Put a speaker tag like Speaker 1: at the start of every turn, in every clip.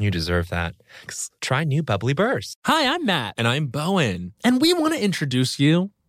Speaker 1: You deserve that. Try new Bubbly Burst.
Speaker 2: Hi, I'm Matt,
Speaker 1: And I'm Bowen.
Speaker 2: and we want to introduce you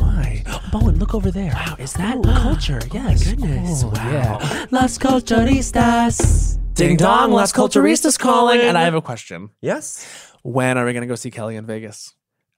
Speaker 3: my. Bowen, look over there. Wow, is that culture? yes. Oh, goodness. wow. Las Culturistas.
Speaker 2: Ding dong, Las Culturistas calling. And I have a question.
Speaker 4: Yes.
Speaker 2: When are we going to go see Kelly in Vegas?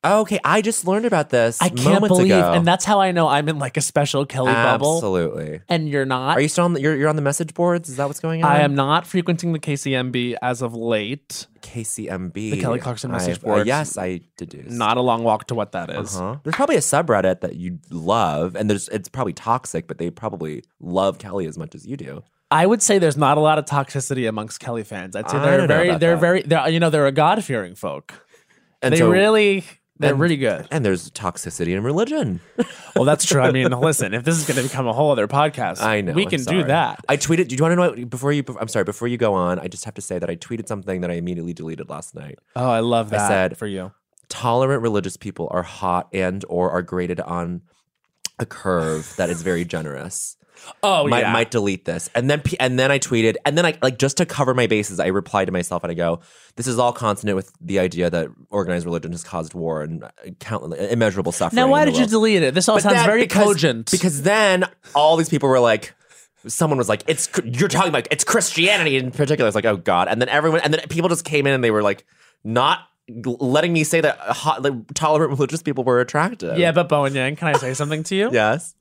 Speaker 4: Okay, I just learned about this.
Speaker 3: I can't
Speaker 4: moments
Speaker 3: believe,
Speaker 4: ago.
Speaker 3: and that's how I know I'm in like a special Kelly bubble,
Speaker 4: Absolutely.
Speaker 3: and you're not.
Speaker 4: Are you still on? The, you're you're on the message boards. Is that what's going on?
Speaker 2: I am not frequenting the KCMB as of late.
Speaker 4: KCMB.
Speaker 2: The Kelly Clarkson message
Speaker 4: I've- uh,
Speaker 2: boards.
Speaker 4: yes, I deduced.
Speaker 2: Not a long walk to what that is.
Speaker 4: Uh-huh. There's probably a subreddit that you love, and there's it's probably toxic, but they probably love Kelly as much as you do.
Speaker 3: I would say there's not a lot of toxicity amongst Kelly fans. I'd say
Speaker 4: I
Speaker 3: they're
Speaker 4: don't know
Speaker 3: very,
Speaker 4: about
Speaker 3: they're
Speaker 4: that.
Speaker 3: very, they're, you know, they're a God fearing folk.
Speaker 4: And
Speaker 3: they
Speaker 4: so-
Speaker 3: really, they're
Speaker 4: and-
Speaker 3: really good.
Speaker 4: And there's toxicity in religion.
Speaker 3: Well, that's true. I mean, listen, if this is going to become a whole other podcast,
Speaker 4: I know.
Speaker 3: we
Speaker 4: I'm
Speaker 3: can
Speaker 4: sorry.
Speaker 3: do that.
Speaker 4: I tweeted. Do you want to know what- before you? I'm sorry. Before you go on, I just have to say that I tweeted something that I immediately deleted last night.
Speaker 3: Oh, I love
Speaker 4: I
Speaker 3: that
Speaker 4: said-
Speaker 3: for you.
Speaker 4: Tolerant religious people are hot and or are graded on a curve that is very generous.
Speaker 3: Oh,
Speaker 4: might, might delete this. And then p- and then I tweeted, and then I like just to cover my bases, I replied to myself and I go, "This is all consonant with the idea that organized religion has caused war and uh, countless immeasurable suffering."
Speaker 3: Now,
Speaker 4: in
Speaker 3: why
Speaker 4: the
Speaker 3: did you
Speaker 4: world."
Speaker 3: delete it? This all
Speaker 4: But
Speaker 3: sounds
Speaker 4: that-
Speaker 3: very
Speaker 4: because,
Speaker 3: cogent.
Speaker 4: Because then all these people were like. Someone was like, "It's cr- you're talking about it's Christianity in particular." It's like, "Oh God!" And then everyone, and then people just came in and they were like, not letting me say that hot, like, tolerant religious people were attractive.
Speaker 3: yeah, but Bowen Yang, can I say something to you?
Speaker 4: yes,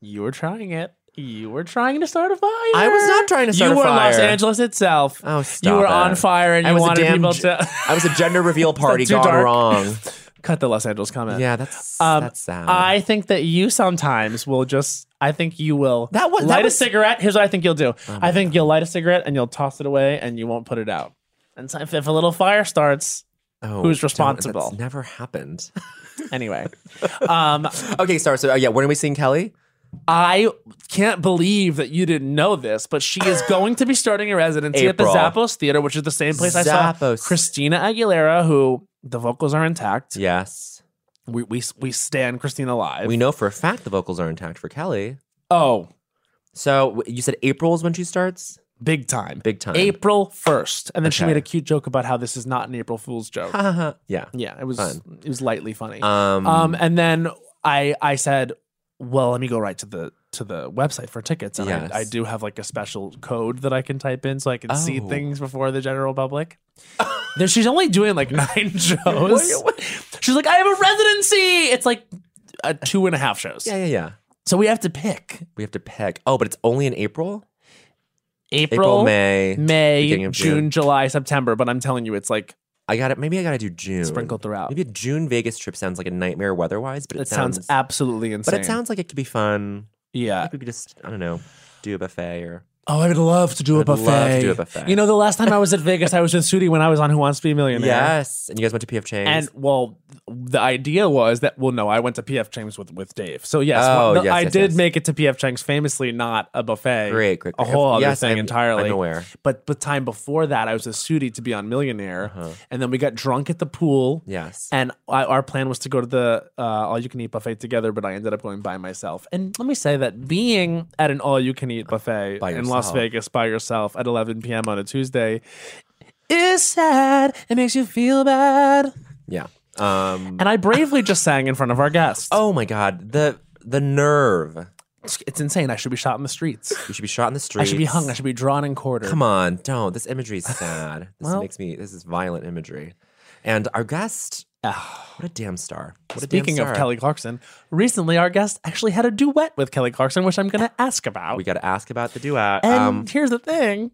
Speaker 3: You were trying it. You were trying to start a fire.
Speaker 4: I was not trying to start
Speaker 3: You
Speaker 4: a
Speaker 3: were Los
Speaker 4: fire.
Speaker 3: Angeles itself.
Speaker 4: Oh,
Speaker 3: You
Speaker 4: stop
Speaker 3: were
Speaker 4: it.
Speaker 3: on fire and
Speaker 4: I
Speaker 3: you
Speaker 4: was a
Speaker 3: wanted
Speaker 4: damn
Speaker 3: people
Speaker 4: j-
Speaker 3: to
Speaker 4: I was a gender reveal party
Speaker 3: too
Speaker 4: gone
Speaker 3: dark?
Speaker 4: wrong.
Speaker 3: cut the Los Angeles comment.
Speaker 4: Yeah, that's
Speaker 3: Um,
Speaker 4: that's sad.
Speaker 3: I think that you sometimes will just. I think you will
Speaker 4: That was- that
Speaker 3: light
Speaker 4: was- Oh
Speaker 3: a cigarette. Here's what I think you'll do. I think you'll light a cigarette and you'll toss it away and you won't put it out. And so if, if a little fire starts,
Speaker 4: oh,
Speaker 3: who's
Speaker 4: don't-
Speaker 3: responsible?
Speaker 4: That's never happened.
Speaker 3: anyway, um,
Speaker 4: okay, sorry.
Speaker 1: Oh,
Speaker 4: So uh, yeah, when are we seeing Kelly?
Speaker 3: I can't believe that you didn't know this, but she is going to be starting a residency at the
Speaker 4: April.
Speaker 3: Zappos Theater, which is the same place I saw
Speaker 4: Zappos.
Speaker 3: Christina Aguilera, who the vocals are intact.
Speaker 4: Yes,
Speaker 3: We we we stand Christina live.
Speaker 4: we know for a fact the vocals are intact for Kelly.
Speaker 3: oh
Speaker 4: So w- you said April is when she starts.
Speaker 3: big time.
Speaker 1: Big time.
Speaker 3: April 1st. And then she
Speaker 1: Okay.
Speaker 3: made a cute joke about how this is not an April Fool's joke.
Speaker 1: yeah.
Speaker 3: yeah, it was
Speaker 1: Fun.
Speaker 3: it was lightly funny.
Speaker 1: Um,
Speaker 3: Um, and then I I said, well, let me go right to the to the website for tickets, and
Speaker 1: Yes.
Speaker 3: I, I do have like a special code that I can type in so I can see
Speaker 1: Oh.
Speaker 3: things before the general public. there, she's only doing like nine shows. she's like, I have a residency. It's like uh, two and a half shows.
Speaker 1: yeah, yeah, yeah.
Speaker 3: So we have to pick
Speaker 1: We have to pick. Oh, but it's only in April?
Speaker 3: April,
Speaker 1: April, May.
Speaker 3: May,
Speaker 1: beginning of
Speaker 3: June,
Speaker 1: June.
Speaker 3: July, September. But I'm telling you, it's like
Speaker 1: I got it. Maybe I got to do June.
Speaker 3: sprinkled throughout.
Speaker 1: Maybe a June Vegas trip sounds like a nightmare weather-wise, but it,
Speaker 3: That sounds, Uh, absolutely insane.
Speaker 1: But it sounds like it could be fun.
Speaker 3: yeah.
Speaker 1: I think we could just, I don't know, do a buffet or
Speaker 3: Oh, I would love to do a
Speaker 1: I'd love to
Speaker 3: buffet.
Speaker 1: do a buffet.
Speaker 3: You know, the last time I was at Vegas, I was with Sudi when I was on Who Wants to Be a Millionaire.
Speaker 1: Yes, and you guys went to PF Chang's.
Speaker 3: And well, the idea was that well, no, I went to PF Chang's with with Dave. So yes,
Speaker 1: Oh,
Speaker 3: well, no,
Speaker 1: yes,
Speaker 3: I
Speaker 1: yes,
Speaker 3: did
Speaker 1: yes.
Speaker 3: make it to PF Chang's, famously not a buffet,
Speaker 1: great, great,
Speaker 3: a
Speaker 1: great.
Speaker 3: whole other
Speaker 1: Yes,
Speaker 3: thing
Speaker 1: I'm-
Speaker 3: entirely.
Speaker 1: I'm aware.
Speaker 3: But the time before that, I was with Sudi to be on Millionaire, and then we got drunk at the pool.
Speaker 1: Uh-huh. Yes.
Speaker 3: And I, our plan was to go to the uh, all you can eat buffet together, but I ended up going by myself. And let me say that being at an all you can eat buffet
Speaker 1: By
Speaker 3: in Las
Speaker 1: yourself.
Speaker 3: Vegas by yourself at 11 p.m. on a Tuesday is sad. It makes you feel bad.
Speaker 1: yeah. Um.
Speaker 3: And I bravely just sang in front of our guests.
Speaker 1: Oh my God. The the nerve.
Speaker 3: it's, it's insane. I should be shot in the streets.
Speaker 1: You should be shot in the street.
Speaker 3: I should be hung. I should be drawn and quartered.
Speaker 1: Come on, don't. This imagery is sad. This
Speaker 3: Well-
Speaker 1: makes me. This is violent imagery. And our guest. what a damn star. What a damn
Speaker 3: Speaking of
Speaker 1: star.
Speaker 3: Kelly Clarkson, recently our guest actually had a duet with Kelly Clarkson, which I'm going to ask about.
Speaker 1: we got to ask about the duet.
Speaker 3: And
Speaker 1: um,
Speaker 3: here's the thing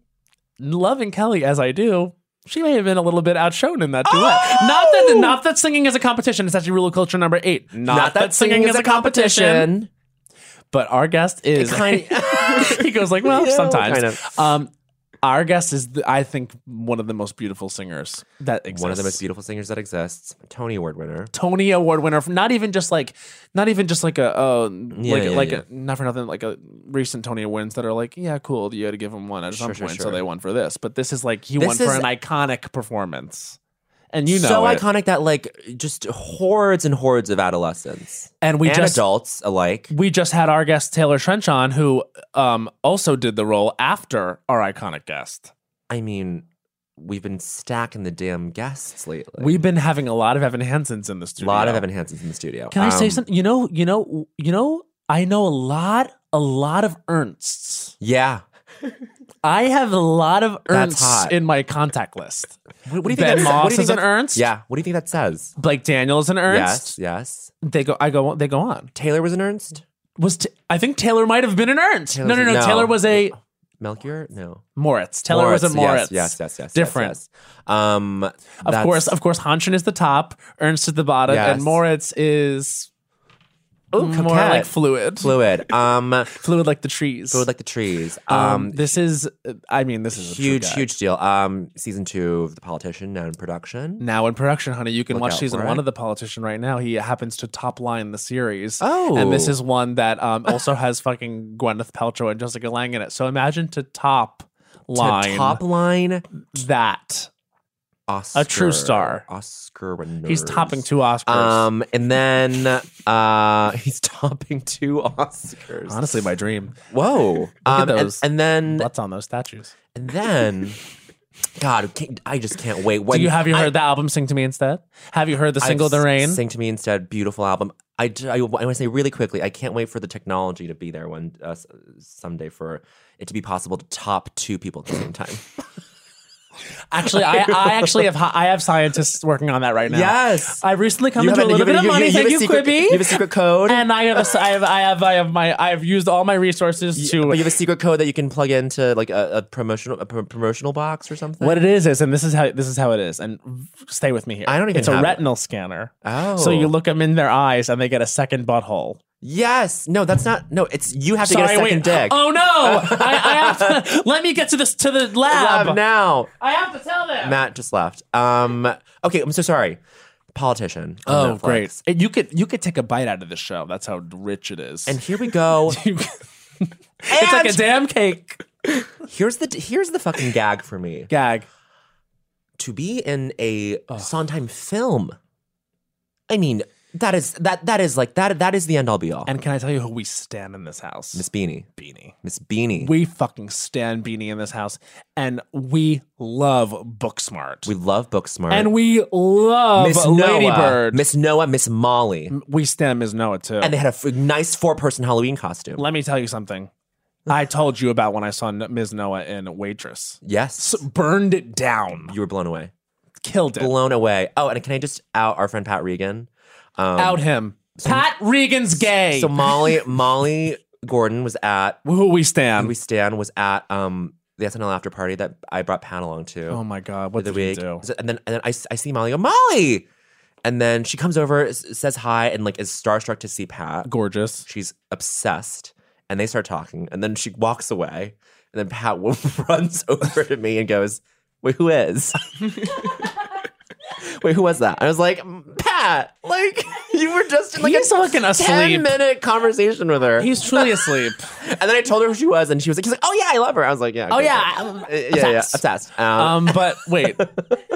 Speaker 3: loving Kelly as I do, she may have been a little bit outshone in that duet. Not that
Speaker 1: Oh!
Speaker 3: not that singing is a competition. It's actually rule of culture number eight. Not, But our guest is he goes like, well,
Speaker 1: Yeah,
Speaker 3: sometimes.
Speaker 1: kind of.
Speaker 3: Um, our guest is, the, I think, one of the most beautiful singers that exists.
Speaker 1: One of the most beautiful singers that exists. Tony Award winner.
Speaker 3: Tony Award winner, for not even just like, not even just like a, uh, like,
Speaker 1: yeah,
Speaker 3: like
Speaker 1: yeah.
Speaker 3: A, not for nothing, like a recent Tony Awards that are like, yeah, cool, you had to give him one at some
Speaker 1: Sure, sure,
Speaker 3: point, so
Speaker 1: sure.
Speaker 3: they won for this. But this is like he
Speaker 1: This
Speaker 3: won for
Speaker 1: is-
Speaker 3: an iconic performance, and you know,
Speaker 1: so
Speaker 3: it.
Speaker 1: iconic that like just hordes and hordes of adolescents
Speaker 3: And we
Speaker 1: and
Speaker 3: just
Speaker 1: adults alike.
Speaker 3: we just had our guest Taylor Trench on, who um also did the role after our iconic guest.
Speaker 1: I mean, we've been stacking the damn guests lately.
Speaker 3: We've been having a lot of Evan Hansen's in the
Speaker 1: a
Speaker 3: studio.
Speaker 1: lot of Evan Hansen's in the studio.
Speaker 3: Can I say
Speaker 1: Um,
Speaker 3: something? You know, you know, you know. I know a lot, a lot of Ernsts.
Speaker 1: Yeah.
Speaker 3: I have a lot of
Speaker 1: That's
Speaker 3: Ernsts
Speaker 1: hot.
Speaker 3: in my contact list.
Speaker 1: What, what do you
Speaker 3: Ben
Speaker 1: think? that- what do
Speaker 3: Moss
Speaker 1: you think
Speaker 3: is an
Speaker 1: that-
Speaker 3: Ernst.
Speaker 1: Yeah. What do you think that says?
Speaker 3: Blake Daniel is an Ernst.
Speaker 1: Yes. Yes.
Speaker 3: They go. I go. They go on.
Speaker 1: Taylor was an Ernst.
Speaker 3: Was t- I think Taylor might have been an Ernst? No,
Speaker 1: Taylor's
Speaker 3: no, no,
Speaker 1: a- no.
Speaker 3: Taylor was a
Speaker 1: Melchior? No.
Speaker 3: Moritz. Taylor was a Moritz.
Speaker 1: Yes. Yes. Yes. yes
Speaker 3: Different.
Speaker 1: Yes, yes. Um.
Speaker 3: Of course, of course, Hanschen is the top, Ernst is the bottom, and
Speaker 1: Yes. Mm,
Speaker 3: Moritz is more
Speaker 1: coquette.
Speaker 3: like fluid,
Speaker 1: Fluid. Um.
Speaker 3: fluid like the trees.
Speaker 1: fluid like the trees.
Speaker 3: um,
Speaker 1: Um.
Speaker 3: this is, I mean, this is a true
Speaker 1: huge,
Speaker 3: guy.
Speaker 1: huge deal. Um. Season two of The Politician now in production.
Speaker 3: Now in production, honey, you can
Speaker 1: Look
Speaker 3: watch
Speaker 1: out
Speaker 3: season
Speaker 1: for
Speaker 3: one
Speaker 1: it.
Speaker 3: of The Politician right now. He happens to top line the series.
Speaker 1: Oh.
Speaker 3: and this is one that um, also has fucking Gwyneth Paltrow and Jessica Lange in it. So imagine to top
Speaker 1: To
Speaker 3: line
Speaker 1: top line
Speaker 3: that.
Speaker 1: Oscar.
Speaker 3: true star.
Speaker 1: Oscar winners.
Speaker 3: He's topping two Oscars.
Speaker 1: Um, and then uh, he's topping two Oscars.
Speaker 3: Honestly, my dream.
Speaker 1: Whoa.
Speaker 3: at
Speaker 1: Um, and-
Speaker 3: those.
Speaker 1: And, then,
Speaker 3: What's on those statues?
Speaker 1: and then, God, can't- I just can't wait. When
Speaker 3: Do you have you
Speaker 1: I-
Speaker 3: heard the album "Sing to Me" instead? Have you heard the
Speaker 1: I've
Speaker 3: single "The
Speaker 1: s-
Speaker 3: Rain"?
Speaker 1: Sing to Me Instead. Beautiful album. I, d- I, want to say really quickly, I can't wait for the technology to be there one uh, s- someday for it to be possible to top two people at the same time.
Speaker 3: Actually, I, I actually have hi- I have scientists working on that right now.
Speaker 1: Yes.
Speaker 3: I've recently come
Speaker 1: You
Speaker 3: into
Speaker 1: have
Speaker 3: a
Speaker 1: a-
Speaker 3: little
Speaker 1: you
Speaker 3: bit
Speaker 1: have
Speaker 3: of
Speaker 1: a-
Speaker 3: money.
Speaker 1: you have
Speaker 3: Thank
Speaker 1: a
Speaker 3: you,
Speaker 1: secret-
Speaker 3: Quibi.
Speaker 1: you have a secret code?
Speaker 3: and I have a s- I have I have I have my I have used all my resources to.
Speaker 1: But you have a secret code that you can plug into like a, a promotional a pro- promotional box or something.
Speaker 3: what it is is, and this is how this is how it is, and stay with me here.
Speaker 1: I don't even
Speaker 3: It's a
Speaker 1: have it.
Speaker 3: retinal scanner.
Speaker 1: Oh.
Speaker 3: So you look them in their eyes, and they get a second butthole.
Speaker 1: Yes. No, that's not. No, it's you have to get a
Speaker 3: Sorry,
Speaker 1: second
Speaker 3: wait.
Speaker 1: dick.
Speaker 3: Oh no! I, I have to, let me get to this to the lab.
Speaker 1: Lab now.
Speaker 3: I have to tell them.
Speaker 1: Matt just left. Um. Okay. I'm so sorry. Politician. on
Speaker 3: Oh,
Speaker 1: Netflix.
Speaker 3: great! And you could you could take a bite out of this show. That's how rich it is.
Speaker 1: And here we go.
Speaker 3: it's like a damn cake
Speaker 1: here's the here's the fucking gag for me.
Speaker 3: gag.
Speaker 1: To be in a Sondheim film. I mean, That is that that is like that that is the end all be all.
Speaker 3: And can I tell you who we stand in this house?
Speaker 1: Miss Beanie,
Speaker 3: Beanie.
Speaker 1: Miss Beanie, we,
Speaker 3: We fucking stand Beanie in this house, and we love Booksmart,
Speaker 1: love Booksmart.
Speaker 3: and we love
Speaker 1: Miss Noah,
Speaker 3: Ladybird.
Speaker 1: Miss Noah, Miss Molly,
Speaker 3: we stand Miss Noah too.
Speaker 1: and they had a f- nice four person Halloween costume.
Speaker 3: Let me tell you something. I told you about when I saw N- Ms. Noah in Waitress.
Speaker 1: yes,
Speaker 3: S- burned it down.
Speaker 1: you were blown away,
Speaker 3: Killed it.
Speaker 1: blown away. Oh, and can I just out our friend Pat Regan? Um,
Speaker 3: Out him. Pat Regan's gay.
Speaker 1: So Molly Molly Gordon was at
Speaker 3: who we
Speaker 1: Who
Speaker 3: stand.
Speaker 1: we stand was at um the SNL after party that I brought Pan along to.
Speaker 3: oh my God. What
Speaker 1: the
Speaker 3: did
Speaker 1: week.
Speaker 3: we do?
Speaker 1: So- And then and then I, s- I see Molly I go, Molly! And then she comes over, s- says hi, and like is starstruck to see Pat.
Speaker 3: Gorgeous.
Speaker 1: She's obsessed. And they start talking. And then she walks away. And then Pat runs over to me and goes, Wait, who is? Wait, who was that? I was like, Pat, like you were just in like
Speaker 3: He's
Speaker 1: a
Speaker 3: fucking asleep.
Speaker 1: 10 minute conversation with her.
Speaker 3: He's truly asleep.
Speaker 1: And then I told her who she was, and she was like, "He's like, oh yeah, I love her." I was like, "Yeah,
Speaker 3: Oh,
Speaker 1: okay,
Speaker 3: yeah,
Speaker 1: okay."
Speaker 3: I'm
Speaker 1: Uh, yeah, yeah, obsessed." Um,
Speaker 3: Um, but wait.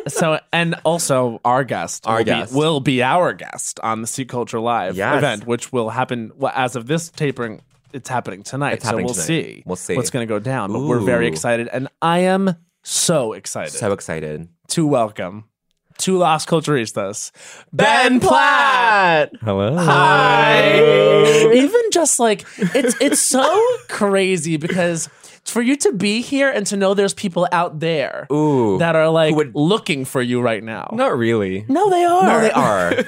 Speaker 3: So and also our guest,
Speaker 1: Our
Speaker 3: will,
Speaker 1: guest.
Speaker 3: Be, will be our guest on the Sea Culture Live
Speaker 1: Yes.
Speaker 3: event, which will happen well, as of this tapering. It's happening tonight,
Speaker 1: It's happening
Speaker 3: so
Speaker 1: tonight.
Speaker 3: we'll see.
Speaker 1: We'll see.
Speaker 3: what's going to go down. But we're very
Speaker 1: Ooh.
Speaker 3: excited, and I am so excited
Speaker 1: so excited,
Speaker 3: to welcome to Las Culturistas, Ben Platt.
Speaker 5: Hello.
Speaker 3: Even just like it's it's so crazy because for you to be here and to know there's people out there
Speaker 1: Ooh,
Speaker 3: that are like
Speaker 1: Who would-
Speaker 3: looking for you right now.
Speaker 5: Not really.
Speaker 3: No, they are.
Speaker 1: no, Oh, they are.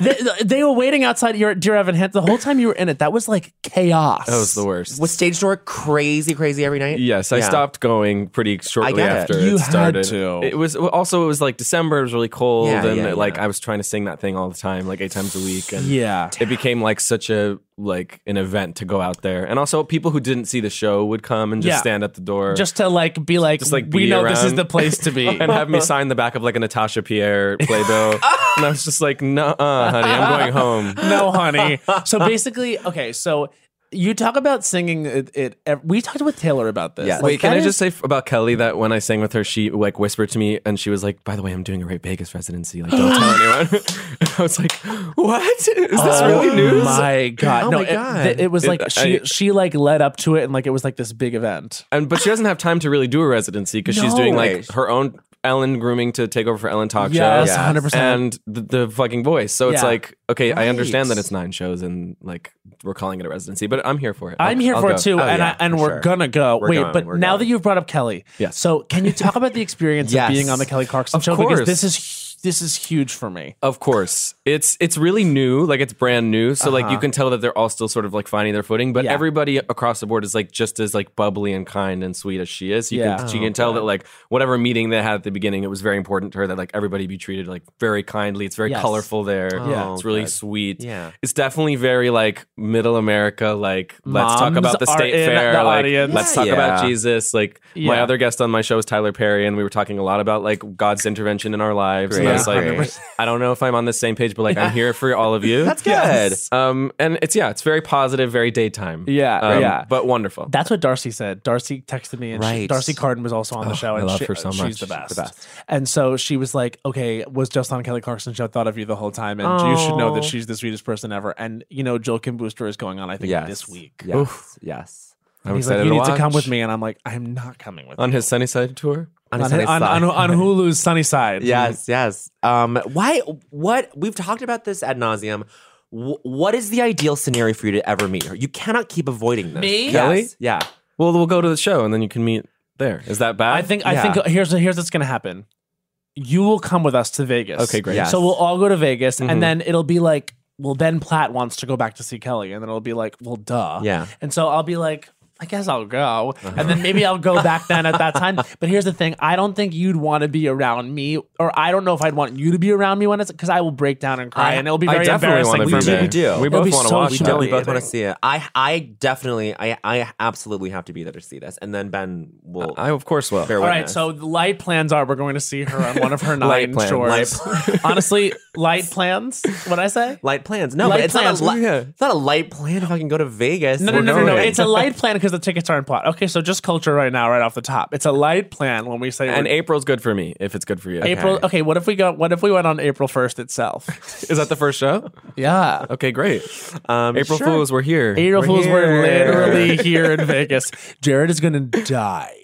Speaker 1: That
Speaker 3: They, they were waiting outside your Dear Evan Hansen the whole time you were in it. That was like chaos. That
Speaker 5: was the worst.
Speaker 1: was stage door crazy, crazy every night.
Speaker 5: Yes, I
Speaker 1: Yeah.
Speaker 5: stopped going pretty shortly
Speaker 1: I get it.
Speaker 5: after
Speaker 3: You
Speaker 5: it
Speaker 3: had
Speaker 5: started.
Speaker 3: to.
Speaker 5: It was also it was like December. It was really cold,
Speaker 1: Yeah,
Speaker 5: and
Speaker 1: yeah,
Speaker 5: it, like
Speaker 1: yeah.
Speaker 5: I was trying to sing that thing all the time, like eight times a week, and
Speaker 3: Yeah.
Speaker 5: it became like such a like an event to go out there. And also, people who didn't see the show would come and just
Speaker 3: Yeah.
Speaker 5: stand at the door,
Speaker 3: Just to like be like,
Speaker 5: Just, like,
Speaker 3: we
Speaker 5: be
Speaker 3: know this is
Speaker 5: around.
Speaker 3: the place to be.
Speaker 5: and have me sign the back of like a Natasha Pierre playbill. and I was just like, "Nah, honey, I'm going home."
Speaker 3: no, honey. So basically, okay, so you talk about singing it. it ev- we talked with Taylor about this.
Speaker 1: Yeah.
Speaker 3: Like,
Speaker 5: Wait, can
Speaker 3: that
Speaker 5: I
Speaker 3: is-
Speaker 5: just say f- about Kelly that when I sang with her, she like whispered to me and she was like, "By the way, I'm doing a Ray Vegas residency. Like, don't tell anyone." And I was like, "What? Is this really news?"
Speaker 3: Oh My God!
Speaker 1: Oh
Speaker 3: no,
Speaker 1: my
Speaker 3: it-
Speaker 1: God.
Speaker 3: It, it was
Speaker 5: It-
Speaker 3: like she
Speaker 5: I-
Speaker 3: she like led up to it, and like it was like this big event.
Speaker 5: And but she doesn't have time to really do a residency because she's
Speaker 3: No.
Speaker 5: doing
Speaker 1: Right.
Speaker 5: like her own Ellen grooming to take over for Ellen Talk
Speaker 3: Yes,
Speaker 5: Show.
Speaker 1: Yes.
Speaker 3: hundred percent.
Speaker 5: And the, the fucking voice. So it's
Speaker 3: Yeah.
Speaker 5: like, okay, I understand
Speaker 1: Right.
Speaker 5: that it's nine shows and like we're calling it a residency, but I'm here for it.
Speaker 3: I'm here
Speaker 5: I'll
Speaker 3: for
Speaker 5: go.
Speaker 3: it too,
Speaker 1: Oh,
Speaker 3: and
Speaker 1: yeah,
Speaker 3: I, and
Speaker 1: for
Speaker 3: we're
Speaker 1: sure.
Speaker 3: gonna go.
Speaker 1: We're
Speaker 3: Wait,
Speaker 1: going,
Speaker 3: but
Speaker 1: we're
Speaker 3: now that
Speaker 1: going.
Speaker 3: you've brought up Kelly,
Speaker 5: Yes.
Speaker 3: So can you talk about the experience
Speaker 1: Yes.
Speaker 3: of being on the Kelly Clarkson
Speaker 5: Of
Speaker 3: show? Because
Speaker 5: course.
Speaker 3: this is hu- this is huge for me.
Speaker 5: Of course. It's it's really new, like it's brand new. So like you can tell that they're all still sort of like finding their footing, but
Speaker 3: Uh-huh. Yeah.
Speaker 5: everybody across the board is like just as like bubbly and kind and sweet as she is. You
Speaker 3: Yeah.
Speaker 5: can she can
Speaker 1: Oh,
Speaker 5: tell that like whatever meeting they had at the beginning, it was very important to her that like everybody be treated like very kindly. It's very
Speaker 3: Yes.
Speaker 5: colorful there.
Speaker 1: Yeah.
Speaker 5: It's really
Speaker 1: Good.
Speaker 5: sweet.
Speaker 1: Oh, Yeah.
Speaker 5: It's definitely very like middle America, like let's talk
Speaker 3: Moms
Speaker 5: about the
Speaker 3: are
Speaker 5: state
Speaker 3: in
Speaker 5: fair.
Speaker 3: the
Speaker 5: like
Speaker 3: audience.
Speaker 5: let's talk
Speaker 1: Yeah.
Speaker 5: about Jesus. Like my
Speaker 3: Yeah.
Speaker 5: other guest on my show is Tyler Perry, and we were talking a lot about like God's intervention in our lives. And I
Speaker 1: Great.
Speaker 5: was like,
Speaker 1: Great.
Speaker 5: I don't know if I'm on the same page, but like I'm here for all of you.
Speaker 1: That's good.
Speaker 5: Um, and it's yeah, it's very positive, very daytime.
Speaker 3: Yeah,
Speaker 5: um,
Speaker 3: yeah.
Speaker 5: but wonderful.
Speaker 3: That's what Darcy said. Darcy texted me, and she-
Speaker 1: Right.
Speaker 3: Darcy Carden was also on the show.
Speaker 5: I
Speaker 3: And
Speaker 5: love
Speaker 3: she-
Speaker 5: her so
Speaker 3: She's
Speaker 5: much.
Speaker 3: the
Speaker 5: She's the
Speaker 3: best.
Speaker 5: best.
Speaker 3: And so she was like, "Okay, was just on Kelly Clarkson show. Thought of you the whole time, and you should know that she's the sweetest person ever." And you know, Joel Kim Booster is going on. I think
Speaker 1: Yes.
Speaker 3: this week.
Speaker 1: Yes. Yes.
Speaker 5: I'm
Speaker 3: And he's
Speaker 5: excited
Speaker 3: like, "You need to come
Speaker 5: watch.
Speaker 3: with me," and I'm like, "I'm not coming with
Speaker 5: on
Speaker 3: you."
Speaker 5: his Sunnyside tour.
Speaker 1: a
Speaker 3: on,
Speaker 1: sunny
Speaker 3: on,
Speaker 1: side.
Speaker 3: on, on Hulu's Sunny Side.
Speaker 1: Yes. Yes. Um. Why? What? We've talked about this ad nauseum. What is the ideal scenario for you to ever meet her? You cannot keep avoiding this.
Speaker 3: Me?
Speaker 1: Yes.
Speaker 5: Kelly?
Speaker 1: Yeah.
Speaker 5: Well, we'll go to the show and then you can meet there. Is that bad?
Speaker 3: I think I think here's here's what's gonna happen. You will come with us to Vegas.
Speaker 5: Okay, great.
Speaker 1: Yes.
Speaker 3: So we'll all go to Vegas,
Speaker 5: Mhm.
Speaker 3: and then it'll be like, well, Ben Platt wants to go back to see Kelly, and then it'll be like, well, duh.
Speaker 1: Yeah.
Speaker 3: And so I'll be like, I guess I'll go, and then maybe I'll go back then at that time. But here's the thing: I don't think you'd want to be around me, or I don't know if I'd want you to be around me when it's because I will break down and cry,
Speaker 1: I-
Speaker 3: and it'll be
Speaker 5: I
Speaker 3: very
Speaker 5: definitely
Speaker 3: embarrassing
Speaker 5: want to
Speaker 3: for me.
Speaker 5: be there.
Speaker 1: We do.
Speaker 5: We
Speaker 3: It'll
Speaker 5: both
Speaker 3: be
Speaker 5: want to
Speaker 3: so
Speaker 5: watch
Speaker 1: We, do, we
Speaker 5: that.
Speaker 1: both want to see it. I I definitely I I absolutely have to be there to see this, and then Ben will.
Speaker 5: I of course will.
Speaker 1: bear
Speaker 3: All right,
Speaker 1: witness.
Speaker 3: so the light plans are we're going to see her on one of her
Speaker 5: Light
Speaker 3: nine
Speaker 5: plan,
Speaker 3: shorts. Honestly, light plans. What I say?
Speaker 1: light plans. No,
Speaker 3: Light
Speaker 1: but it's
Speaker 3: plans.
Speaker 1: not a li-
Speaker 5: Yeah.
Speaker 1: it's not a light plan if I can go to Vegas.
Speaker 3: No, no,
Speaker 1: We're
Speaker 3: no, no, no.
Speaker 1: going.
Speaker 3: It's a light plan because because the tickets aren't bought. Okay, so just culture right now, right off the top. It's a light plan when we say
Speaker 5: And
Speaker 3: we're-
Speaker 5: April's good for me if it's good for you.
Speaker 3: April. Okay, what if we go? What if we went on April first itself?
Speaker 5: Is that the first show?
Speaker 3: yeah.
Speaker 5: Okay, great. Um, April Fools, we're here.
Speaker 3: April Fools were
Speaker 5: here.
Speaker 3: literally here in Vegas. Jared is gonna die,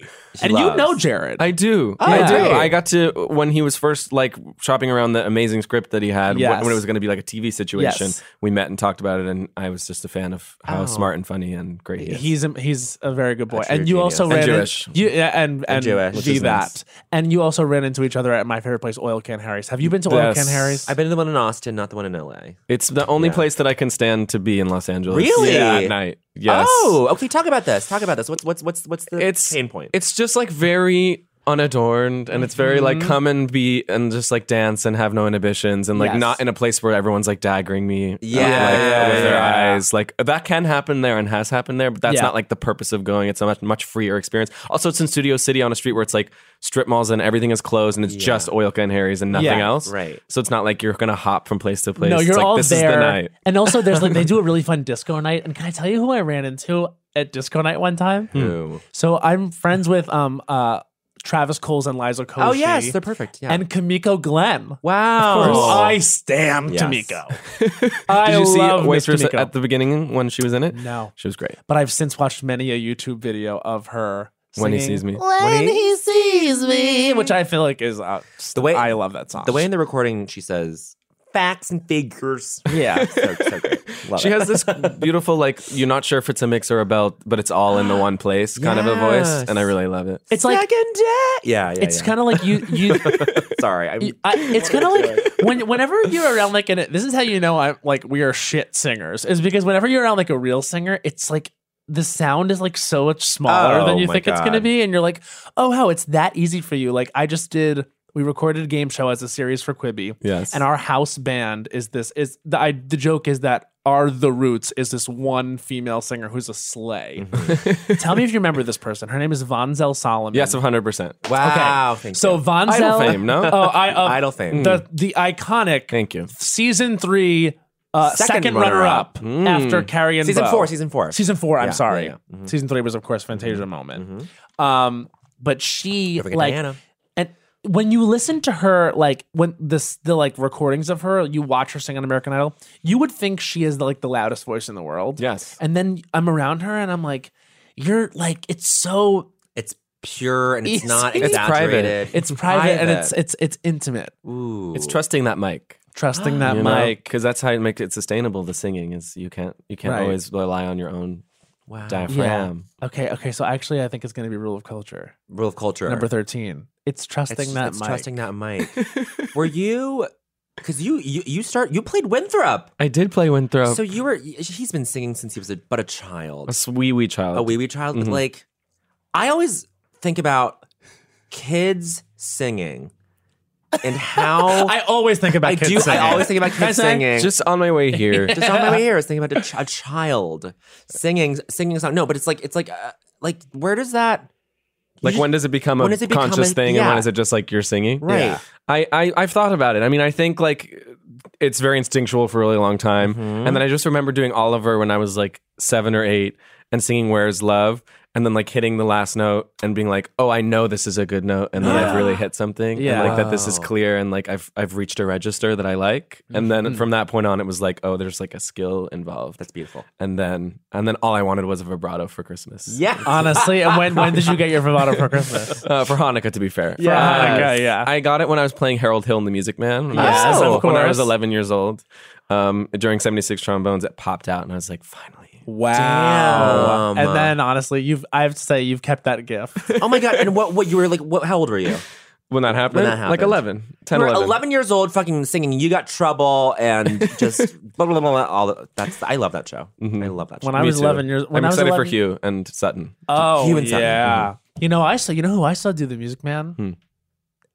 Speaker 3: and you
Speaker 5: loves-
Speaker 3: know Jared.
Speaker 5: I do.
Speaker 3: Oh,
Speaker 5: I do. I got to when he was first like shopping around the amazing script that he had wh-
Speaker 3: Yes.
Speaker 5: when it was going to be like a TV situation.
Speaker 3: Yes. Oh.
Speaker 5: We met and talked about it, and I was just a fan of how smart and funny and great he is.
Speaker 3: He's a, he's a very good boy,
Speaker 1: That's
Speaker 3: and
Speaker 1: very
Speaker 3: you
Speaker 1: genius.
Speaker 3: also
Speaker 1: And
Speaker 3: ran in-
Speaker 5: Jewish.
Speaker 3: you yeah, and and,
Speaker 1: Jewish, which
Speaker 3: be
Speaker 1: is
Speaker 3: that,
Speaker 1: nice.
Speaker 3: and you also ran into each other at my favorite place, Oil Can Harry's. Have you been to Oil
Speaker 5: Yes.
Speaker 3: Can Harry's?
Speaker 1: I've been to the one in Austin, not the one in LA.
Speaker 5: it's the only place that I can stand to be in Los Angeles.
Speaker 1: Really?
Speaker 5: At night. Yes.
Speaker 1: Oh, okay. Talk about this. Talk about this. What's what's what's what's the
Speaker 5: It's-
Speaker 1: pain point?
Speaker 5: It's just like very unadorned and it's very like
Speaker 3: Mm-hmm.
Speaker 5: come and be and just like dance and have no inhibitions and like
Speaker 3: Yes.
Speaker 5: not in a place where everyone's like daggering me uh,
Speaker 1: Yeah.
Speaker 5: like,
Speaker 1: Yeah,
Speaker 5: with their
Speaker 1: yeah.
Speaker 5: eyes like that can happen there and has happened there but that's
Speaker 3: Yeah.
Speaker 5: not like the purpose of going it's a much much freer experience also it's in studio city on a street where it's like strip malls and everything is closed and it's just oilka and harry's and nothing
Speaker 3: Yeah.
Speaker 5: else
Speaker 1: Right.
Speaker 5: so it's not like you're gonna hop from place to place
Speaker 3: no,
Speaker 5: It's
Speaker 3: you're
Speaker 5: like,
Speaker 3: all
Speaker 5: this
Speaker 3: there.
Speaker 5: is the night
Speaker 3: And also, there's like they do a really fun disco night. And can I tell you who I ran into at disco night one time?
Speaker 5: Ooh.
Speaker 3: So I'm friends with um uh Travis Coles and Liza Koshy.
Speaker 1: oh yes, they're perfect. Yeah.
Speaker 3: and Kamiko Glenn.
Speaker 1: wow.
Speaker 3: Who I stand,
Speaker 1: Yes.
Speaker 3: Tamiko. I
Speaker 5: did you see
Speaker 3: love Miss
Speaker 5: waitress
Speaker 3: Tamiko.
Speaker 5: at the beginning when she was in it
Speaker 3: No.
Speaker 5: she was great
Speaker 3: but I've since watched many a YouTube video of her
Speaker 5: when he
Speaker 3: singing
Speaker 5: sees me
Speaker 1: When he-
Speaker 3: which I feel like is uh,
Speaker 1: The way-
Speaker 3: I love that song.
Speaker 1: the way in the recording she says facts and figures.
Speaker 3: yeah,
Speaker 1: so, so great. Love
Speaker 5: She
Speaker 1: it.
Speaker 5: has this beautiful, like, you're not sure if it's a mix or a belt, but it's all in the one place kind of a voice. And I
Speaker 1: Yes. uh,
Speaker 5: really love it.
Speaker 3: it's like
Speaker 1: yeah, yeah.
Speaker 3: it's kind of like you you.
Speaker 1: sorry. I'm,
Speaker 3: you- I, it's kind of like when whenever you're around like an this is how you know I'm like we are shit singers is because whenever you're around like a real singer it's like the sound is like so much smaller
Speaker 1: Oh,
Speaker 3: than you
Speaker 1: my
Speaker 3: think it's gonna
Speaker 1: God.
Speaker 3: be and you're like oh wow it's that easy for you like I just did we recorded a game show as a series for Quibi
Speaker 5: Yes.
Speaker 3: and our house band is this is the I, the joke is that are the roots is this one female singer who's a sleigh. Tell me if you remember this person. Her name is Vonzel Solomon.
Speaker 5: Mm-hmm. yes, 100%.
Speaker 1: wow.
Speaker 3: Okay.
Speaker 1: thank
Speaker 3: So
Speaker 1: you.
Speaker 3: Vonzel
Speaker 5: Idol fame, no?
Speaker 3: Oh, I uh,
Speaker 1: Idol fame.
Speaker 3: The the iconic
Speaker 5: Hmm. Thank you.
Speaker 3: season 3 uh, second,
Speaker 1: Second
Speaker 3: runner
Speaker 1: runner-up.
Speaker 3: up
Speaker 5: Hmm.
Speaker 3: after Carrie and
Speaker 1: season
Speaker 3: Beau.
Speaker 1: four. Season four.
Speaker 3: Season 4, I'm
Speaker 1: Yeah,
Speaker 3: sorry.
Speaker 1: yeah, Mm-hmm.
Speaker 3: Season 3 was of course Fantasia moment. Um but she
Speaker 1: Don't forget
Speaker 3: like
Speaker 1: Diana.
Speaker 3: and when you listen to her like when this the like recordings of her you watch her sing on american idol you would think she is like the loudest voice in the world
Speaker 5: Yes.
Speaker 3: and then i'm around her and i'm like you're like it's so
Speaker 1: It's pure and it's,
Speaker 3: It's-
Speaker 1: not
Speaker 3: it's
Speaker 5: private.
Speaker 1: exaggerated.
Speaker 3: it's private and it's
Speaker 1: Private.
Speaker 3: it's it's intimate
Speaker 1: Ooh.
Speaker 5: It's trusting that mic.
Speaker 3: trusting that
Speaker 5: You
Speaker 3: mic
Speaker 5: Because that's how you make it sustainable. The singing is you can't you can't
Speaker 3: Right.
Speaker 5: always rely on your own
Speaker 1: wow.
Speaker 5: diaphragm.
Speaker 3: okay okay so actually i think it's going to be rule of culture
Speaker 1: Rule of culture.
Speaker 3: number 13 it's trusting
Speaker 1: It's-
Speaker 3: that
Speaker 1: it's
Speaker 3: mic
Speaker 1: Trusting that mic. were you? Because you you you start you played Winthrop.
Speaker 5: I did play Winthrop.
Speaker 1: So you were. He's been singing since he was a, but a child,
Speaker 5: a wee wee child.
Speaker 1: a wee wee child.
Speaker 5: Mhm.
Speaker 1: Like I always think about kids singing and how
Speaker 3: i always think about
Speaker 1: I
Speaker 3: kids
Speaker 1: do.
Speaker 3: singing.
Speaker 1: I always think about kids singing.
Speaker 5: Just on my way here.
Speaker 1: Just on my way here, I was thinking about a, ch- a child singing singing a song. No, but it's like it's like uh, like where does that
Speaker 5: like when does it become a
Speaker 1: When does it become
Speaker 5: conscious
Speaker 1: a-
Speaker 5: thing and
Speaker 1: yeah.
Speaker 5: when is it just like you're singing?
Speaker 1: right?
Speaker 5: I, I I've thought about it. I mean, I think like it's very instinctual for a really long time,
Speaker 1: Mm-hmm.
Speaker 5: and then I just remember doing Oliver when I was like seven or eight and singing "Where's Love," and then like hitting the last note and being like, "Oh, I know this is a good note," and then I've really hit something,
Speaker 3: Yeah.
Speaker 5: and like that this is clear, and like I've I've reached a register that I like, and
Speaker 1: Mm-hmm.
Speaker 5: then from that point on, it was like, oh, there's like a skill involved,
Speaker 1: That's beautiful.
Speaker 5: and then and then all I wanted was a vibrato for Christmas,
Speaker 1: Yeah.
Speaker 3: honestly and when when did you get your bravado for christmas
Speaker 5: uh, for Hanukkah to be fair,
Speaker 3: For Hanukkah,
Speaker 5: Uh,
Speaker 3: yeah
Speaker 5: I got it when I was playing Harold Hill in The Music Man. When I
Speaker 3: Yes,
Speaker 5: was-
Speaker 3: of
Speaker 5: When I
Speaker 3: course.
Speaker 5: was 11 years old, um, during 76 Trombones, it popped out, and I was like, finally.
Speaker 3: Wow.
Speaker 1: Damn.
Speaker 3: And then honestly, you've I have to say you've kept that gift.
Speaker 1: oh my god! And what what you were like? What? How old were you?
Speaker 5: When that happened,
Speaker 1: When that
Speaker 5: like
Speaker 1: happened.
Speaker 5: 11, 10,
Speaker 1: You were
Speaker 5: 11.
Speaker 1: 11 years old, fucking singing "You Got Trouble" and just blah blah blah. blah all the, that's I love that show. I love that show.
Speaker 3: When I was
Speaker 5: too.
Speaker 3: 11 years when
Speaker 5: I'm
Speaker 3: I was
Speaker 5: excited
Speaker 3: 11,
Speaker 5: for Hugh and Sutton.
Speaker 3: Oh,
Speaker 1: Hugh and Simon.
Speaker 3: yeah. You know, I saw you know who I saw do the music man?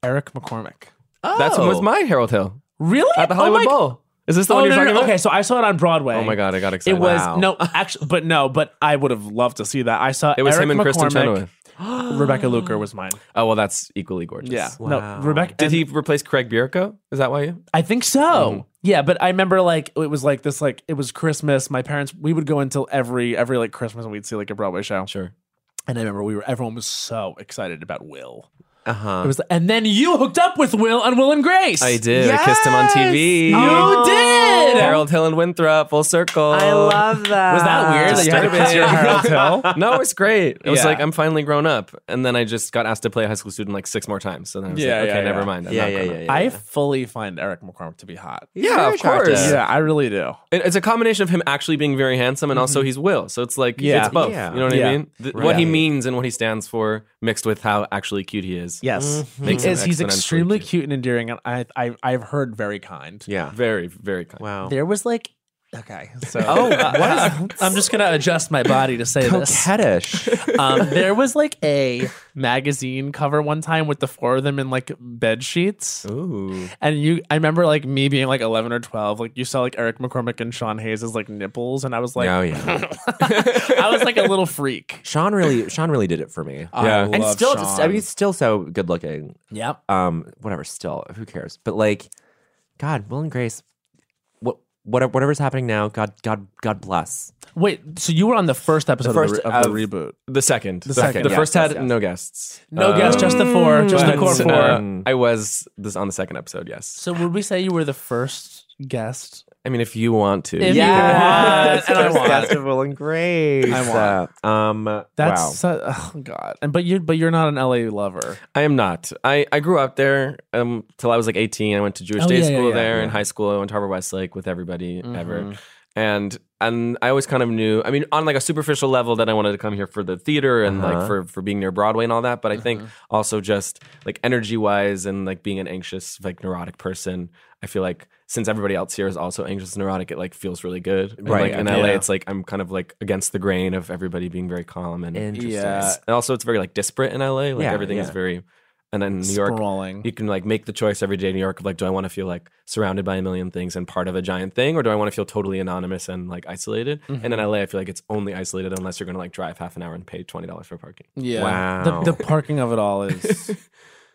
Speaker 3: Eric McCormick.
Speaker 5: Hmm. That's when was
Speaker 3: Oh.
Speaker 5: my Harold Hill
Speaker 3: Really?
Speaker 5: at the Hollywood Bowl. Is this the one
Speaker 3: Oh,
Speaker 5: you're
Speaker 3: no, no,
Speaker 5: talking
Speaker 3: no.
Speaker 5: about?
Speaker 3: Okay, so I saw it on Broadway.
Speaker 5: Oh my god, I got
Speaker 3: It
Speaker 5: excited.
Speaker 3: was
Speaker 5: Wow.
Speaker 3: no, actually, but no, but I would have loved to see that. I saw
Speaker 5: It was
Speaker 3: Eric
Speaker 5: him and
Speaker 3: McCormick.
Speaker 5: Kristen Chenoweth.
Speaker 3: Rebecca Luker was mine.
Speaker 5: Oh well, that's equally gorgeous.
Speaker 3: Yeah.
Speaker 1: Wow.
Speaker 3: No, Rebecca.
Speaker 5: Did
Speaker 3: and-
Speaker 5: he Mm-hmm. replace Craig Bierko? Is that why? You?
Speaker 3: I think so. Yeah, but I remember like it was like this like it was Christmas. My parents we would go until every every like Christmas and we'd see like a Broadway show.
Speaker 5: Sure.
Speaker 3: And I remember we were everyone was so excited about Will.
Speaker 1: Uh huh.
Speaker 3: It was and then you hooked up with Will on Will and Grace.
Speaker 5: Uh-huh. I did. I kissed him on TV.
Speaker 3: You did.
Speaker 5: Oh, Harold Hill and Winthrop, full circle.
Speaker 6: I love that.
Speaker 3: Was that weird that you had to
Speaker 5: Disturbing.
Speaker 3: kiss your Harold Hill?
Speaker 5: no, it's great. It was
Speaker 3: Yeah.
Speaker 5: like I'm finally grown up, and then I just got asked to play a high school student like six more times. So then I was
Speaker 3: Yeah,
Speaker 5: like,
Speaker 3: yeah,
Speaker 5: okay,
Speaker 3: yeah.
Speaker 5: never mind. I'm
Speaker 1: Yeah,
Speaker 5: not
Speaker 1: yeah,
Speaker 5: grown
Speaker 1: yeah,
Speaker 5: up.
Speaker 1: yeah.
Speaker 3: I fully find Eric McCormick to be hot.
Speaker 5: Yeah, of course.
Speaker 1: attractive.
Speaker 3: Yeah, I really do.
Speaker 5: It- It's a combination of him actually being very handsome and also he's Will. So it's like
Speaker 3: Yeah.
Speaker 5: it's both.
Speaker 1: Yeah.
Speaker 5: You know what
Speaker 3: Yeah.
Speaker 5: I mean? Th- What he
Speaker 1: Right.
Speaker 5: means and what he stands for, mixed with how actually cute he is.
Speaker 3: Yes, he
Speaker 5: Makes him
Speaker 3: is. He's
Speaker 5: exponentially
Speaker 3: extremely
Speaker 5: cute.
Speaker 3: cute and endearing, and I, I I've heard very kind.
Speaker 1: Yeah.
Speaker 5: Very, very kind.
Speaker 1: Wow.
Speaker 3: There was like okay, so oh, what is, I'm just gonna adjust my body to say this.
Speaker 1: Coquettish.
Speaker 3: Um, there was like a magazine cover one time with the four of them in like bed sheets,
Speaker 5: Ooh.
Speaker 3: and you. I remember like me being like 11 or 12. Like you saw like Eric McCormick and Sean Hayes' like nipples, and I was like,
Speaker 1: oh yeah.
Speaker 3: I was like a little freak.
Speaker 1: Sean really, Sean really did it for me.
Speaker 5: Yeah.
Speaker 1: and still, I mean, he's still so good looking.
Speaker 3: yep.
Speaker 1: Um, whatever. Still, who cares? But like, God, Will and Grace, what, whatever, whatever's happening now, God, God, God bless.
Speaker 3: Wait, so you were on the first episode
Speaker 1: first
Speaker 3: of, the, re- of the
Speaker 1: of-
Speaker 3: reboot?
Speaker 5: The second. The
Speaker 3: second,
Speaker 5: The
Speaker 3: yes,
Speaker 5: first
Speaker 1: yes,
Speaker 5: had
Speaker 1: yes.
Speaker 5: no guests.
Speaker 3: No
Speaker 5: Uh,
Speaker 3: guess, just the four, just the
Speaker 5: but,
Speaker 3: core four.
Speaker 5: uh, I was this on the second episode, yes.
Speaker 3: so would we say you were the first guest?
Speaker 5: I mean, if you want to.
Speaker 3: If you Yeah. want, and I want.
Speaker 1: Best of Will and Grace.
Speaker 3: I
Speaker 1: want. Um,
Speaker 3: That's
Speaker 1: wow.
Speaker 3: so- oh god. And but you but you're not an LA lover.
Speaker 5: I am not. I, I grew up there um, till I was like 18. I went to Jewish
Speaker 3: Oh, yeah,
Speaker 5: day
Speaker 3: yeah,
Speaker 5: school
Speaker 3: yeah,
Speaker 5: there
Speaker 3: yeah.
Speaker 5: in high school. I went to Harbor Westlake with everybody ever. And and I always kind of knew, I mean, on like a superficial level that I wanted to come here for the theater and
Speaker 1: Uh-huh.
Speaker 5: like for, for being near Broadway and all that. But I think also just like energy wise and like being an anxious, like neurotic person, I feel like since everybody else here is also anxious and neurotic, it like feels really good. And,
Speaker 1: Right,
Speaker 5: like in
Speaker 1: yeah.
Speaker 5: LA, it's like I'm kind of like against the grain of everybody being very calm and
Speaker 1: Interesting.
Speaker 5: yeah. And also, it's very like disparate in LA. Like
Speaker 1: Yeah,
Speaker 5: everything is
Speaker 1: yeah.
Speaker 5: very. And then New York,
Speaker 3: Sprawling.
Speaker 5: you can like make the choice every day in New York of like, do I want to feel like surrounded by a million things and part of a giant thing, or do I want to feel totally anonymous and like isolated? And in LA, I feel like it's only isolated unless you're going to like drive half an hour and pay twenty dollars for parking.
Speaker 3: Yeah.
Speaker 1: Wow.
Speaker 3: The, the parking of it all is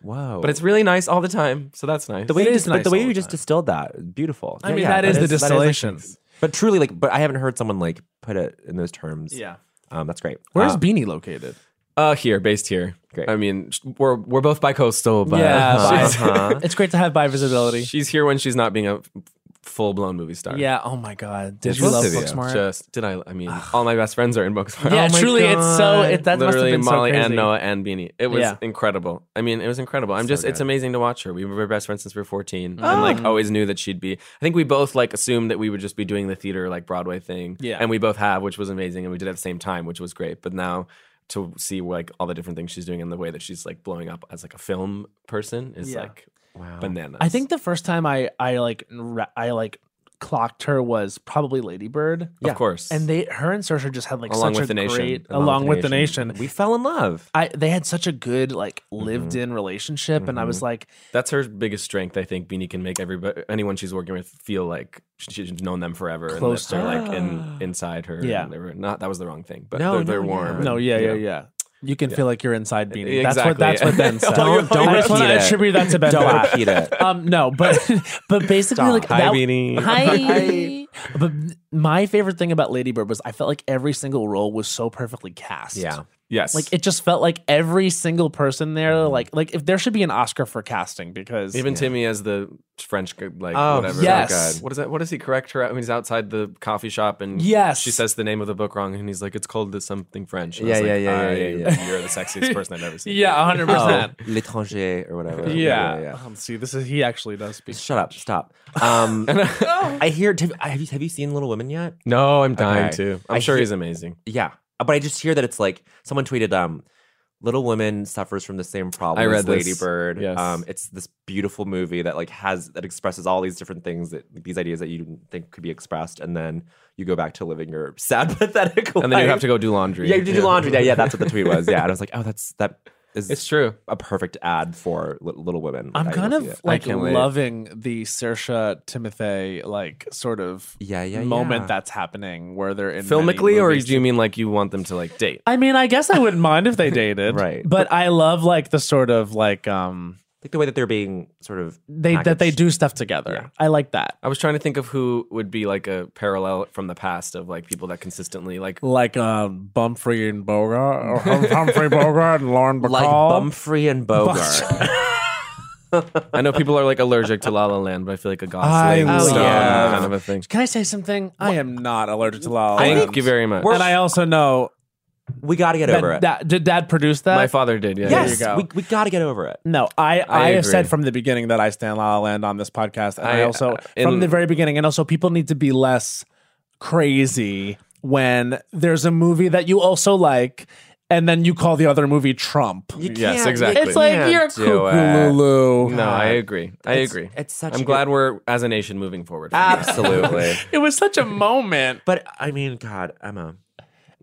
Speaker 1: Whoa.
Speaker 5: But it's really nice all the time, so that's nice.
Speaker 1: the way
Speaker 3: it
Speaker 1: you
Speaker 3: is
Speaker 1: just, but
Speaker 3: nice
Speaker 1: the way you
Speaker 3: all the
Speaker 1: just
Speaker 3: time.
Speaker 1: distilled that. Beautiful.
Speaker 3: I
Speaker 1: Yeah,
Speaker 3: mean,
Speaker 1: yeah,
Speaker 3: that is the
Speaker 1: that like-
Speaker 3: distillation.
Speaker 1: but truly, like, but I haven't heard someone like put it in those terms. Um, that's great.
Speaker 3: Where's
Speaker 1: Uh,
Speaker 3: Beanie located?
Speaker 5: uh, here, based here.
Speaker 1: Great.
Speaker 5: I mean, sh- we're we're both bi-coastal, but uh,
Speaker 1: Uh-huh.
Speaker 3: she's- it's great to have bi visibility.
Speaker 5: she's here when she's not being a full blown movie star.
Speaker 3: Yeah. Oh my God. Did
Speaker 1: It's
Speaker 3: you love
Speaker 1: supposed to be,
Speaker 3: Booksmart?
Speaker 5: Just did I? I mean, all my best friends are in Booksmart. Oh
Speaker 3: yeah. truly, it's so. It, that must have
Speaker 5: Literally
Speaker 3: been so
Speaker 5: Molly
Speaker 3: crazy.
Speaker 5: and Noah and Beanie. It was
Speaker 3: Yeah.
Speaker 5: incredible. I mean, it was incredible. I'm just, it's amazing to watch her. We were best friends since we were 14,
Speaker 3: Oh.
Speaker 5: and like always knew that she'd be. I think we both like assumed that we would just be doing the theater like Broadway thing.
Speaker 3: Yeah.
Speaker 5: and we both have, which was amazing, and we did at the same time, which was great. But now to see like all the different things she's doing and the way that she's like blowing up as like a film person is
Speaker 3: Yeah.
Speaker 5: like bananas.
Speaker 3: I think the first time I I like re- I like clocked her was probably Ladybird.
Speaker 5: of course,
Speaker 3: And they, her and Saoirse just had like
Speaker 5: Along
Speaker 3: such
Speaker 5: with
Speaker 3: a
Speaker 5: the Nation.
Speaker 3: great,
Speaker 5: Along
Speaker 3: along
Speaker 5: with
Speaker 3: with
Speaker 5: the
Speaker 3: the nation.
Speaker 1: we fell in love.
Speaker 3: I they had such a good like lived in relationship, and I was like,
Speaker 5: That's her biggest strength. I think Beanie can make everybody, anyone she's working with, feel like she- she's known them forever,
Speaker 3: Close to
Speaker 5: and that they're
Speaker 3: her.
Speaker 5: like in, inside her.
Speaker 3: Yeah.
Speaker 5: and they were not. That was the wrong thing, but
Speaker 1: No,
Speaker 5: they're, they're
Speaker 1: no,
Speaker 5: warm.
Speaker 1: yeah.
Speaker 5: and-
Speaker 3: no, yeah, yeah, yeah. You can feel like you're inside Beanie.
Speaker 5: Exactly.
Speaker 3: That's what that's what Ben said.
Speaker 1: Don't- don't
Speaker 3: I just want
Speaker 1: repeat
Speaker 3: to
Speaker 1: it.
Speaker 3: attribute that to Ben.
Speaker 1: Don't
Speaker 3: Platt.
Speaker 1: repeat it.
Speaker 3: Um, no, but but basically like
Speaker 5: Hi,
Speaker 3: that,
Speaker 5: Beanie.
Speaker 3: Hi. but my favorite thing about Ladybird was I felt like every single role was so perfectly cast.
Speaker 1: Yeah.
Speaker 5: Yes,
Speaker 3: Like it just felt like every single person there, like like if there should be an Oscar for casting because
Speaker 5: even Timmy as the French, like
Speaker 1: Oh,
Speaker 5: whatever.
Speaker 3: yes.
Speaker 5: God. what is that? What does he correct her? at when he's outside the coffee shop, and
Speaker 3: Yes.
Speaker 5: she says the name of the book wrong, and he's like, "It's called the something French." And
Speaker 1: Yeah,
Speaker 5: I was
Speaker 1: yeah,
Speaker 5: like,
Speaker 1: yeah, yeah,
Speaker 5: I-
Speaker 1: yeah, yeah.
Speaker 5: You're the sexiest person I've ever seen.
Speaker 3: yeah, hundred
Speaker 1: Oh,
Speaker 3: percent.
Speaker 1: l'étranger or whatever.
Speaker 3: Yeah. Um, see, this is he actually does speak.
Speaker 1: Shut up. Stop. Um, I hear. Have, have you have you seen Little Women yet?
Speaker 5: No, I'm dying
Speaker 1: Okay.
Speaker 5: too. I'm
Speaker 1: I
Speaker 5: sure
Speaker 1: hear-
Speaker 5: he's amazing.
Speaker 1: Yeah, but I just hear that it's like someone tweeted. Um, Little Women suffers from the same problem
Speaker 5: I read
Speaker 1: as
Speaker 5: this.
Speaker 1: Lady Bird.
Speaker 5: Yes.
Speaker 1: Um, it's this beautiful movie that like has that expresses all these different things that these ideas that you didn't think could be expressed, and then you go back to living your sad, pathetic.
Speaker 5: And then you have to go do laundry.
Speaker 1: Yeah, you have to do laundry. Yeah, yeah, that's what the tweet was. Yeah, and I was like, oh, that's that is
Speaker 5: It's true.
Speaker 1: a perfect ad for li- Little Women.
Speaker 3: I'm
Speaker 1: I
Speaker 3: kind
Speaker 1: can see
Speaker 3: of
Speaker 1: it.
Speaker 3: like
Speaker 5: can't wait.
Speaker 3: loving the Saoirse Timothy like sort of
Speaker 1: Yeah, yeah,
Speaker 3: moment
Speaker 1: yeah.
Speaker 3: that's happening where they're in many
Speaker 5: Filmically, or
Speaker 3: movies
Speaker 5: do you mean like you want them to like date?
Speaker 3: I mean, I guess I wouldn't mind if they dated,
Speaker 1: Right.
Speaker 3: But I love like the sort of like um
Speaker 1: like the way that they're being sort of
Speaker 3: they that they
Speaker 1: packaged.
Speaker 3: do stuff together. I like that,
Speaker 1: Oh.
Speaker 5: I was trying to think of who would be like a parallel from the past of like people that consistently like
Speaker 3: like um Bumfrey and Bogart, or Hum- Humphrey Bogart and Lauren Bacall.
Speaker 1: like Bumfrey and Bogart.
Speaker 5: I know people are like allergic to La La Land, but I feel like a
Speaker 3: I
Speaker 5: Gosling
Speaker 3: love-
Speaker 5: Stone
Speaker 1: Yeah.
Speaker 5: kind of a thing.
Speaker 3: Can I say something? I am not allergic to La La Land.
Speaker 5: Thank you very much.
Speaker 3: and I also know
Speaker 1: we got to get over
Speaker 3: that,
Speaker 1: it.
Speaker 3: that did Dad produce that?
Speaker 5: My father did. Yeah.
Speaker 3: Yes.
Speaker 5: yeah.
Speaker 3: go.
Speaker 1: we we got to get over it.
Speaker 3: No, I, I, have
Speaker 5: agree.
Speaker 3: said from the beginning that I stand La La Land on this podcast, and I,
Speaker 5: I-
Speaker 3: also
Speaker 5: in-
Speaker 3: from the very beginning, and also people need to be less crazy when there's a movie that you also like, and then you call the other movie Trump.
Speaker 5: Yes, exactly.
Speaker 3: it's like you're
Speaker 1: do it.
Speaker 3: cuckoo.
Speaker 5: no, I agree. I
Speaker 1: It's-
Speaker 5: agree.
Speaker 1: it's such a
Speaker 5: I'm
Speaker 1: good-
Speaker 5: glad we're as a nation moving forward. from this.
Speaker 1: Absolutely.
Speaker 3: It was such a moment.
Speaker 1: but I mean, God, Emma,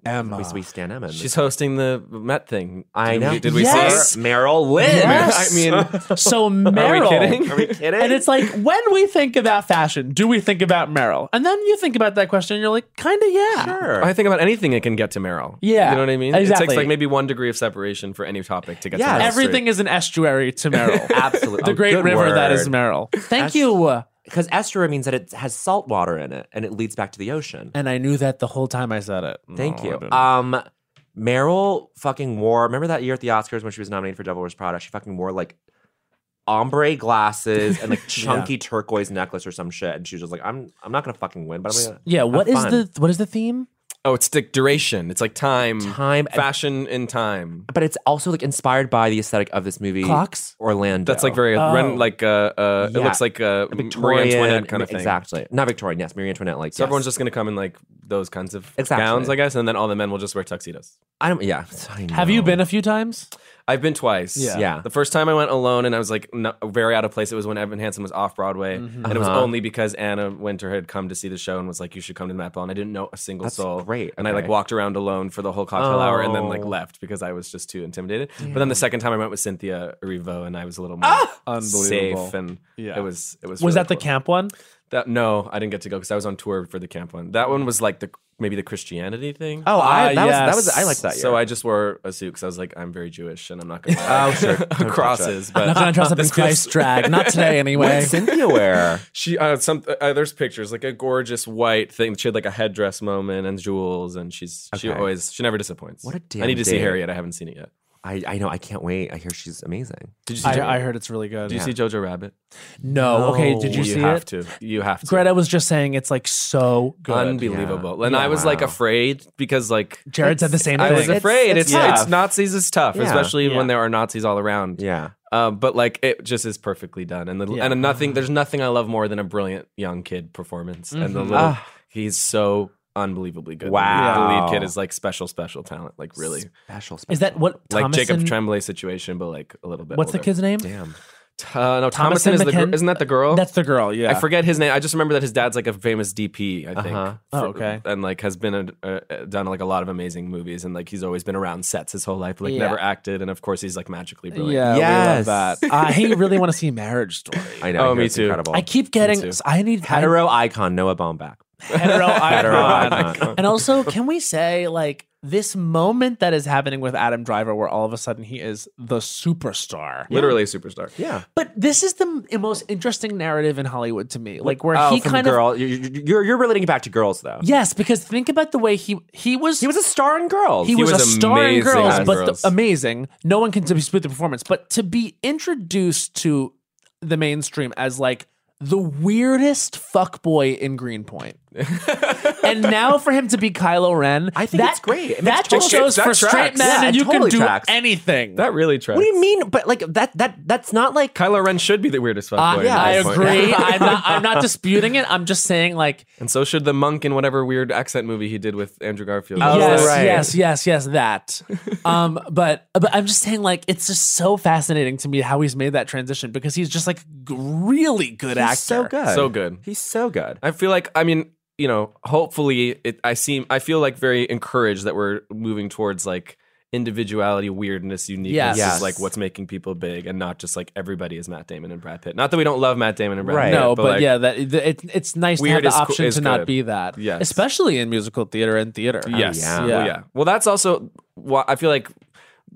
Speaker 3: Emma,
Speaker 1: we, we stand Emma. in this.
Speaker 5: She's hosting the Met thing.
Speaker 1: I
Speaker 5: Did
Speaker 1: know.
Speaker 5: We, did we
Speaker 3: Yes.
Speaker 5: see
Speaker 1: Meryl Lynn?
Speaker 3: Yes.
Speaker 5: I mean-
Speaker 3: so Meryl.
Speaker 5: kidding?
Speaker 1: Are we kidding?
Speaker 3: And it's like when we think about fashion, do we think about Meryl? And then you think about that question, and you're like, kind of, yeah.
Speaker 5: her? I think about anything that can get to Meryl.
Speaker 3: Yeah,
Speaker 5: You know what I mean? It
Speaker 3: exactly.
Speaker 5: takes like maybe one degree of separation for any topic to get
Speaker 1: Yeah.
Speaker 5: to Meryl
Speaker 3: Everything
Speaker 5: Streep.
Speaker 3: is an estuary to Meryl.
Speaker 1: absolutely Oh,
Speaker 3: the great river that is Merrill. Thank you.
Speaker 1: Because estuary means that it has salt water in it and it leads back to the ocean.
Speaker 3: And I knew that the whole time I said it.
Speaker 1: Thank
Speaker 3: No, I
Speaker 1: you.
Speaker 3: didn't.
Speaker 1: Um, Meryl fucking wore. Remember that year at the Oscars when she was nominated for Devil Wears Prada? She fucking wore like ombre glasses and like chunky turquoise necklace or some shit, and she was just like, "I'm I'm not gonna fucking win, but I'm gonna."
Speaker 3: yeah. What
Speaker 1: have
Speaker 3: is
Speaker 1: fun.
Speaker 3: the what is the theme?
Speaker 5: Oh, it's the duration. It's like time,
Speaker 1: Time and-
Speaker 5: fashion, and time.
Speaker 1: But it's also like inspired by the aesthetic of this movie,
Speaker 3: Clocks?
Speaker 1: Orlando.
Speaker 5: That's like very
Speaker 3: Oh.
Speaker 5: Ren, like uh, uh
Speaker 1: Yeah.
Speaker 5: it looks like uh,
Speaker 1: Victorian
Speaker 5: Victorian Marie Antoinette kind of thing.
Speaker 1: Exactly, not Victorian. Yes, Marie Antoinette. Like
Speaker 5: So everyone's just gonna come in like those kinds of
Speaker 1: Exactly.
Speaker 5: gowns, I guess, and then all the men will just wear tuxedos.
Speaker 1: I don't. Yeah. I
Speaker 3: Have you
Speaker 1: know.
Speaker 3: been a few times?
Speaker 5: I've been twice.
Speaker 3: Yeah.
Speaker 1: Yeah.
Speaker 5: The first time I went alone, and I was like no, very out of place. It was when Evan Hansen was off Broadway, and it was
Speaker 1: Uh-huh.
Speaker 5: only because Anna Winter had come to see the show and was like, "You should come to the Met Ball." And I didn't know a single
Speaker 1: That's
Speaker 5: soul.
Speaker 1: great.
Speaker 5: And I like
Speaker 1: Okay.
Speaker 5: walked around alone for the whole cocktail hour, and then like
Speaker 1: Oh.
Speaker 5: left because I was just too intimidated. But then the second time I went with Cynthia Erivo, and I was a little more
Speaker 3: Unbelievable.
Speaker 5: safe, and
Speaker 3: Yeah.
Speaker 5: it was it
Speaker 3: Was
Speaker 5: was. really
Speaker 3: that the
Speaker 5: cool.
Speaker 3: camp one?
Speaker 5: That no, I didn't get to go because I was on tour for the camp one. That one was like the maybe the Christianity thing.
Speaker 1: Oh, I, that, was, that
Speaker 3: Uh, yes.
Speaker 1: was I liked that.
Speaker 5: So
Speaker 1: year.
Speaker 5: I just wore a suit because I was like, I'm very Jewish and I'm not going to
Speaker 1: Oh, sure. Don't touch
Speaker 5: crosses. But
Speaker 3: I'm not gonna dress up in
Speaker 5: this feels-
Speaker 3: Christ drag. Not today, anyway.
Speaker 1: What'd Cynthia wear?
Speaker 5: She uh, some uh, there's pictures like a gorgeous white thing. She had like a headdress moment and jewels, and she's she
Speaker 1: Okay.
Speaker 5: always she never disappoints.
Speaker 1: What a
Speaker 5: I need
Speaker 1: damn
Speaker 5: to see
Speaker 1: date.
Speaker 5: Harriet. I haven't seen it yet.
Speaker 1: I, I know. I can't wait. I hear she's amazing.
Speaker 5: Did you see?
Speaker 3: I,
Speaker 5: Jo-
Speaker 3: I heard it's really good.
Speaker 5: Did you see Jojo Rabbit?
Speaker 3: No. Okay. Did you, see
Speaker 5: have
Speaker 3: it?
Speaker 5: to. You have to.
Speaker 3: Greta was just saying it's like so good.
Speaker 5: Unbelievable. And
Speaker 1: Yeah.
Speaker 5: I was like
Speaker 1: Wow.
Speaker 5: afraid because like
Speaker 3: Jared said the same
Speaker 5: I
Speaker 3: thing.
Speaker 5: was afraid.
Speaker 1: it's
Speaker 5: It's, it's,
Speaker 1: tough.
Speaker 5: Nazis is tough,
Speaker 1: Yeah.
Speaker 5: especially
Speaker 3: Yeah.
Speaker 5: when there are Nazis all around.
Speaker 1: Yeah.
Speaker 5: Uh, but like it just is perfectly done, and the,
Speaker 3: Yeah.
Speaker 5: and nothing. There's nothing I love more than a brilliant young kid performance, and the
Speaker 3: Mm-hmm.
Speaker 5: little
Speaker 1: Ah.
Speaker 5: he's so unbelievably good. The lead- the
Speaker 1: Wow.
Speaker 5: lead kid is like special, special talent. Like really,
Speaker 1: Special. special.
Speaker 3: is that what
Speaker 5: like
Speaker 3: Thomason,
Speaker 5: Jacob Tremblay situation, but like a little bit.
Speaker 3: What's the
Speaker 5: older.
Speaker 3: kid's name?
Speaker 1: Damn.
Speaker 5: Uh,
Speaker 3: Thomason
Speaker 5: no, Thomason is the
Speaker 3: McKen-
Speaker 5: gir- isn't that the girl?
Speaker 3: That's the girl. Yeah.
Speaker 5: I forget his name. I just remember that his dad's like a famous DP, I think.
Speaker 1: Uh-huh.
Speaker 3: Oh, okay.
Speaker 5: And like has been a, uh, done like a lot of amazing movies, and like he's always been around sets his whole life, but, like
Speaker 3: Yeah.
Speaker 5: never acted, and of course he's like magically brilliant.
Speaker 3: Yeah.
Speaker 1: Yes.
Speaker 3: We love that. I really want to see Marriage Story.
Speaker 1: I know.
Speaker 5: Oh,
Speaker 1: I hear
Speaker 5: me
Speaker 1: it's
Speaker 5: too.
Speaker 1: Incredible.
Speaker 3: I keep getting.
Speaker 5: too.
Speaker 3: I need I-
Speaker 1: Hetero icon Noah Baumbach.
Speaker 3: hetero
Speaker 1: Hetero
Speaker 3: icon.
Speaker 1: icon.
Speaker 3: and also, can we say like this moment that is happening with Adam Driver, where all of a sudden he is the superstar?
Speaker 5: Literally a superstar.
Speaker 1: Yeah.
Speaker 3: But this is the m- most interesting narrative in Hollywood to me, like where
Speaker 1: oh,
Speaker 3: he
Speaker 1: from
Speaker 3: kind of
Speaker 1: girl. You're, you're you're relating it back to girls though.
Speaker 3: yes, because think about the way he he was
Speaker 1: He was a star in girls.
Speaker 3: he was, a
Speaker 5: was
Speaker 3: star in
Speaker 5: amazing
Speaker 3: girls,
Speaker 5: on
Speaker 3: but the- um,
Speaker 5: Girls.
Speaker 3: amazing. No one can dispute the performance. But to be introduced to the mainstream as like the weirdest fuckboy in Greenpoint, and now for him to be Kylo Ren,
Speaker 1: I think
Speaker 3: that,
Speaker 1: it's great. It makes
Speaker 3: that
Speaker 1: total
Speaker 3: just shows
Speaker 5: sense.
Speaker 3: for
Speaker 5: That
Speaker 3: straight
Speaker 5: tracks.
Speaker 3: men,
Speaker 1: Yeah,
Speaker 3: and
Speaker 1: it
Speaker 3: you
Speaker 1: totally
Speaker 3: can do
Speaker 1: tracks.
Speaker 3: anything.
Speaker 5: That really tracks.
Speaker 1: what do you mean? But like that that that's not like
Speaker 5: Kylo Ren should be the weirdest fuckboy.
Speaker 3: Uh,
Speaker 5: at
Speaker 3: I
Speaker 5: this point.
Speaker 3: agree. I'm not. I'm not disputing it. I'm just saying, like,
Speaker 5: And so should the monk in whatever weird accent movie he did with Andrew Garfield.
Speaker 3: yes,
Speaker 1: Oh, right.
Speaker 3: yes, yes, yes, that. um, but but I'm just saying, like, it's just so fascinating to me how he's made that transition because he's just like g- really good actor.
Speaker 1: he's so good.
Speaker 5: So good.
Speaker 1: He's so good.
Speaker 5: I feel like I mean, you know, hopefully it I seem I feel like very encouraged that we're moving towards like individuality, weirdness, uniqueness
Speaker 3: Yes.
Speaker 5: is
Speaker 1: Yes.
Speaker 5: like what's making people big, and not just like everybody is Matt Damon and Brad Pitt. Not that we don't love Matt Damon and Brad
Speaker 1: Right.
Speaker 5: Pitt,
Speaker 3: no, but,
Speaker 5: like,
Speaker 3: yeah, that it, it, it's nice to have
Speaker 5: Weird
Speaker 3: the
Speaker 5: is cool-
Speaker 3: option
Speaker 5: is
Speaker 3: to not
Speaker 5: good.
Speaker 3: be that.
Speaker 5: Yes.
Speaker 3: especially in musical theater and theater.
Speaker 5: Yes.
Speaker 1: Oh, yeah.
Speaker 5: Well, yeah. Well, that's also why I feel like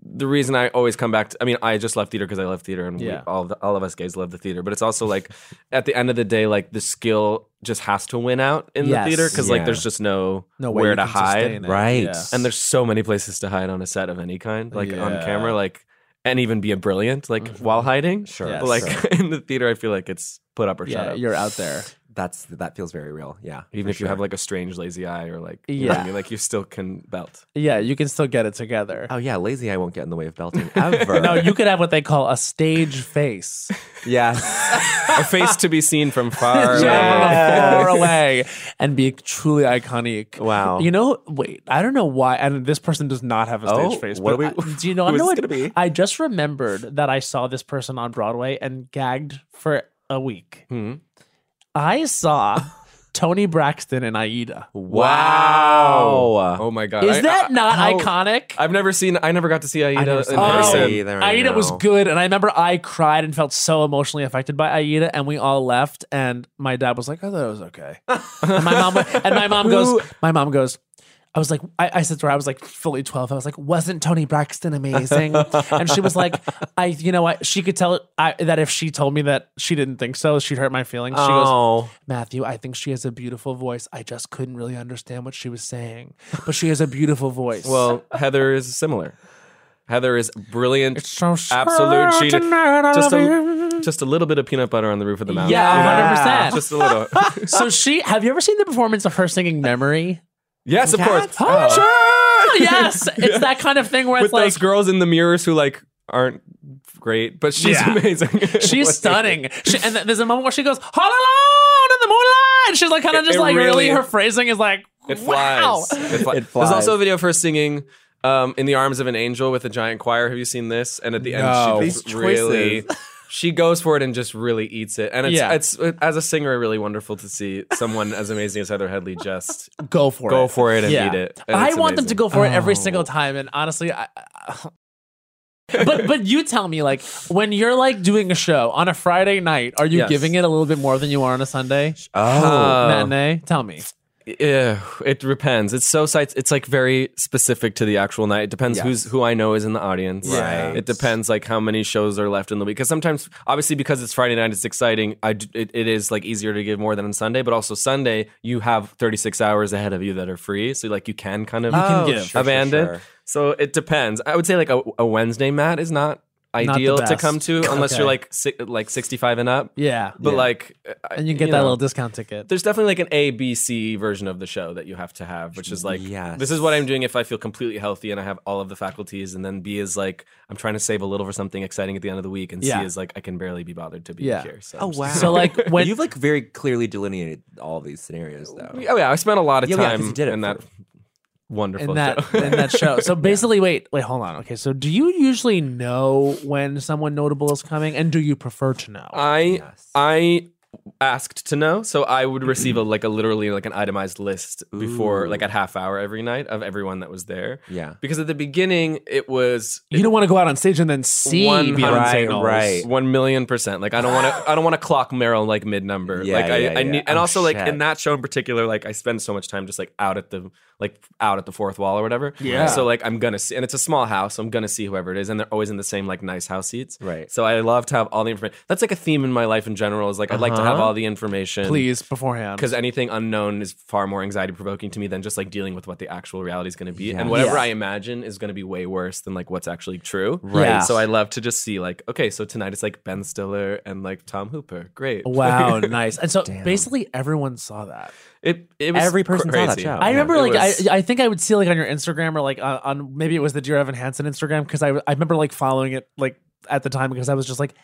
Speaker 5: the reason I always come back to. I mean, I just love theater because I love theater, and we-
Speaker 3: Yeah.
Speaker 5: all the, all of us gays love the theater. But it's also like at the end of the day, like the skill just has to win out in
Speaker 3: Yes.
Speaker 5: the theater because
Speaker 1: Yeah.
Speaker 5: like there's just no,
Speaker 3: no way
Speaker 5: where
Speaker 3: you
Speaker 5: to
Speaker 3: can sustain
Speaker 5: hide.
Speaker 3: it.
Speaker 1: Right.
Speaker 3: Yeah.
Speaker 5: And there's so many places to hide on a set of any kind, like on
Speaker 3: Yeah. Mm-hmm.
Speaker 5: camera, like and even be a brilliant like while hiding. Sure.
Speaker 3: Yes.
Speaker 5: like
Speaker 1: Sure.
Speaker 5: in the theater, I feel like it's put up or shut
Speaker 3: yeah,
Speaker 5: up.
Speaker 3: you're out there.
Speaker 1: That's that feels very real. Yeah.
Speaker 5: Even
Speaker 1: for
Speaker 5: if you have
Speaker 1: sure.
Speaker 5: like a strange lazy eye or like you know what I
Speaker 3: Yeah.
Speaker 5: mean? like you still can belt.
Speaker 3: Yeah, you can still get it together.
Speaker 1: Oh yeah, lazy eye won't get in the way of belting ever.
Speaker 3: No, you could have what they call a stage face.
Speaker 1: Yes.
Speaker 5: a face to be seen from far.
Speaker 3: Yeah, far away and be truly iconic.
Speaker 1: Wow.
Speaker 3: You know, wait, I don't know why. And this person does not have a stage
Speaker 1: Oh,
Speaker 3: face.
Speaker 1: what do
Speaker 3: but
Speaker 1: we-
Speaker 3: I- do you know?
Speaker 1: who
Speaker 3: I
Speaker 1: is
Speaker 3: know
Speaker 1: this
Speaker 3: it-
Speaker 1: gonna be?
Speaker 3: I just remembered that I saw this person on Broadway and gagged for a week.
Speaker 1: Hmm.
Speaker 3: I saw Tony Braxton in Aida.
Speaker 1: wow.
Speaker 5: Oh my god!
Speaker 3: Is
Speaker 5: I-
Speaker 3: that
Speaker 1: Uh,
Speaker 5: I-
Speaker 3: not
Speaker 5: how-
Speaker 3: iconic?
Speaker 5: I've never seen. I never got to see Aida
Speaker 1: never
Speaker 5: in
Speaker 1: saw
Speaker 3: Oh,
Speaker 1: Aida
Speaker 5: person.
Speaker 1: either, I
Speaker 3: Aida was
Speaker 1: know.
Speaker 3: good, and I remember I cried and felt so emotionally affected by Aida, and we all left, and my dad was like, "I thought it was okay," and my mom and my mom goes, my mom goes. I was like, I, I said to her, I was like fully 12. I was like, wasn't Tony Braxton amazing? and she was like, I, you know, I, she could tell I, that if she told me that she didn't think so, she'd hurt my feelings. She goes,
Speaker 1: Oh.
Speaker 3: Matthew, I think she has a beautiful voice. I just couldn't really understand what she was saying, but she has a beautiful voice.
Speaker 5: Well, Heather is similar. Heather is brilliant.
Speaker 3: it's so
Speaker 5: absolute
Speaker 3: sad
Speaker 5: cheat-
Speaker 3: tonight, I
Speaker 5: Just
Speaker 3: love
Speaker 5: a,
Speaker 3: you.
Speaker 5: just a little bit of peanut butter on the roof of the mouth.
Speaker 3: Yeah,
Speaker 5: You know?
Speaker 3: 100%.
Speaker 5: Just a little.
Speaker 3: So she, have you ever seen the performance of her singing "Memory"?
Speaker 5: yes, of course.
Speaker 3: Oh.
Speaker 5: Sure.
Speaker 3: yes, it's that kind of thing where
Speaker 5: With
Speaker 3: it's like
Speaker 5: those girls in the mirrors who like aren't great, but she's
Speaker 3: Yeah.
Speaker 5: amazing.
Speaker 3: she's stunning. She, and th- there's a moment where she goes "All alone in the moonlight," and she's like kind of
Speaker 5: It-
Speaker 3: just
Speaker 5: it
Speaker 3: like really,
Speaker 5: really-
Speaker 3: her phrasing is like
Speaker 5: It flies.
Speaker 3: wow.
Speaker 5: It, fli-
Speaker 1: It flies.
Speaker 5: There's also a video of her singing um, "In the Arms of an Angel" with a giant choir. Have you seen this? And at the
Speaker 3: No.
Speaker 5: end, she
Speaker 1: These
Speaker 5: just really
Speaker 1: choices.
Speaker 5: she goes for it and just really eats it. And it's
Speaker 3: Yeah.
Speaker 5: it's as a singer, really wonderful to see someone as amazing as Heather Headley just
Speaker 3: Go for
Speaker 5: go
Speaker 3: it.
Speaker 5: for it and
Speaker 3: Yeah. Oh.
Speaker 5: eat it. And
Speaker 3: I
Speaker 5: it's
Speaker 3: want them to
Speaker 5: amazing.
Speaker 3: go for it every single time, and honestly, I. I- but but you tell me like when you're like doing a show on a Friday night, are you
Speaker 5: Yes. uh,
Speaker 3: giving it a little bit more than you are on a Sunday
Speaker 1: Oh.
Speaker 5: Um,
Speaker 3: matinee? Tell me.
Speaker 5: Ew, it depends. It's so sites. It's like very specific to the actual night. It depends
Speaker 1: Yes.
Speaker 5: who's who I know is in the audience.
Speaker 1: Right.
Speaker 5: It depends like how many shows are left in the week. Because sometimes, obviously, because it's Friday night, it's exciting. I d- it, it is like easier to give more than on Sunday. But also Sunday, you have 36 hours ahead of you that are free, so like you can kind of
Speaker 1: can give. sure,
Speaker 5: abandon.
Speaker 1: sure, sure.
Speaker 5: So it depends. I would say like a, a Wednesday mat is not
Speaker 3: the
Speaker 5: ideal to
Speaker 3: best.
Speaker 5: come to unless you're
Speaker 3: Okay.
Speaker 5: like si- like 65 and up.
Speaker 3: Yeah,
Speaker 5: But like, I-
Speaker 3: and you can get that
Speaker 5: know
Speaker 3: little discount ticket.
Speaker 5: there's definitely like an A B C version of the show that you have to have, which is like
Speaker 1: Yes.
Speaker 5: this is what I'm doing if I feel completely healthy and I have all of the faculties, and then B is like I'm trying to save a little for something exciting at the end of the week, and
Speaker 3: Yeah.
Speaker 5: C is like I can barely be bothered to be
Speaker 3: Yeah.
Speaker 5: here. So
Speaker 1: Oh wow.
Speaker 3: So, like, when-
Speaker 1: you've like very clearly delineated all these scenarios though.
Speaker 5: oh yeah, I spent a lot of
Speaker 1: Yeah, yeah, 'cause
Speaker 5: time
Speaker 1: you did it
Speaker 5: in that
Speaker 1: for-
Speaker 5: wonderful
Speaker 3: in that
Speaker 5: show.
Speaker 3: in that show. So basically, wait, wait, hold on. Okay, so do you usually know when someone notable is coming, and do you prefer to know?
Speaker 1: Uh,
Speaker 5: I
Speaker 1: Yes.
Speaker 5: I asked to know, so I would receive a like a literally like an itemized list before like at half hour every night of everyone that was there.
Speaker 1: Yeah.
Speaker 5: because at the beginning it was
Speaker 3: you don't want to go out on stage and then see
Speaker 5: One
Speaker 3: Beyonce
Speaker 1: hundred-
Speaker 3: Knowles.
Speaker 1: right.
Speaker 5: One million percent. Like I don't want to. I don't want to clock Meryl like mid number.
Speaker 1: Yeah,
Speaker 5: like I,
Speaker 1: yeah,
Speaker 5: I
Speaker 1: yeah.
Speaker 5: need, and
Speaker 1: Oh,
Speaker 5: also like
Speaker 1: shit.
Speaker 5: in that show in particular, like I spend so much time just like out at the like out at the fourth wall or whatever.
Speaker 3: Yeah.
Speaker 5: So like I'm gonna see, and it's a small house, so I'm gonna see whoever it is, and they're always in the same like nice house seats.
Speaker 1: Right.
Speaker 5: So I love to have all the information. That's like a theme in my life in general. Is like I'd like to
Speaker 1: Uh-huh.
Speaker 5: have all the information.
Speaker 3: Please beforehand.
Speaker 5: Because anything unknown is far more anxiety provoking to me than just like dealing with what the actual reality is going to be, and whatever
Speaker 3: Yeah.
Speaker 5: I imagine is going to be way worse than like what's actually true.
Speaker 3: Right. Yeah.
Speaker 5: So I love to just see like, okay, so tonight it's like Ben Stiller and like Tom Hooper. Great.
Speaker 3: Wow, nice. And so basically, everyone saw that.
Speaker 5: It it was
Speaker 1: Every person saw
Speaker 5: crazy.
Speaker 1: that show.
Speaker 3: I
Speaker 1: Yeah,
Speaker 3: remember,
Speaker 5: it
Speaker 3: like,
Speaker 5: was-
Speaker 3: I I think I would see like on your Instagram or like uh, on maybe it was the Dear Evan Hansen Instagram because I I remember like following it like at the time because I was just like.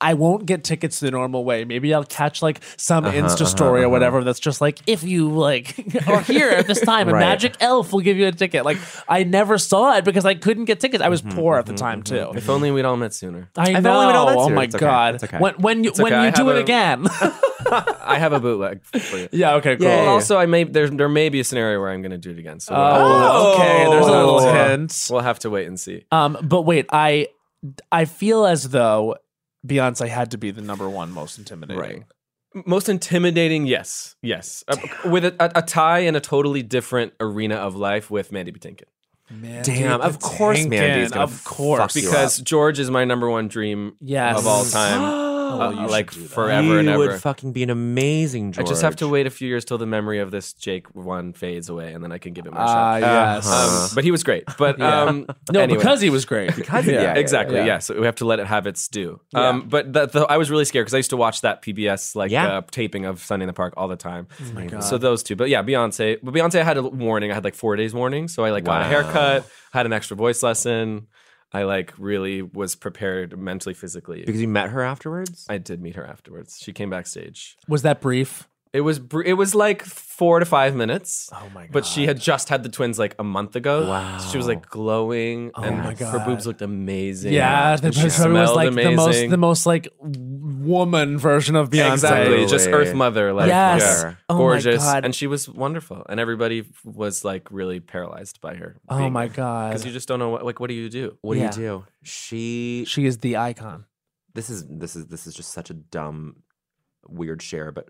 Speaker 3: I won't get tickets the normal way. Maybe I'll catch like some
Speaker 1: Uh-huh,
Speaker 3: Insta story or whatever that's just like, if you like are here at this time, a
Speaker 1: Right.
Speaker 3: magic elf will give you a ticket. Like, I never saw it because I couldn't get tickets. I was
Speaker 1: Mm-hmm,
Speaker 3: poor at the time too.
Speaker 5: If only we'd all met sooner.
Speaker 3: I
Speaker 1: I've
Speaker 3: know.
Speaker 1: only been on that
Speaker 3: oh
Speaker 1: soon.
Speaker 3: my
Speaker 1: It's okay.
Speaker 3: god!
Speaker 1: It's okay.
Speaker 3: When when you
Speaker 5: okay.
Speaker 3: when
Speaker 5: I
Speaker 3: you do
Speaker 5: have
Speaker 3: it
Speaker 5: a-
Speaker 3: again,
Speaker 5: I have a bootleg for you.
Speaker 3: Yeah. Okay. Cool.
Speaker 5: Well, also, I may there there may be a scenario where I'm going to do it again. So
Speaker 3: Oh, okay. There's a little
Speaker 5: Oh.
Speaker 3: hint.
Speaker 5: we'll have to wait and see.
Speaker 3: Um, but wait, I I feel as though Beyonce had to be the number one most intimidating.
Speaker 5: Right. Most intimidating, yes, yes, Uh, with a, a, a tie in a totally different arena of life with Mandy Patinkin.
Speaker 1: Damn, of course
Speaker 3: Patinkin,
Speaker 1: Mandy's gonna
Speaker 3: of course.
Speaker 1: fuck you up.
Speaker 5: because George is my number one dream
Speaker 3: Yes. Oh,
Speaker 5: of all time, uh, like forever and
Speaker 1: You
Speaker 5: ever.
Speaker 1: would fucking be an amazing
Speaker 5: I
Speaker 1: George.
Speaker 5: just have to wait a few years till the memory of this Jake one fades away, and then I can give it my
Speaker 3: Ah,
Speaker 5: shot.
Speaker 3: yes.
Speaker 5: Um, but he was great. But um,
Speaker 3: no,
Speaker 5: anyway.
Speaker 3: because he was great.
Speaker 1: yeah, yeah, yeah,
Speaker 5: exactly.
Speaker 3: yeah.
Speaker 5: Yeah. So we have to let it have its due. Um, but the, the, I was really scared because I used to watch that PBS like
Speaker 1: Yeah. Oh
Speaker 5: uh, taping of Sunday in the Park all the time. So those two. But yeah, Beyonce. But Beyonce, I had a warning. I had like four days warning. So I like got a
Speaker 1: Wow.
Speaker 5: haircut. Had an extra voice lesson. I like really was prepared mentally, physically.
Speaker 1: Because you met her afterwards.
Speaker 5: I did meet her afterwards. She came backstage.
Speaker 3: was that brief?
Speaker 5: It was br- it was like four to five minutes. Oh my god! But she had just had the twins like a month ago. Wow! She was like glowing, and
Speaker 3: Oh. my
Speaker 5: her
Speaker 3: God.
Speaker 5: boobs looked amazing.
Speaker 3: Yeah, the
Speaker 5: And she
Speaker 3: she was
Speaker 5: smelled
Speaker 3: like the most
Speaker 5: amazing.
Speaker 3: the most like woman version of Beyonce.
Speaker 5: exactly just
Speaker 1: Totally.
Speaker 5: Earth Mother, like
Speaker 3: Yes.
Speaker 5: yeah,
Speaker 3: Oh my
Speaker 5: gorgeous,
Speaker 3: God.
Speaker 5: and she was wonderful, and everybody was like really paralyzed by her.
Speaker 3: Oh my god.
Speaker 5: Because you just don't know what like what do you do?
Speaker 1: What
Speaker 3: Yeah.
Speaker 1: do you do? She.
Speaker 3: she is the icon.
Speaker 1: This is this is this is just such a dumb, weird share. But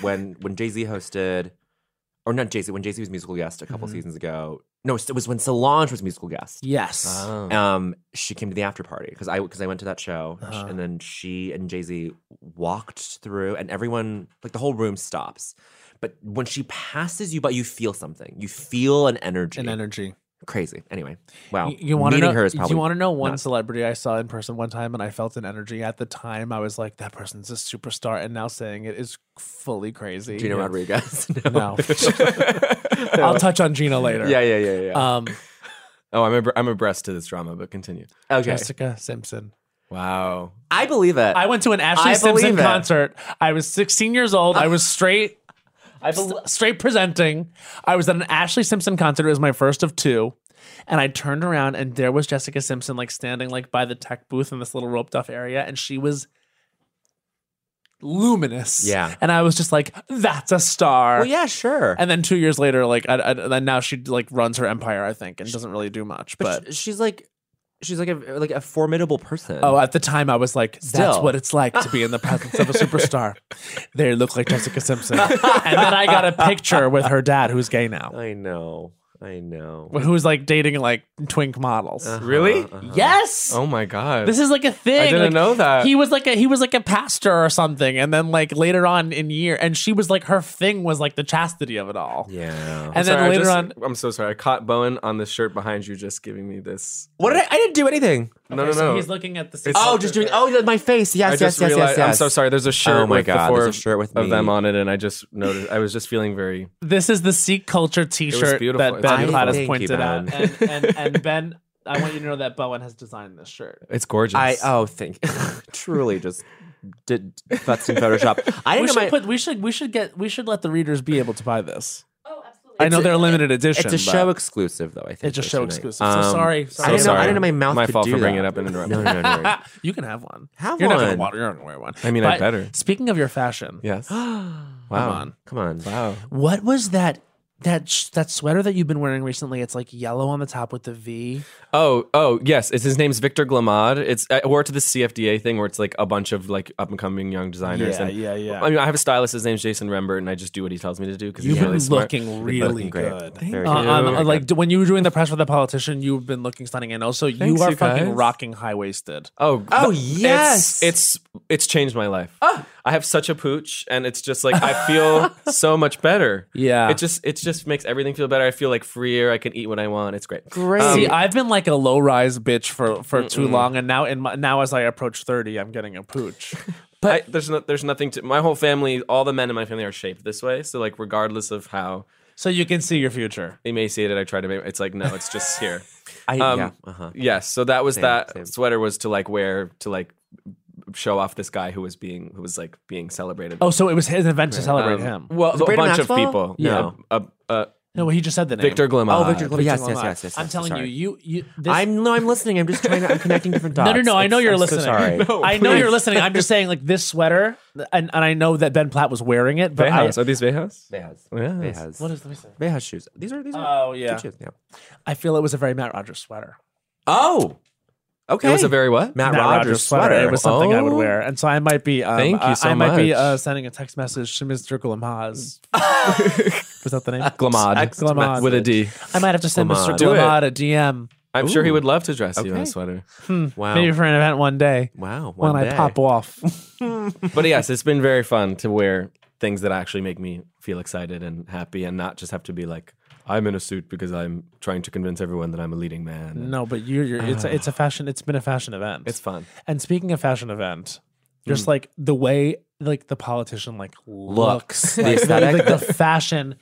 Speaker 1: when when Jay Z hosted, or not Jay Z, when Jay Z was musical guest a couple seasons ago. No, it was when Solange was musical guest.
Speaker 3: Yes.
Speaker 5: Ah,
Speaker 1: Um, she came to the after party because I because I went to that show, and then she and Jay Z walked through, and everyone like the whole room stops. But when she passes you, by, you feel something. You feel an energy.
Speaker 3: and energy.
Speaker 1: Crazy. Anyway, wow.
Speaker 3: You, want to
Speaker 1: meeting
Speaker 3: know?
Speaker 1: her is probably
Speaker 3: you want to know one
Speaker 1: nuts.
Speaker 3: celebrity I saw in person one time, and I felt an energy at the time. I was like, "That person's a superstar," and now saying it is fully crazy.
Speaker 1: Gina
Speaker 3: Yeah.
Speaker 1: Rodriguez.
Speaker 3: No, I'll touch on Gina later.
Speaker 1: yeah, yeah, yeah, yeah.
Speaker 3: Um,
Speaker 5: Oh, I'm abr- I'm abreast to this drama, but continue.
Speaker 1: okay,
Speaker 3: Jessica Simpson.
Speaker 5: Wow.
Speaker 1: I believe it.
Speaker 3: I went to an Ashley
Speaker 1: I
Speaker 3: Simpson
Speaker 1: believe it.
Speaker 3: concert. I was 16 years old. I was straight, I straight presenting. I was at an Ashley Simpson concert. It was my first of two. And I turned around and there was Jessica Simpson like standing like by the tech booth in this little roped off area and she was luminous.
Speaker 1: Yeah.
Speaker 3: And I was just like, that's a star.
Speaker 1: well, yeah, sure.
Speaker 3: And then two years later, like, I, I, then now she like runs her empire, I think, and doesn't really do much. But,
Speaker 1: but, sh- she's like, she's like a like a formidable person.
Speaker 3: Oh, at the time I was like, that's
Speaker 1: Still.
Speaker 3: what it's like to be in the presence of a superstar. they look like Jessica Simpson. and then I got a picture with her dad, who's gay now,
Speaker 1: I know, I know.
Speaker 3: who's like dating like twink models.
Speaker 5: Really?
Speaker 3: Yes.
Speaker 5: Uh-huh. Oh my god.
Speaker 3: Uh-huh, This is like a thing.
Speaker 5: I didn't
Speaker 3: Like,
Speaker 5: know that.
Speaker 3: He was like a he was like a pastor or something, and then like later on in year, and she was like her thing was like the chastity of it all.
Speaker 1: Yeah.
Speaker 3: And then
Speaker 5: Sorry, I
Speaker 3: later
Speaker 5: just-
Speaker 3: on,
Speaker 5: I'm so sorry. I caught Bowen on this shirt behind you, just giving me this.
Speaker 1: What did I? I didn't do anything.
Speaker 5: No,
Speaker 3: Okay,
Speaker 5: no,
Speaker 3: so
Speaker 5: no.
Speaker 3: he's looking at the. same
Speaker 1: Oh,
Speaker 3: picture
Speaker 1: just doing.
Speaker 3: there.
Speaker 1: Oh, my face. Yes,
Speaker 5: I
Speaker 1: yes,
Speaker 5: just
Speaker 1: yes, yes,
Speaker 5: realized.
Speaker 1: yes.
Speaker 5: I'm so sorry. There's a shirt.
Speaker 1: Oh my
Speaker 5: with
Speaker 1: God,
Speaker 5: The four
Speaker 1: there's a shirt with
Speaker 5: of
Speaker 1: me.
Speaker 5: them on it, and I just noticed. I was just feeling very.
Speaker 3: This is the Sikh culture T-shirt
Speaker 5: beautiful.
Speaker 3: that
Speaker 5: It's
Speaker 3: Ben
Speaker 5: beautiful.
Speaker 3: Plattis
Speaker 1: Thank you,
Speaker 3: pointed out,
Speaker 1: Ben.
Speaker 3: and, and, and Ben, I want you to know that Bowen has designed this shirt.
Speaker 5: It's gorgeous.
Speaker 1: I oh, thank. truly, just did that's in Photoshop. I
Speaker 3: We
Speaker 1: didn't
Speaker 3: should
Speaker 1: know my.
Speaker 3: put. We should. We should get. We should let the readers be able to buy this.
Speaker 6: Oh, absolutely.
Speaker 3: I know they're limited edition.
Speaker 1: it's a
Speaker 3: but
Speaker 1: show exclusive, though. I think
Speaker 3: It's a
Speaker 1: for
Speaker 3: show
Speaker 1: tonight. Uh,
Speaker 3: exclusive. so sorry.
Speaker 5: So
Speaker 1: I
Speaker 3: sorry.
Speaker 1: didn't know. I didn't know my mouth.
Speaker 5: My
Speaker 1: could
Speaker 5: fault
Speaker 1: do
Speaker 5: for bringing
Speaker 1: that.
Speaker 5: it up and interrupting.
Speaker 1: No, no, no, no. no.
Speaker 3: You can have one.
Speaker 1: Have
Speaker 3: You're not gonna
Speaker 1: one.
Speaker 3: want- You're not gonna wear one.
Speaker 5: I mean, I
Speaker 3: But
Speaker 5: better.
Speaker 3: Speaking of your fashion,
Speaker 5: Yes.
Speaker 1: wow.
Speaker 3: on.
Speaker 1: Come on.
Speaker 5: Wow.
Speaker 3: what was that? That sh- that sweater that you've been wearing recently? It's like yellow on the top with the V.
Speaker 5: Oh, oh, yes. It's his name's Victor Glamad. It's I wore it to the CFDA thing where it's like a bunch of like up and coming young designers.
Speaker 1: Uh,
Speaker 5: and,
Speaker 3: yeah, yeah.
Speaker 5: I mean, I have a stylist. His name's Jason Rembert, and I just do what he tells me to do because
Speaker 3: You've
Speaker 5: he's
Speaker 3: been
Speaker 5: really smart.
Speaker 3: looking really
Speaker 1: great.
Speaker 3: good.
Speaker 1: Very
Speaker 3: Uh,
Speaker 1: good.
Speaker 3: um, like d- when you were doing the press for the politician, you've been looking stunning, and also you
Speaker 5: Thanks,
Speaker 3: are
Speaker 5: you
Speaker 3: fucking
Speaker 5: guys.
Speaker 3: rocking high waisted.
Speaker 5: Oh,
Speaker 1: Oh,
Speaker 5: th-
Speaker 1: yes. Oh.
Speaker 5: It's it's, it's changed my life. I have such a pooch, and it's just like I feel so much better.
Speaker 3: Yeah.
Speaker 5: it just it just makes everything feel better. I feel like freer. I can eat what I want. It's great.
Speaker 1: Great.
Speaker 3: See, I've been like a low rise bitch for for too long, and now in my, now as I approach thirty, I'm getting a pooch.
Speaker 5: But I, there's no, there's nothing to my whole family. All the men in my family are shaped this way. So like regardless of how
Speaker 3: so you can see your future.
Speaker 5: emaciated I try to make, it's like no, it's just here.
Speaker 1: I,
Speaker 5: Um,
Speaker 1: yeah. Uh-huh.
Speaker 5: Yes. So that was
Speaker 1: Same,
Speaker 5: that
Speaker 1: same.
Speaker 5: sweater was to like wear to like show off this guy who was being who was like being celebrated.
Speaker 3: Oh, so it was his event to celebrate
Speaker 5: Um,
Speaker 3: him.
Speaker 5: Well, a
Speaker 1: Brandon
Speaker 5: bunch
Speaker 1: Oh, Maxwell?
Speaker 5: of people.
Speaker 1: No.
Speaker 5: Yeah. A, a,
Speaker 3: No, he just said the name.
Speaker 5: Victor Glomad.
Speaker 1: Oh, Victor Glomad. Yes, yes, yes,
Speaker 3: Glomad.
Speaker 1: yes, yes,
Speaker 3: I'm telling
Speaker 1: sorry.
Speaker 3: you, you, you. This,
Speaker 1: I'm no, I'm listening. I'm just trying to. I'm connecting different dots.
Speaker 3: No, no, no. I
Speaker 1: It's-
Speaker 3: know you're
Speaker 1: I'm so
Speaker 3: listening.
Speaker 1: sorry.
Speaker 3: I know you're listening. I'm just saying, like this sweater, and, and I know that Ben Platt was wearing it, but I,
Speaker 5: Vejas. Are these Vejas?
Speaker 1: Vejas.
Speaker 5: Yes.
Speaker 1: Vejas.
Speaker 3: what is? Let me see.
Speaker 1: Vejas shoes? These are these are
Speaker 3: Oh yeah,
Speaker 1: good shoes. Yeah.
Speaker 3: I feel it was a very Matt Rogers sweater.
Speaker 1: Oh, okay.
Speaker 5: It was a very what?
Speaker 1: Matt,
Speaker 3: Matt
Speaker 1: Rogers, sweater.
Speaker 3: It was something I would
Speaker 1: Oh.
Speaker 3: wear, and so I might be. Um,
Speaker 5: Thank you
Speaker 3: uh,
Speaker 5: so
Speaker 3: I might be
Speaker 5: much.
Speaker 3: uh, sending a text message to Mr. Gulamaz. was that the name?
Speaker 5: Glomad.
Speaker 3: Text Glomad.
Speaker 5: With a D.
Speaker 3: I might have to send Mr.
Speaker 1: Gulamaz.
Speaker 5: Do it.
Speaker 3: Gulamad a DM,
Speaker 5: I'm sure he would love to dress you in a
Speaker 1: Okay.
Speaker 5: sweater.
Speaker 1: Wow.
Speaker 3: maybe for an event one day
Speaker 1: wow.
Speaker 3: when
Speaker 1: One
Speaker 3: I
Speaker 1: day.
Speaker 3: pop off.
Speaker 5: But yes, it's been very fun to wear things that actually make me feel excited and happy and not just have to be like, I'm in a suit because I'm trying to convince everyone that I'm a leading man.
Speaker 3: no, but you, you're. It's a, it's a fashion. It's been a fashion event.
Speaker 5: It's fun.
Speaker 3: And speaking of fashion event, just
Speaker 1: Hmm.
Speaker 3: like the way like the politician like looks,
Speaker 1: The
Speaker 3: like, the,
Speaker 1: aesthetic.
Speaker 3: like, the fashion,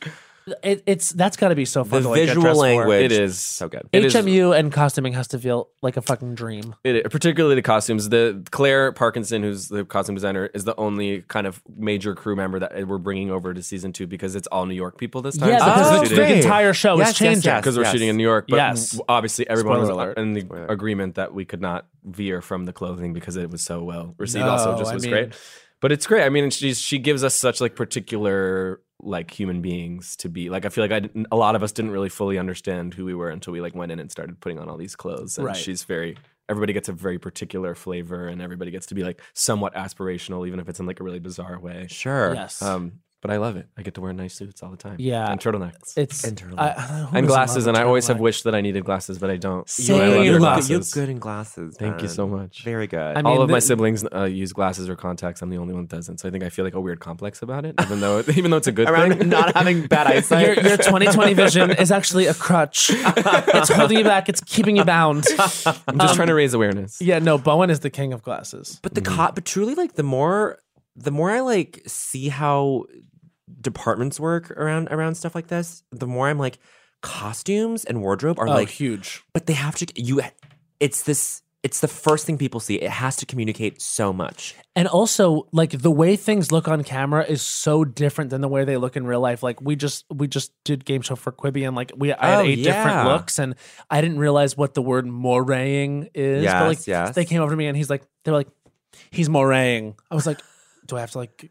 Speaker 3: it, it's that's got to be so fun.
Speaker 1: The
Speaker 3: to, like, get
Speaker 1: visual
Speaker 3: dressed for.
Speaker 1: language.
Speaker 5: It is.
Speaker 1: so good.
Speaker 5: It is-
Speaker 3: HMU and costuming has to feel like a fucking dream.
Speaker 5: It, particularly the costumes. The Claire Parkinson, who's the costume designer, is the only kind of major crew member that we're bringing over to season two because it's all New York people this time.
Speaker 3: Yeah,
Speaker 5: So
Speaker 3: because
Speaker 5: we're
Speaker 1: Oh,
Speaker 3: the,
Speaker 5: shooting-
Speaker 3: the
Speaker 1: great.
Speaker 3: entire show
Speaker 1: Yes,
Speaker 3: is
Speaker 1: yes,
Speaker 3: changing.
Speaker 1: yes.
Speaker 5: because we're shooting in New York. But
Speaker 3: Yes.
Speaker 5: w- obviously everyone
Speaker 3: Spoiler
Speaker 5: was
Speaker 3: alert.
Speaker 5: in the agreement that we could not veer from the clothing because it was so well received. also,
Speaker 3: No,
Speaker 5: just
Speaker 3: I
Speaker 5: was
Speaker 3: mean-
Speaker 5: great. But it's great. I mean, and she's she gives us such like particular like human beings to be. Like I feel like I didn't, a lot of us didn't really fully understand who we were until we like went in and started putting on all these clothes. And
Speaker 3: Right.
Speaker 5: she's very. Everybody gets a very particular flavor, and everybody gets to be like somewhat aspirational, even if it's in like a really bizarre way.
Speaker 1: Sure.
Speaker 3: Yes.
Speaker 5: Um, but I love it. I get to wear nice suits all the time.
Speaker 3: Yeah.
Speaker 5: and turtlenecks
Speaker 3: it's
Speaker 1: Interlock.
Speaker 3: I- I don't know who
Speaker 5: and
Speaker 3: doesn't
Speaker 5: glasses,
Speaker 3: love a
Speaker 5: and I always have
Speaker 3: turtleneck.
Speaker 5: wished that I needed glasses, but I don't.
Speaker 1: You
Speaker 5: But I love
Speaker 1: look-
Speaker 5: your
Speaker 1: you
Speaker 5: glasses.
Speaker 1: look good in glasses.
Speaker 5: Thank you
Speaker 1: Ben.
Speaker 5: so much.
Speaker 1: Very good.
Speaker 3: I mean,
Speaker 5: All of my
Speaker 3: th-
Speaker 5: siblings uh, use glasses or contacts. I'm the only one that doesn't, so I think I feel like a weird complex about it, even though even though it's a good
Speaker 1: Around
Speaker 5: thing.
Speaker 1: not having bad eyesight.
Speaker 3: Your, your 2020 vision is actually a crutch. it's holding you back. It's keeping you bound.
Speaker 5: I'm just trying to raise awareness.
Speaker 3: Yeah, no. Bowen is the king of glasses.
Speaker 1: But the co- but truly, like the more the more I like see how departments work around around stuff like this, the more I'm like costumes and wardrobe are
Speaker 3: Oh,
Speaker 1: like,
Speaker 3: huge.
Speaker 1: but they have to you. It's this. It's the first thing people see. It has to communicate so much.
Speaker 3: And also, like the way things look on camera is so different than the way they look in real life. Like we just we just did game show for Quibi, and like we I had
Speaker 1: Oh,
Speaker 3: eight different
Speaker 1: yeah.
Speaker 3: looks, and I didn't realize what the word moraying is. but
Speaker 1: Yes,
Speaker 3: like
Speaker 1: yes.
Speaker 3: they came over to me, and he's like, they're like, he's moraying. I was like, do I have to like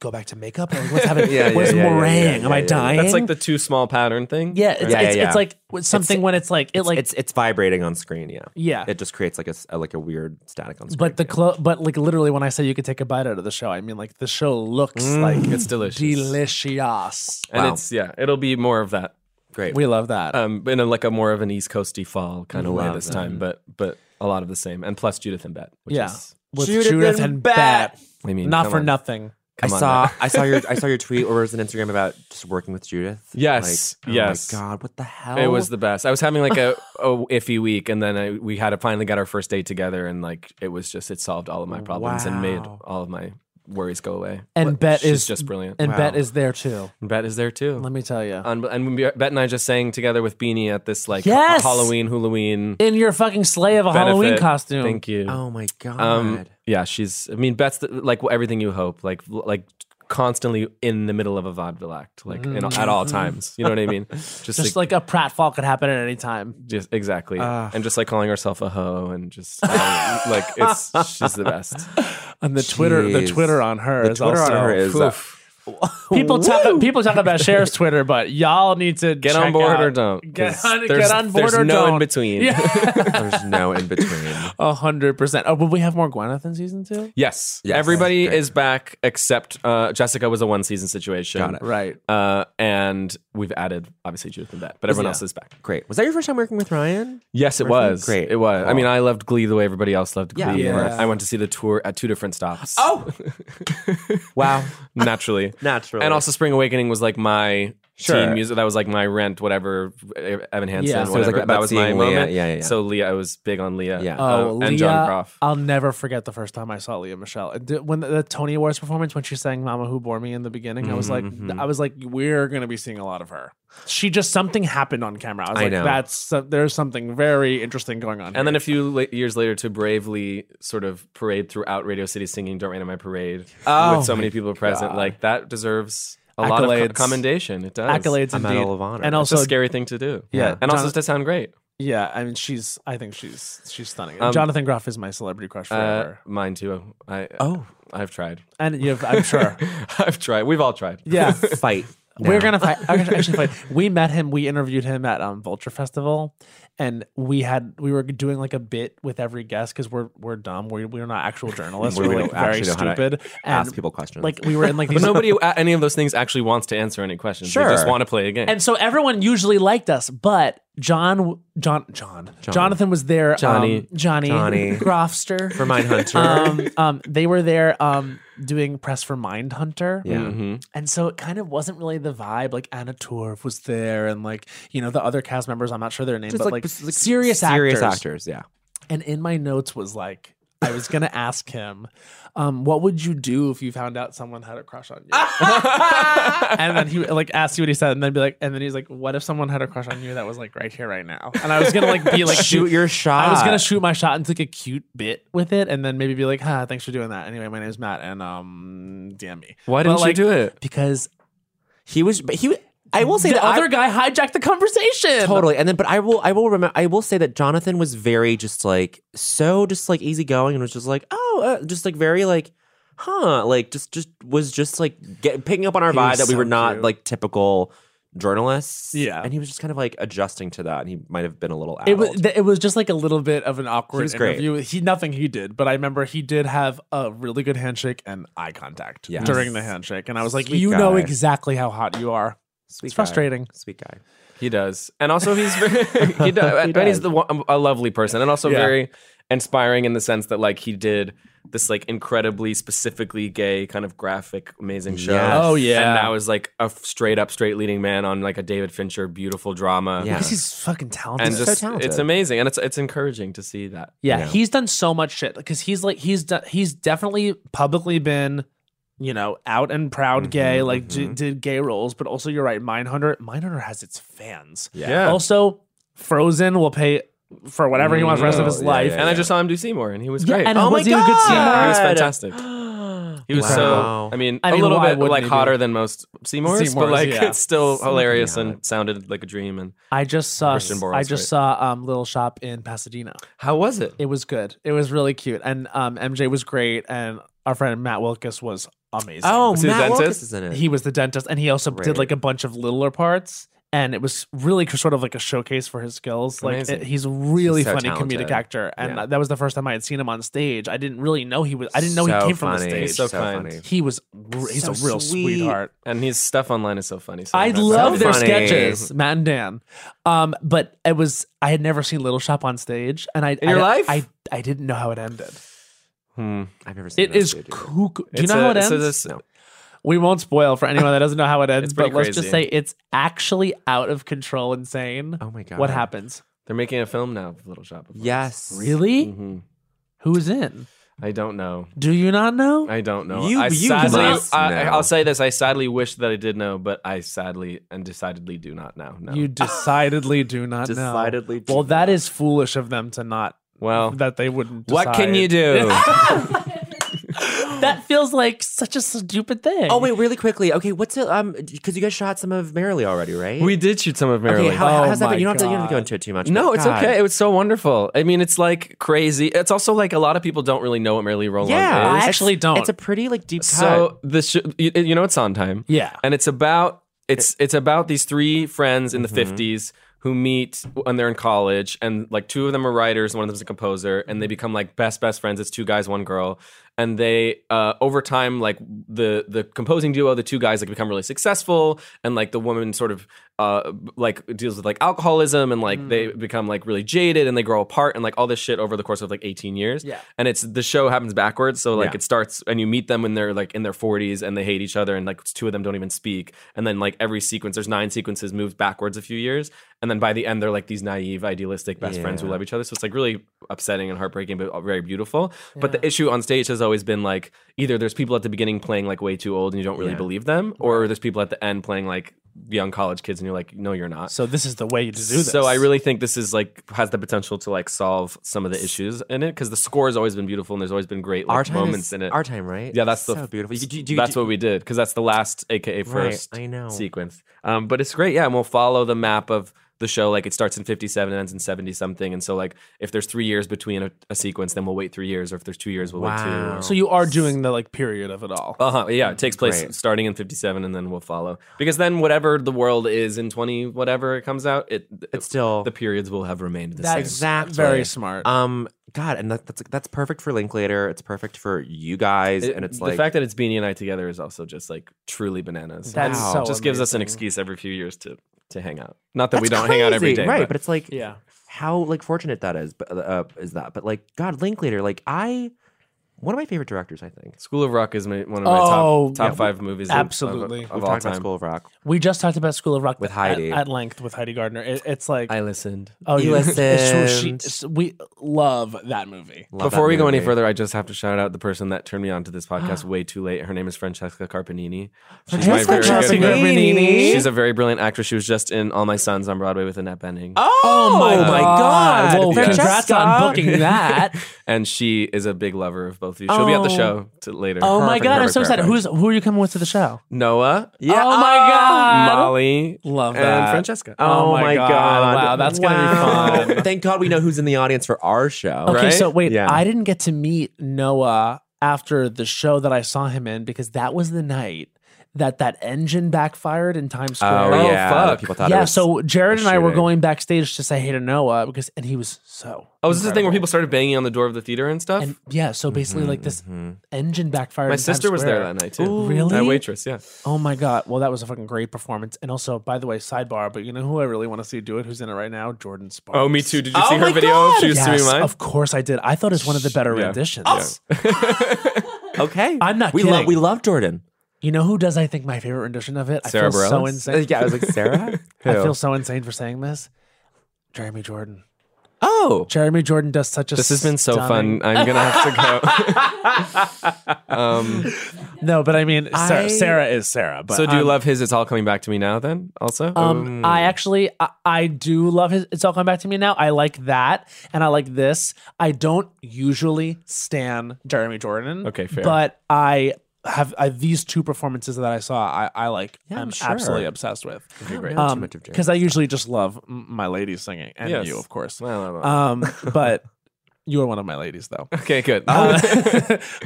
Speaker 3: go back to makeup? Like, what's happening?
Speaker 5: Yeah, yeah,
Speaker 3: What's
Speaker 5: yeah, yeah,
Speaker 3: moraying?
Speaker 5: yeah,
Speaker 3: Am I dying?
Speaker 5: That's like the too small pattern thing.
Speaker 3: yeah, it's,
Speaker 1: Yeah,
Speaker 3: it's,
Speaker 1: yeah,
Speaker 3: it's
Speaker 1: yeah.
Speaker 3: like something when it's like it
Speaker 1: It's
Speaker 3: like
Speaker 1: it's it's vibrating on screen. Yeah,
Speaker 3: yeah.
Speaker 1: it just creates like a, s- a- like a weird static on screen.
Speaker 3: but the
Speaker 1: yeah.
Speaker 3: clo- but like literally when I say you could take a bite out of the show, I mean like the show looks like
Speaker 5: it's delicious.
Speaker 3: delicious.
Speaker 5: and
Speaker 1: Wow.
Speaker 5: it's yeah, it'll be more of that.
Speaker 1: great.
Speaker 3: We love that.
Speaker 5: Um, in a, like a more of an East Coasty fall kind of way
Speaker 1: Love
Speaker 5: this
Speaker 1: that.
Speaker 5: time, but but a lot of the same. And plus Judith and Bet, which
Speaker 3: yeah.
Speaker 5: is
Speaker 3: With
Speaker 1: Judith
Speaker 3: Judith,
Speaker 1: and
Speaker 3: and,
Speaker 1: Bat.
Speaker 3: Bat.
Speaker 5: I mean,
Speaker 3: Not
Speaker 5: come
Speaker 3: for
Speaker 5: on.
Speaker 3: nothing.
Speaker 1: I
Speaker 5: Come on
Speaker 1: saw
Speaker 5: now.
Speaker 1: I saw your I saw your tweet or was it an Instagram about just working with Judith.
Speaker 5: Yes,
Speaker 1: Like,
Speaker 5: yes.
Speaker 1: Oh my god, what the hell?
Speaker 5: It was the best. I was having like a, a iffy week, and then I, we had a, finally got our first date together, and like it was just it solved all of my problems and made
Speaker 1: Wow.
Speaker 5: all of my worries go away.
Speaker 3: And Bet
Speaker 5: she's
Speaker 3: is
Speaker 5: just brilliant.
Speaker 3: And
Speaker 1: Wow.
Speaker 3: Bet is there too.
Speaker 5: And Bet is there too.
Speaker 3: Let me tell you.
Speaker 5: And, and we- Bet and I just sang together with Beanie at this like
Speaker 3: Yes!
Speaker 5: Halloween Halloween
Speaker 3: In your fucking sleigh of a Halloween
Speaker 5: benefit.
Speaker 3: costume.
Speaker 5: Thank you.
Speaker 1: oh my god.
Speaker 5: Um, yeah, she's. I mean, Bet's the, like everything you hope. Like like constantly in the middle of a vaudeville act, like in, at all times. You know what I mean? Just,
Speaker 3: Mm. Just like, a pratfall could happen at any time.
Speaker 5: Just exactly, and just like calling herself a hoe, and just um, like it's she's the best.
Speaker 3: And the Twitter the
Speaker 1: Jeez.
Speaker 3: Twitter on her
Speaker 1: the
Speaker 3: is uh,
Speaker 1: Twitter
Speaker 3: also
Speaker 1: on her
Speaker 5: uh,
Speaker 1: is uh,
Speaker 3: people talk people talk about Cher's Twitter, but y'all need to
Speaker 5: Get
Speaker 3: check
Speaker 5: on board
Speaker 3: out-
Speaker 5: or don't.
Speaker 3: Get
Speaker 5: 'cause
Speaker 3: on,
Speaker 5: there's-
Speaker 3: get on board
Speaker 5: there's
Speaker 3: or
Speaker 5: no
Speaker 3: don't.
Speaker 5: in between.
Speaker 1: There's no in between.
Speaker 3: A hundred percent. Oh, will we have more Gwyneth in season two?
Speaker 5: Yes.
Speaker 1: Yes.
Speaker 5: everybody
Speaker 1: Great.
Speaker 5: is back except uh, Jessica was a one season situation.
Speaker 1: Got it.
Speaker 3: Right.
Speaker 5: Uh, and we've added obviously Judith and that, but everyone else is back.
Speaker 1: Great. Was that your first time working with Ryan?
Speaker 5: Yes, it
Speaker 1: Perfect.
Speaker 5: was.
Speaker 1: Great.
Speaker 5: It was. I
Speaker 1: Cool.
Speaker 5: mean, I loved Glee the way everybody else loved
Speaker 1: Yeah.
Speaker 5: Glee.
Speaker 3: Yeah.
Speaker 5: I went to see the tour at two different stops.
Speaker 1: Wow.
Speaker 5: naturally.
Speaker 1: Naturally.
Speaker 5: And also, Spring Awakening was like my
Speaker 1: Sure.
Speaker 5: teen music. That was like my rent, whatever. Evan Hansen,
Speaker 3: Yeah.
Speaker 5: yeah.
Speaker 3: So
Speaker 1: it was, like,
Speaker 5: whatever.
Speaker 1: about
Speaker 5: that was my
Speaker 1: seeing Leah.
Speaker 5: moment.
Speaker 1: Yeah, yeah, yeah.
Speaker 5: So Leah, I was big on Leah.
Speaker 1: Yeah.
Speaker 5: uh,
Speaker 3: Oh,
Speaker 5: and
Speaker 3: Leah,
Speaker 5: John Croft.
Speaker 3: I'll never forget the first time I saw Leah Michelle. And the- When the, the Tony Awards performance, when she sang "Mama Who Bore Me" in the beginning, I was like,
Speaker 5: Mm-hmm.
Speaker 3: I was like, we're gonna be seeing a lot of her. She just something happened on camera. I was
Speaker 1: I
Speaker 3: like,
Speaker 1: know.
Speaker 3: that's so- there's something very interesting going on.
Speaker 5: And then a few la- years later to bravely sort of parade throughout Radio City singing Don't Rain on My Parade with so many people present. Like that deserves a lot of co-
Speaker 3: Oh Accolades.
Speaker 5: commendation. It does
Speaker 3: Accolades
Speaker 5: a
Speaker 3: indeed.
Speaker 5: medal of honor,
Speaker 3: And
Speaker 5: it's
Speaker 3: also-
Speaker 5: a scary thing to do.
Speaker 3: Yeah.
Speaker 5: and also
Speaker 3: Jonathan-
Speaker 5: to sound great.
Speaker 3: Yeah, I mean, she's. I think she's she's stunning.
Speaker 5: Um,
Speaker 3: Jonathan Groff is my celebrity crush
Speaker 5: Uh,
Speaker 3: forever,
Speaker 5: mine too. I
Speaker 1: Oh.
Speaker 5: I've tried.
Speaker 3: and you've, I'm sure.
Speaker 5: I've tried. We've all tried.
Speaker 3: Yeah,
Speaker 1: Fight.
Speaker 3: we're gonna fight. Actually, actually fight. We met him. We interviewed him at um, Vulture Festival, and we had we were doing like a bit with every guest because we're we're dumb. We we're not actual journalists.
Speaker 1: We
Speaker 3: we're
Speaker 1: don't
Speaker 3: like very
Speaker 1: actually know how to
Speaker 3: stupid.
Speaker 1: Ask
Speaker 3: and
Speaker 1: people questions.
Speaker 3: like we were in like
Speaker 5: But
Speaker 3: these.
Speaker 5: nobody at any of those things actually wants to answer any questions. They just
Speaker 1: Sure.
Speaker 5: want to play a game.
Speaker 3: and so everyone usually liked us, but John, John, John, Jonathan was there.
Speaker 5: Johnny.
Speaker 3: um, Johnny,
Speaker 1: Johnny.
Speaker 3: Grofster
Speaker 1: for Mindhunter.
Speaker 3: um, um, they were there um, doing press for Mindhunter.
Speaker 1: yeah.
Speaker 3: And so it kind of wasn't really the vibe. Like Anna Torv was there and like, you know, the other cast members, I'm not sure their names,
Speaker 1: Just like,
Speaker 3: but like,
Speaker 1: bes- like
Speaker 3: serious,
Speaker 1: serious
Speaker 3: actors.
Speaker 1: actors. Yeah.
Speaker 3: And in my notes was like, I was going to ask him, um, what would you do if you found out someone had a crush on you? and then he like asked you what he said and then be like, and then he's like, what if someone had a crush on you that was like right here, right now? And I was going to like be like,
Speaker 1: Shoot your shot.
Speaker 3: I was gonna shoot my shot and take a cute bit with it, and then maybe be like, "Huh, thanks for doing that." Anyway, my name's Matt, and um, DM me.
Speaker 5: Why
Speaker 3: But,
Speaker 5: didn't
Speaker 3: like,
Speaker 5: you do it?
Speaker 3: Because
Speaker 1: He was. But he. I will say
Speaker 3: the
Speaker 1: that I-
Speaker 3: other guy hijacked the conversation.
Speaker 1: Totally. And then but I will I will remember I will say that Jonathan was very just like so just like easygoing and was just like, "Oh, uh, just like very like huh, like just just was just like get, picking up on our
Speaker 3: He
Speaker 1: vibe
Speaker 3: was
Speaker 1: that we
Speaker 3: so
Speaker 1: were not
Speaker 3: cute.
Speaker 1: like typical journalists."
Speaker 3: Yeah.
Speaker 1: And he was just kind of like adjusting to that and he might have been a little out.
Speaker 3: It was th- it was just like a little bit of an
Speaker 1: He
Speaker 3: awkward
Speaker 1: was great.
Speaker 3: interview. He nothing he did, but I remember he did have a really good handshake and eye contact
Speaker 1: Yes.
Speaker 3: during the handshake, and I was like,
Speaker 1: Sweet
Speaker 3: "You know
Speaker 1: guy.
Speaker 3: exactly how hot you are."
Speaker 1: Sweet
Speaker 3: it's frustrating.
Speaker 1: Guy. Sweet guy.
Speaker 5: He does, and also he's very, he does, and he's the one, a lovely person, and also
Speaker 3: Yeah.
Speaker 5: very inspiring in the sense that like he did this like incredibly specifically gay kind of graphic amazing show.
Speaker 1: Yes.
Speaker 3: Oh, yeah.
Speaker 5: and now is like a straight up straight leading man on like a David Fincher beautiful drama.
Speaker 1: Yeah.
Speaker 3: Because he's fucking talented.
Speaker 5: and
Speaker 1: so
Speaker 5: just
Speaker 1: talented.
Speaker 5: it's amazing, and it's it's encouraging to see that.
Speaker 3: Yeah,
Speaker 1: Yeah.
Speaker 3: he's done so much shit because he's like he's done he's definitely publicly been, you know, out and
Speaker 1: Mm-hmm,
Speaker 3: proud gay, like d- did gay roles, but also you're right, Mindhunter, Mindhunter has its fans.
Speaker 5: Yeah.
Speaker 3: Also, Frozen will pay for whatever he wants the rest of his
Speaker 1: Mm-hmm. yeah,
Speaker 3: life.
Speaker 5: and I just saw him do Seymour, and he was
Speaker 3: Yeah,
Speaker 5: great.
Speaker 3: and
Speaker 5: oh
Speaker 3: was he a good
Speaker 5: he was
Speaker 3: Seymour?
Speaker 5: fantastic. He was
Speaker 1: Wow.
Speaker 5: so. I mean,
Speaker 3: I mean,
Speaker 5: a little
Speaker 3: why
Speaker 5: bit
Speaker 3: wouldn't
Speaker 5: like
Speaker 3: he be?
Speaker 5: hotter than most Seymours, but
Speaker 3: Seymours,
Speaker 5: like
Speaker 3: yeah.
Speaker 5: it's still hilarious and sounded like a dream. And
Speaker 3: I just saw
Speaker 5: Christian Borle's
Speaker 3: I just
Speaker 5: great.
Speaker 3: saw um Little Shop in Pasadena.
Speaker 5: how was it?
Speaker 3: It was good. It was really cute, and um MJ was great, and our friend Matt Wilkes was amazing.
Speaker 1: Oh,
Speaker 5: Was he the
Speaker 1: Matt
Speaker 5: dentist?
Speaker 1: Wilkes is in it.
Speaker 3: he was the dentist and he also did
Speaker 1: Right.
Speaker 3: like a bunch of littler parts and it was really sort of like a showcase for his skills like
Speaker 5: Amazing.
Speaker 3: it, he's a really
Speaker 1: He's so
Speaker 3: funny
Speaker 1: talented.
Speaker 3: comedic actor and
Speaker 1: Yeah.
Speaker 3: that was the first time i had seen him on stage i didn't really know he was i didn't know
Speaker 1: So
Speaker 3: he came from the
Speaker 1: funny,
Speaker 3: stage
Speaker 5: So kind.
Speaker 1: funny.
Speaker 3: he was r- he's
Speaker 1: So
Speaker 3: a real
Speaker 1: sweet.
Speaker 3: sweetheart
Speaker 5: And his stuff online is so funny. So
Speaker 3: I
Speaker 5: that's-
Speaker 3: love their
Speaker 1: funny.
Speaker 3: sketches, Matt and Dan. Um, but it was I had never seen Little Shop on stage, and I
Speaker 5: In your
Speaker 3: I,
Speaker 5: life?
Speaker 3: I I didn't know how it ended.
Speaker 5: Hmm.
Speaker 1: I've never seen
Speaker 3: It is
Speaker 1: that dude.
Speaker 3: cuckoo. Do you
Speaker 5: It's
Speaker 3: know
Speaker 5: a-
Speaker 3: how it
Speaker 5: it's a-
Speaker 3: ends?
Speaker 5: this-
Speaker 1: No.
Speaker 3: We won't spoil for anyone that doesn't know how it ends, but
Speaker 5: pretty
Speaker 3: let's just say
Speaker 5: crazy.
Speaker 3: it's actually out of control, insane.
Speaker 1: Oh my god.
Speaker 3: what happens?
Speaker 5: They're making a film now of Little Shop. of Horrors.
Speaker 1: Yes.
Speaker 3: Really?
Speaker 5: Mhm.
Speaker 3: Who's in?
Speaker 5: I don't know.
Speaker 3: Do you not know?
Speaker 5: I don't know.
Speaker 1: You-
Speaker 5: I
Speaker 1: you
Speaker 5: sadly,
Speaker 1: must
Speaker 5: I,
Speaker 1: know.
Speaker 5: I'll say this. I sadly wish that I did know, but I sadly and decidedly do not know. No.
Speaker 3: You decidedly do not
Speaker 1: Decidedly
Speaker 3: know.
Speaker 1: do
Speaker 3: Well, that
Speaker 1: not.
Speaker 3: is foolish of them to not.
Speaker 5: well,
Speaker 3: That they wouldn't.
Speaker 5: what can
Speaker 3: decide.
Speaker 5: you do?
Speaker 3: That feels like such a stupid thing.
Speaker 1: Oh wait, really quickly. Okay, what's it? Um, because you guys shot some of Merrily already, right?
Speaker 5: we did shoot some of Marilyn.
Speaker 1: Okay, how,
Speaker 3: Oh
Speaker 1: how's that?
Speaker 3: my
Speaker 1: been? You don't have to. You don't have to go
Speaker 3: God.
Speaker 1: into it too much.
Speaker 5: No,
Speaker 1: but
Speaker 5: it's
Speaker 1: God.
Speaker 5: okay. It was so wonderful. I mean, it's like crazy. It's also like a lot of people don't really know what Merrily Roll
Speaker 1: Yeah,
Speaker 5: On is.
Speaker 3: I actually don't.
Speaker 1: It's a pretty like deep cut.
Speaker 5: So the sh- you, you know it's on time.
Speaker 3: Yeah.
Speaker 5: and it's about it's it's about these three friends in
Speaker 3: Mm-hmm.
Speaker 5: the 50s who meet when they're in college, and like two of them are writers, and one of them's a composer, and they become like best best friends. It's two guys, one girl, and they uh, over time like the the composing duo, the two guys like become really successful, and like the woman sort of uh, like deals with like alcoholism, and like they
Speaker 3: Mm.
Speaker 5: become like really jaded, and they grow apart, and like all this shit over the course of like 18 years.
Speaker 3: Yeah.
Speaker 5: and it's the show happens backwards, so like
Speaker 1: Yeah.
Speaker 5: it's it starts and you meet them when they're like in their 40s and they hate each other and like two of them don't even speak and then like every sequence there's nine sequences moves backwards a few years and then by the end they're like these naive idealistic best friends who
Speaker 1: Yeah.
Speaker 5: love each other so it's like really upsetting and heartbreaking but uh, very beautiful but the issue on stage has always been like either there's people at the beginning playing like way too old and you don't really
Speaker 1: Yeah.
Speaker 5: believe them or there's people at the end playing like young college kids, and you're like, no, you're not.
Speaker 3: So this is the way to do this.
Speaker 5: So I really think this is like has the potential to like solve some of the issues in it because the score has always been beautiful and there's always been great like,
Speaker 1: our time
Speaker 5: moments
Speaker 1: is-
Speaker 5: in it.
Speaker 1: Our time, right?
Speaker 5: Yeah, that's
Speaker 1: so
Speaker 5: the-
Speaker 1: beautiful. You- you- you-
Speaker 5: that's
Speaker 1: you-
Speaker 5: what we did because that's the last AKA first
Speaker 1: I know.
Speaker 5: sequence. Um, but it's great, yeah. And we'll follow the map of the show. Like it starts in fifty-seven and ends in seventy something. And so like if there's three years between a, a sequence, then we'll wait three years, or if there's two years, we'll
Speaker 1: Wow.
Speaker 5: wait two.
Speaker 3: So you are doing the like period of it all.
Speaker 5: Uh huh. Yeah, it takes place
Speaker 1: Great.
Speaker 5: starting in fifty-seven, and then we'll follow because then whatever the world is in twenty, whatever it comes out, it
Speaker 1: It's still
Speaker 5: the periods will have remained the
Speaker 3: That's
Speaker 5: same.
Speaker 1: exactly.
Speaker 3: Very smart.
Speaker 1: Um, God, and that, that's that's perfect for Linklater. It's perfect for you guys,
Speaker 5: It-
Speaker 1: and it's
Speaker 5: the
Speaker 1: like
Speaker 5: fact that it's Beanie and I together is also just like truly bananas.
Speaker 3: That's
Speaker 5: It's-
Speaker 3: so
Speaker 5: just gives us an
Speaker 3: amazing.
Speaker 5: excuse every few years to to hang out. Not that we
Speaker 1: That's
Speaker 5: don't hang out every
Speaker 1: crazy,
Speaker 5: day,
Speaker 1: right? But,
Speaker 5: But,
Speaker 1: it's like
Speaker 3: Yeah.
Speaker 1: how like fortunate that is, but uh, is that? But like God, Linklater, like I, one of my favorite directors, I think.
Speaker 5: School of Rock is my, one of my
Speaker 3: Oh,
Speaker 5: top top
Speaker 3: yeah.
Speaker 5: five movies. of-
Speaker 3: Absolutely.
Speaker 5: of, of
Speaker 1: We've
Speaker 5: all
Speaker 1: talked
Speaker 5: time.
Speaker 1: about School of Rock.
Speaker 3: we just talked about School of Rock
Speaker 1: With
Speaker 3: at-
Speaker 1: Heidi.
Speaker 3: at, length with Heidi Gardner. It, it's like
Speaker 5: I listened.
Speaker 3: oh,
Speaker 1: You
Speaker 3: it's-
Speaker 1: listened.
Speaker 3: it's- she- we love that movie.
Speaker 1: Love
Speaker 5: Before
Speaker 1: that
Speaker 5: we go any
Speaker 1: movie.
Speaker 5: further, I just have to shout out the person that turned me on to this podcast way too late. Her name is Francesca Carpanini. She's my very
Speaker 3: Francesca
Speaker 5: good friend.
Speaker 3: Carpanini.
Speaker 5: She's a very brilliant actress. She was just in All My Sons on Broadway with Annette Bening.
Speaker 1: Oh, my God!
Speaker 3: Well, congrats
Speaker 1: Francesca.
Speaker 3: on booking that.
Speaker 5: And she is a big lover of both of you. She'll be at the
Speaker 1: Oh.
Speaker 5: show to, later.
Speaker 3: Oh my
Speaker 5: Perfect,
Speaker 3: god, I'm
Speaker 5: perfect,
Speaker 3: so excited.
Speaker 5: perfect.
Speaker 3: Who's who are you coming with to the show?
Speaker 5: Noah.
Speaker 1: Yeah.
Speaker 3: Oh my god.
Speaker 5: Molly.
Speaker 3: Love
Speaker 5: and
Speaker 3: that.
Speaker 5: Francesca.
Speaker 1: Oh, my God.
Speaker 3: Wow, that's gonna be
Speaker 1: Wow.
Speaker 3: fun.
Speaker 1: Thank God we know who's in the audience for our show.
Speaker 3: Okay,
Speaker 5: right?
Speaker 3: so wait,
Speaker 1: Yeah.
Speaker 3: I didn't get to meet Noah after the show that I saw him in because that was the night that that engine backfired in Times Square.
Speaker 5: Oh,
Speaker 1: that
Speaker 5: fuck.
Speaker 1: Uh, People thought it
Speaker 3: yeah,
Speaker 1: was-
Speaker 3: so Jared and I were
Speaker 1: shooting.
Speaker 3: going backstage to say hey to Noah because, and he was so.
Speaker 5: Oh, is this the thing where
Speaker 3: incredible.
Speaker 5: people started banging on the door of the theater and stuff?
Speaker 3: And yeah, so basically, like this engine backfired.
Speaker 5: Mm-hmm, my
Speaker 3: in Times
Speaker 5: sister was there
Speaker 3: Square.
Speaker 5: that night too.
Speaker 3: Ooh. Really?
Speaker 5: That waitress, yeah.
Speaker 3: Oh my god! Well, that was a fucking great performance. And also, by the way, sidebar, but you know who I really want to see do it? Who's in it right now? Jordan Sparks.
Speaker 5: Oh, me too. Did you
Speaker 1: Oh
Speaker 5: see her
Speaker 1: my
Speaker 5: video?
Speaker 1: God.
Speaker 5: She used to be
Speaker 3: Yes,
Speaker 5: mine.
Speaker 3: of course I did. I thought it was one of the better
Speaker 5: Yeah.
Speaker 3: renditions.
Speaker 1: okay.
Speaker 3: I'm not
Speaker 1: we
Speaker 3: kidding.
Speaker 1: love we love Jordan.
Speaker 3: You know who does? I think my favorite rendition of it. I
Speaker 5: Sarah
Speaker 3: feel so
Speaker 5: Bareilles?
Speaker 1: Uh,
Speaker 3: insane.
Speaker 1: yeah, I was like Sarah.
Speaker 3: I feel so insane for saying this. Jeremy Jordan.
Speaker 1: oh,
Speaker 3: Jeremy Jordan does such a.
Speaker 5: This has been so
Speaker 3: stunning-
Speaker 5: fun. I'm gonna have to go. um,
Speaker 3: No, but I mean, Sarah,
Speaker 1: I-
Speaker 3: Sarah is Sarah. But
Speaker 5: so, do you
Speaker 3: I'm-
Speaker 5: love his? It's all coming back to me now. Then also,
Speaker 3: Um, I actually, I, I do love his. It's all coming back to me now. I like that, and I like this. I don't usually stan Jeremy Jordan.
Speaker 5: Okay, fair.
Speaker 3: But I have I, these two performances that I saw. I, I like.
Speaker 1: I'm
Speaker 3: I'm,
Speaker 1: sure.
Speaker 3: absolutely obsessed with.
Speaker 1: great. Not too
Speaker 3: Um,
Speaker 1: much of Jeremy.
Speaker 3: because I usually just love m- my ladies singing, and
Speaker 5: Yes.
Speaker 3: you, of course.
Speaker 5: Well, well, well.
Speaker 3: Um, but you are one of my ladies, though.
Speaker 5: okay, good.
Speaker 3: Uh,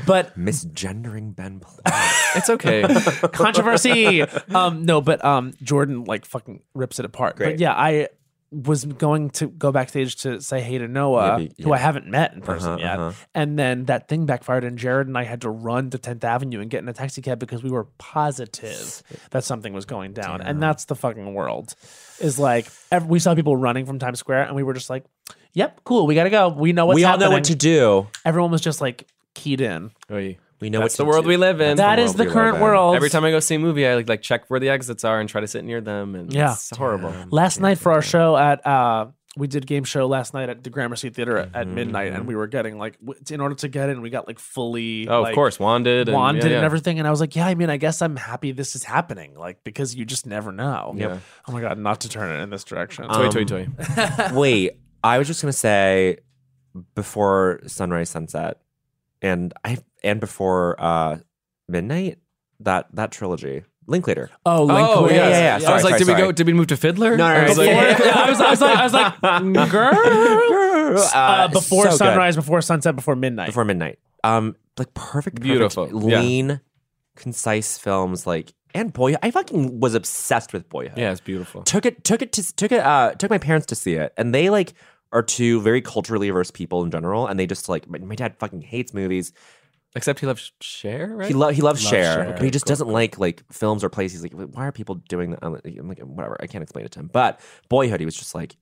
Speaker 3: but
Speaker 1: misgendering Ben. Platt.
Speaker 5: it's okay.
Speaker 3: controversy. um, no, but um, Jordan like fucking rips it apart. But
Speaker 1: Great.
Speaker 3: yeah, I was going to go backstage to say hey to Noah,
Speaker 1: Yeah, be-
Speaker 3: who I
Speaker 1: yeah.
Speaker 3: haven't met in person
Speaker 1: Uh-huh,
Speaker 3: yet,
Speaker 1: uh-huh.
Speaker 3: and then that thing backfired, and Jared and I had to run to Tenth Avenue and get in a taxi cab because we were positive that something was going down, and that's the fucking world. Is like ev- we saw people running from Times Square, and we were just like, "Yep, cool, we gotta go. We know what's
Speaker 1: we all
Speaker 3: happening."
Speaker 1: know what to do.
Speaker 3: Everyone was just like keyed in.
Speaker 5: Oy.
Speaker 1: We know
Speaker 5: That's
Speaker 1: what
Speaker 5: the
Speaker 1: to
Speaker 5: world
Speaker 1: do.
Speaker 5: we live in.
Speaker 3: That
Speaker 1: the
Speaker 3: is
Speaker 1: world
Speaker 3: the
Speaker 1: we live
Speaker 3: current
Speaker 1: in.
Speaker 3: world.
Speaker 5: Every time I go see a movie, I like, like check where the exits are and try to sit near them. And
Speaker 3: Yeah.
Speaker 5: it's horrible.
Speaker 3: last night for our show at uh we did game show last night at the Gramercy Theater at,
Speaker 5: Mm-hmm.
Speaker 3: at midnight, and we were getting like w- in order to get in, we got like fully
Speaker 5: Oh,
Speaker 3: like,
Speaker 5: of course, wanted, and,
Speaker 3: wanted
Speaker 5: yeah, yeah.
Speaker 3: and everything. And I was like, yeah, I mean, I guess I'm happy this is happening, like because you just never know.
Speaker 5: Yeah.
Speaker 3: Oh my god, not to turn it in this direction.
Speaker 5: Toy,
Speaker 1: Um,
Speaker 5: toy, toy.
Speaker 1: Wait, I was just gonna say before sunrise, sunset, and I and before uh, midnight. That that trilogy, Linklater.
Speaker 3: oh,
Speaker 5: Oh,
Speaker 3: Linklater.
Speaker 5: yeah,
Speaker 1: yeah,
Speaker 5: yeah, yeah.
Speaker 1: yeah.
Speaker 5: I
Speaker 1: Sorry,
Speaker 5: was like,
Speaker 1: sorry,
Speaker 5: did we
Speaker 1: sorry.
Speaker 5: go? Did we move to Fiddler?
Speaker 1: No, no, no,
Speaker 5: I was like,
Speaker 1: before-
Speaker 3: Yeah, I was, I was like, I was like, girl.
Speaker 1: Uh,
Speaker 3: Uh, before
Speaker 1: so good.
Speaker 3: sunrise, before sunset, before midnight.
Speaker 1: before midnight. Um, like perfect, perfect
Speaker 5: Beautiful. Yeah.
Speaker 1: lean, concise films. Like and Boyhood. I fucking was obsessed with Boyhood.
Speaker 5: yeah, it's beautiful.
Speaker 1: took it took it to took it uh took my parents to see it and they like are two very culturally averse people in general and they just like my, my dad fucking hates movies
Speaker 5: Except he loves share, right?
Speaker 1: he lo- he loves share
Speaker 3: Cher.
Speaker 1: but he just doesn't like like films or plays he's like why are people doing that I'm like whatever I can't explain it to him but boyhood he was just like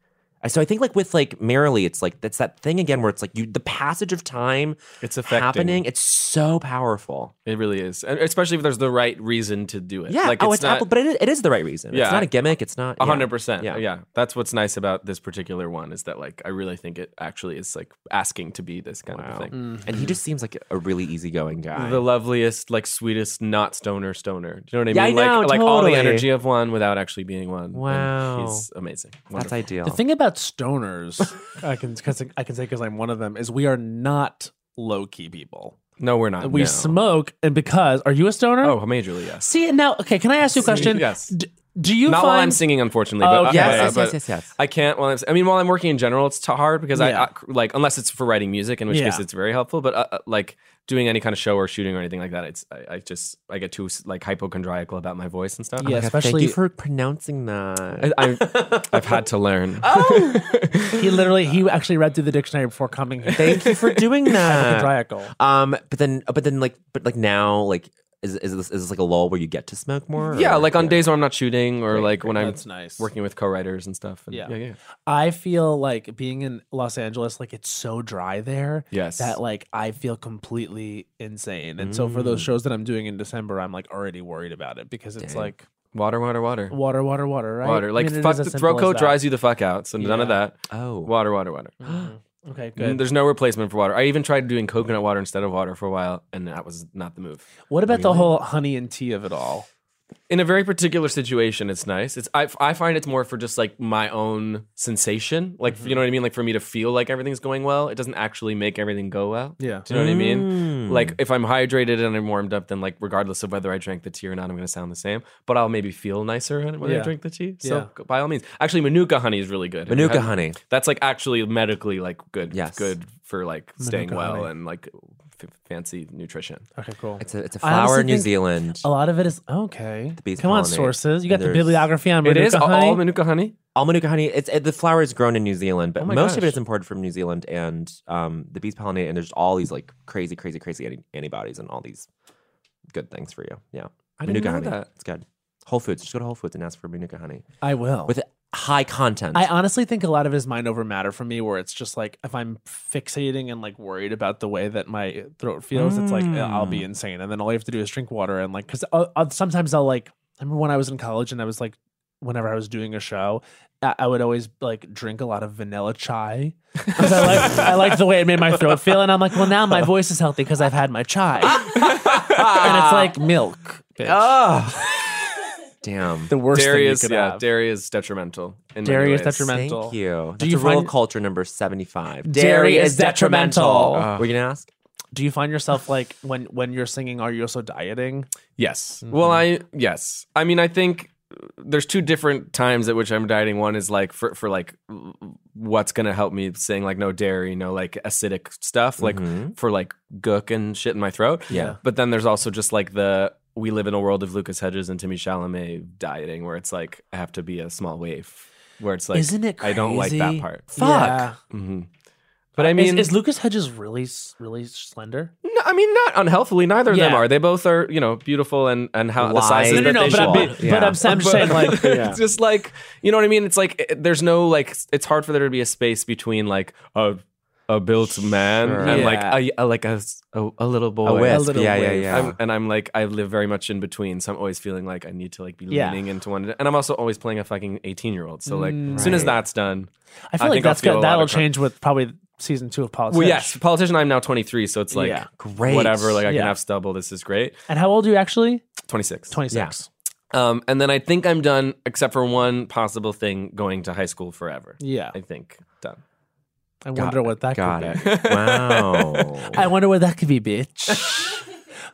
Speaker 1: I- So I think like with like Merrily, it's like that's that thing again where it's like you the passage of time
Speaker 5: It's affecting.
Speaker 1: happening. It's so powerful.
Speaker 5: It really is, and especially if there's the right reason to do it.
Speaker 1: Yeah.
Speaker 5: like
Speaker 1: oh,
Speaker 5: it's,
Speaker 1: it's,
Speaker 5: not
Speaker 1: Apple, but it is, it is the right reason.
Speaker 5: Yeah,
Speaker 1: It's not
Speaker 5: I-
Speaker 1: a gimmick. It's not
Speaker 5: a
Speaker 1: yeah.
Speaker 5: hundred percent.
Speaker 1: Yeah.
Speaker 5: Yeah, that's what's nice about this particular one is that like I really think it actually is like asking to be this kind of
Speaker 1: Wow.
Speaker 5: thing.
Speaker 1: Mm-hmm. And he just seems like a really easygoing guy.
Speaker 5: The loveliest, like sweetest, not stoner stoner. Do you know what
Speaker 1: Yeah,
Speaker 5: I
Speaker 1: I
Speaker 5: mean?
Speaker 1: know,
Speaker 5: like, like all the
Speaker 1: totally.
Speaker 5: energy of one without actually being one. And
Speaker 1: Wow.
Speaker 5: he's amazing.
Speaker 1: that's
Speaker 5: Wonderful.
Speaker 1: ideal.
Speaker 3: The thing about stoners, I can 'cause I can say because I'm one of them, is we are not low key people.
Speaker 5: no, we're not.
Speaker 3: We
Speaker 5: no.
Speaker 3: smoke, and because are you a stoner?
Speaker 5: Oh, majorly yes.
Speaker 3: See now, okay. Can I ask you a question?
Speaker 5: Yes.
Speaker 3: D- do you
Speaker 5: Not
Speaker 3: find
Speaker 5: while I'm singing, unfortunately.
Speaker 3: Oh,
Speaker 5: but,
Speaker 3: yes,
Speaker 5: but-
Speaker 1: yes, yes,
Speaker 5: but
Speaker 1: yes, yes.
Speaker 5: I can't while I'm. I mean, while I'm working in general, it's t- hard because I,
Speaker 3: Yeah.
Speaker 5: I- like unless it's for writing music, in which
Speaker 3: Yeah.
Speaker 5: case it's very helpful. But uh, uh, like doing any kind of show or shooting or anything like that, it's I, I just I get too like hypochondriacal about my voice and stuff.
Speaker 3: Yeah,
Speaker 1: God,
Speaker 3: especially
Speaker 1: Thank you for pronouncing that.
Speaker 5: I, I, I've had to learn.
Speaker 3: Oh, he literally he actually read through the dictionary before coming. here.
Speaker 1: Thank you for doing that.
Speaker 3: Hypochondriacal.
Speaker 1: um, but then, but then, like, but like now, like, is is this, is this like a lull where you get to smoke more?
Speaker 5: yeah,
Speaker 1: or-
Speaker 5: like on days where I'm not shooting or like when I'm
Speaker 3: That's nice.
Speaker 5: working with co-writers and stuff. And
Speaker 3: Yeah.
Speaker 5: yeah, yeah.
Speaker 3: I feel like being in Los Angeles, like it's so dry there.
Speaker 5: Yes.
Speaker 3: That like I feel completely insane. And so for those
Speaker 5: Mm.
Speaker 3: shows that I'm doing in December, I'm like already worried about it because it's like
Speaker 5: Water, water, water,
Speaker 3: water, water, water, right?
Speaker 5: water.
Speaker 3: I
Speaker 5: Like
Speaker 3: mean, it
Speaker 5: fuck,
Speaker 3: is as
Speaker 5: the
Speaker 3: simple
Speaker 5: throat coat
Speaker 3: as that.
Speaker 5: dries you the fuck out. So none of that.
Speaker 1: Oh,
Speaker 5: Water, water, water.
Speaker 3: Okay,
Speaker 5: Mm,
Speaker 3: good.
Speaker 5: There's no replacement for water. I even tried doing coconut water instead of water for a while, and that was not the move.
Speaker 3: What about
Speaker 5: Mm.
Speaker 3: the whole honey and tea of it all?
Speaker 5: In a very particular situation, it's nice. It's I, I find it's more for just like my own sensation, like
Speaker 3: Mm-hmm.
Speaker 5: you know what I mean, like for me to feel like everything's going well. It doesn't actually make everything go well.
Speaker 3: Yeah. Mm.
Speaker 5: do you know what I mean? Like if I'm hydrated and I'm warmed up, then like regardless of whether I drank the tea or not, I'm going to sound the same. But I'll maybe feel nicer when I
Speaker 3: Yeah.
Speaker 5: drink the tea. So by all means, actually, manuka honey is really good. Have you
Speaker 1: Manuka
Speaker 5: had-
Speaker 1: honey.
Speaker 5: That's like actually medically like good.
Speaker 1: Yes.
Speaker 5: good for like staying
Speaker 3: Manuka
Speaker 5: well
Speaker 3: honey.
Speaker 5: and like f- fancy nutrition.
Speaker 3: Okay, cool.
Speaker 1: It's a it's a
Speaker 3: I honestly
Speaker 1: flower in New
Speaker 3: think
Speaker 1: Zealand.
Speaker 3: A lot of it is okay.
Speaker 1: bees
Speaker 3: Come on,
Speaker 1: pollinate,
Speaker 3: sources. You got
Speaker 1: and
Speaker 3: the
Speaker 1: there's-
Speaker 3: bibliography on
Speaker 5: it is
Speaker 3: Manuka
Speaker 5: all-
Speaker 3: honey?
Speaker 5: all manuka honey.
Speaker 1: All manuka honey. It's it, the flower is grown in New Zealand, but most of it
Speaker 3: gosh.
Speaker 1: is imported from New Zealand, and um, the bees pollinate, and there's all these like crazy, crazy, crazy anti- antibodies and all these good things for you. Yeah,
Speaker 5: I didn't
Speaker 1: manuka
Speaker 5: know
Speaker 1: honey.
Speaker 5: that.
Speaker 1: It's good. Whole Foods. Just go to Whole Foods and ask for manuka honey
Speaker 3: I will.
Speaker 1: with high content.
Speaker 3: Oh. I honestly think a lot of it is mind over matter for me, where it's just like if I'm fixating and like worried about the way that my throat feels, it's like "Eh, I'll be insane. And then all you have to do is drink water and like, because uh, uh, sometimes I'll like, I remember when I was in college and I was like, whenever I was doing a show, I, I would always like drink a lot of vanilla chai because I like I liked the way it made my throat feel, and I'm like, well, now my voice is healthy because I've had my chai, and it's like milk. bitch.
Speaker 1: Damn.
Speaker 3: the worst
Speaker 5: Dairy
Speaker 3: thing you
Speaker 5: is
Speaker 3: could
Speaker 5: yeah,
Speaker 3: have.
Speaker 5: dairy is detrimental. in many
Speaker 3: Dairy is
Speaker 5: ways.
Speaker 1: Thank
Speaker 3: detrimental.
Speaker 1: you. That's
Speaker 3: you
Speaker 1: a rule
Speaker 3: find-
Speaker 1: of culture number seventy-five.
Speaker 3: Dairy is detrimental.
Speaker 1: Uh, Were you gonna ask?
Speaker 3: do you find yourself like when when you're singing are you also dieting
Speaker 5: Yes.
Speaker 3: Mm-hmm.
Speaker 5: Well, I yes. I mean, I think there's two different times at which I'm dieting. One is like for for like what's gonna help me saying like no dairy, no like acidic stuff, like
Speaker 3: Mm-hmm.
Speaker 5: for like gook and shit in my throat.
Speaker 1: Yeah.
Speaker 5: But then there's also just like the we live in a world of Lucas Hedges and Timmy Chalamet dieting, where it's like I have to be a small waif. Where it's like
Speaker 3: Isn't it
Speaker 5: I don't like that
Speaker 3: crazy?
Speaker 5: part.
Speaker 3: fuck
Speaker 5: hmm But I mean,
Speaker 3: is, is lucas hedges really s- really slender
Speaker 5: No, I mean, not unhealthily. Neither of them
Speaker 3: Yeah.
Speaker 5: are. They both are, you know, beautiful and and how the
Speaker 1: Wise.
Speaker 5: sizes
Speaker 1: No, no,
Speaker 5: that
Speaker 1: no,
Speaker 5: they
Speaker 3: but,
Speaker 5: should
Speaker 3: I'm,
Speaker 5: be.
Speaker 3: but I'm, I'm just saying like
Speaker 5: it's just like you know what I mean. It's like it, there's no like s- it's hard for there to be a space between like a a built man
Speaker 1: Sure.
Speaker 5: and
Speaker 3: Yeah.
Speaker 5: like a, a like a, s- a- a little boy.
Speaker 1: wisp,
Speaker 5: little
Speaker 1: yeah, yeah,
Speaker 5: waif.
Speaker 1: yeah.
Speaker 5: I'm- and I'm like I live very much in between, so I'm always feeling like I need to like be
Speaker 3: Yeah.
Speaker 5: leaning into one. And I'm also always playing a fucking 18 year old. So like
Speaker 3: Mm.
Speaker 5: as soon as that's done,
Speaker 3: i feel
Speaker 5: I
Speaker 3: like
Speaker 5: think I'll
Speaker 3: that's
Speaker 5: feel
Speaker 3: good
Speaker 5: a lot
Speaker 3: that'll
Speaker 5: of con-
Speaker 3: change with probably season two of politics
Speaker 5: well, yes, politician. I'm now 23, so it's like
Speaker 3: Yeah.
Speaker 1: Great.
Speaker 5: whatever. Like I
Speaker 3: Yeah.
Speaker 5: can have stubble. This is great.
Speaker 3: and how old are you actually
Speaker 5: 26.
Speaker 3: 26
Speaker 5: Um, and then I think I'm done, except for one possible thing: going to high school forever.
Speaker 3: yeah,
Speaker 5: I think done.
Speaker 3: i wonder what that
Speaker 1: Got
Speaker 3: could
Speaker 1: it. Wow.
Speaker 3: be i wonder what that could be bitch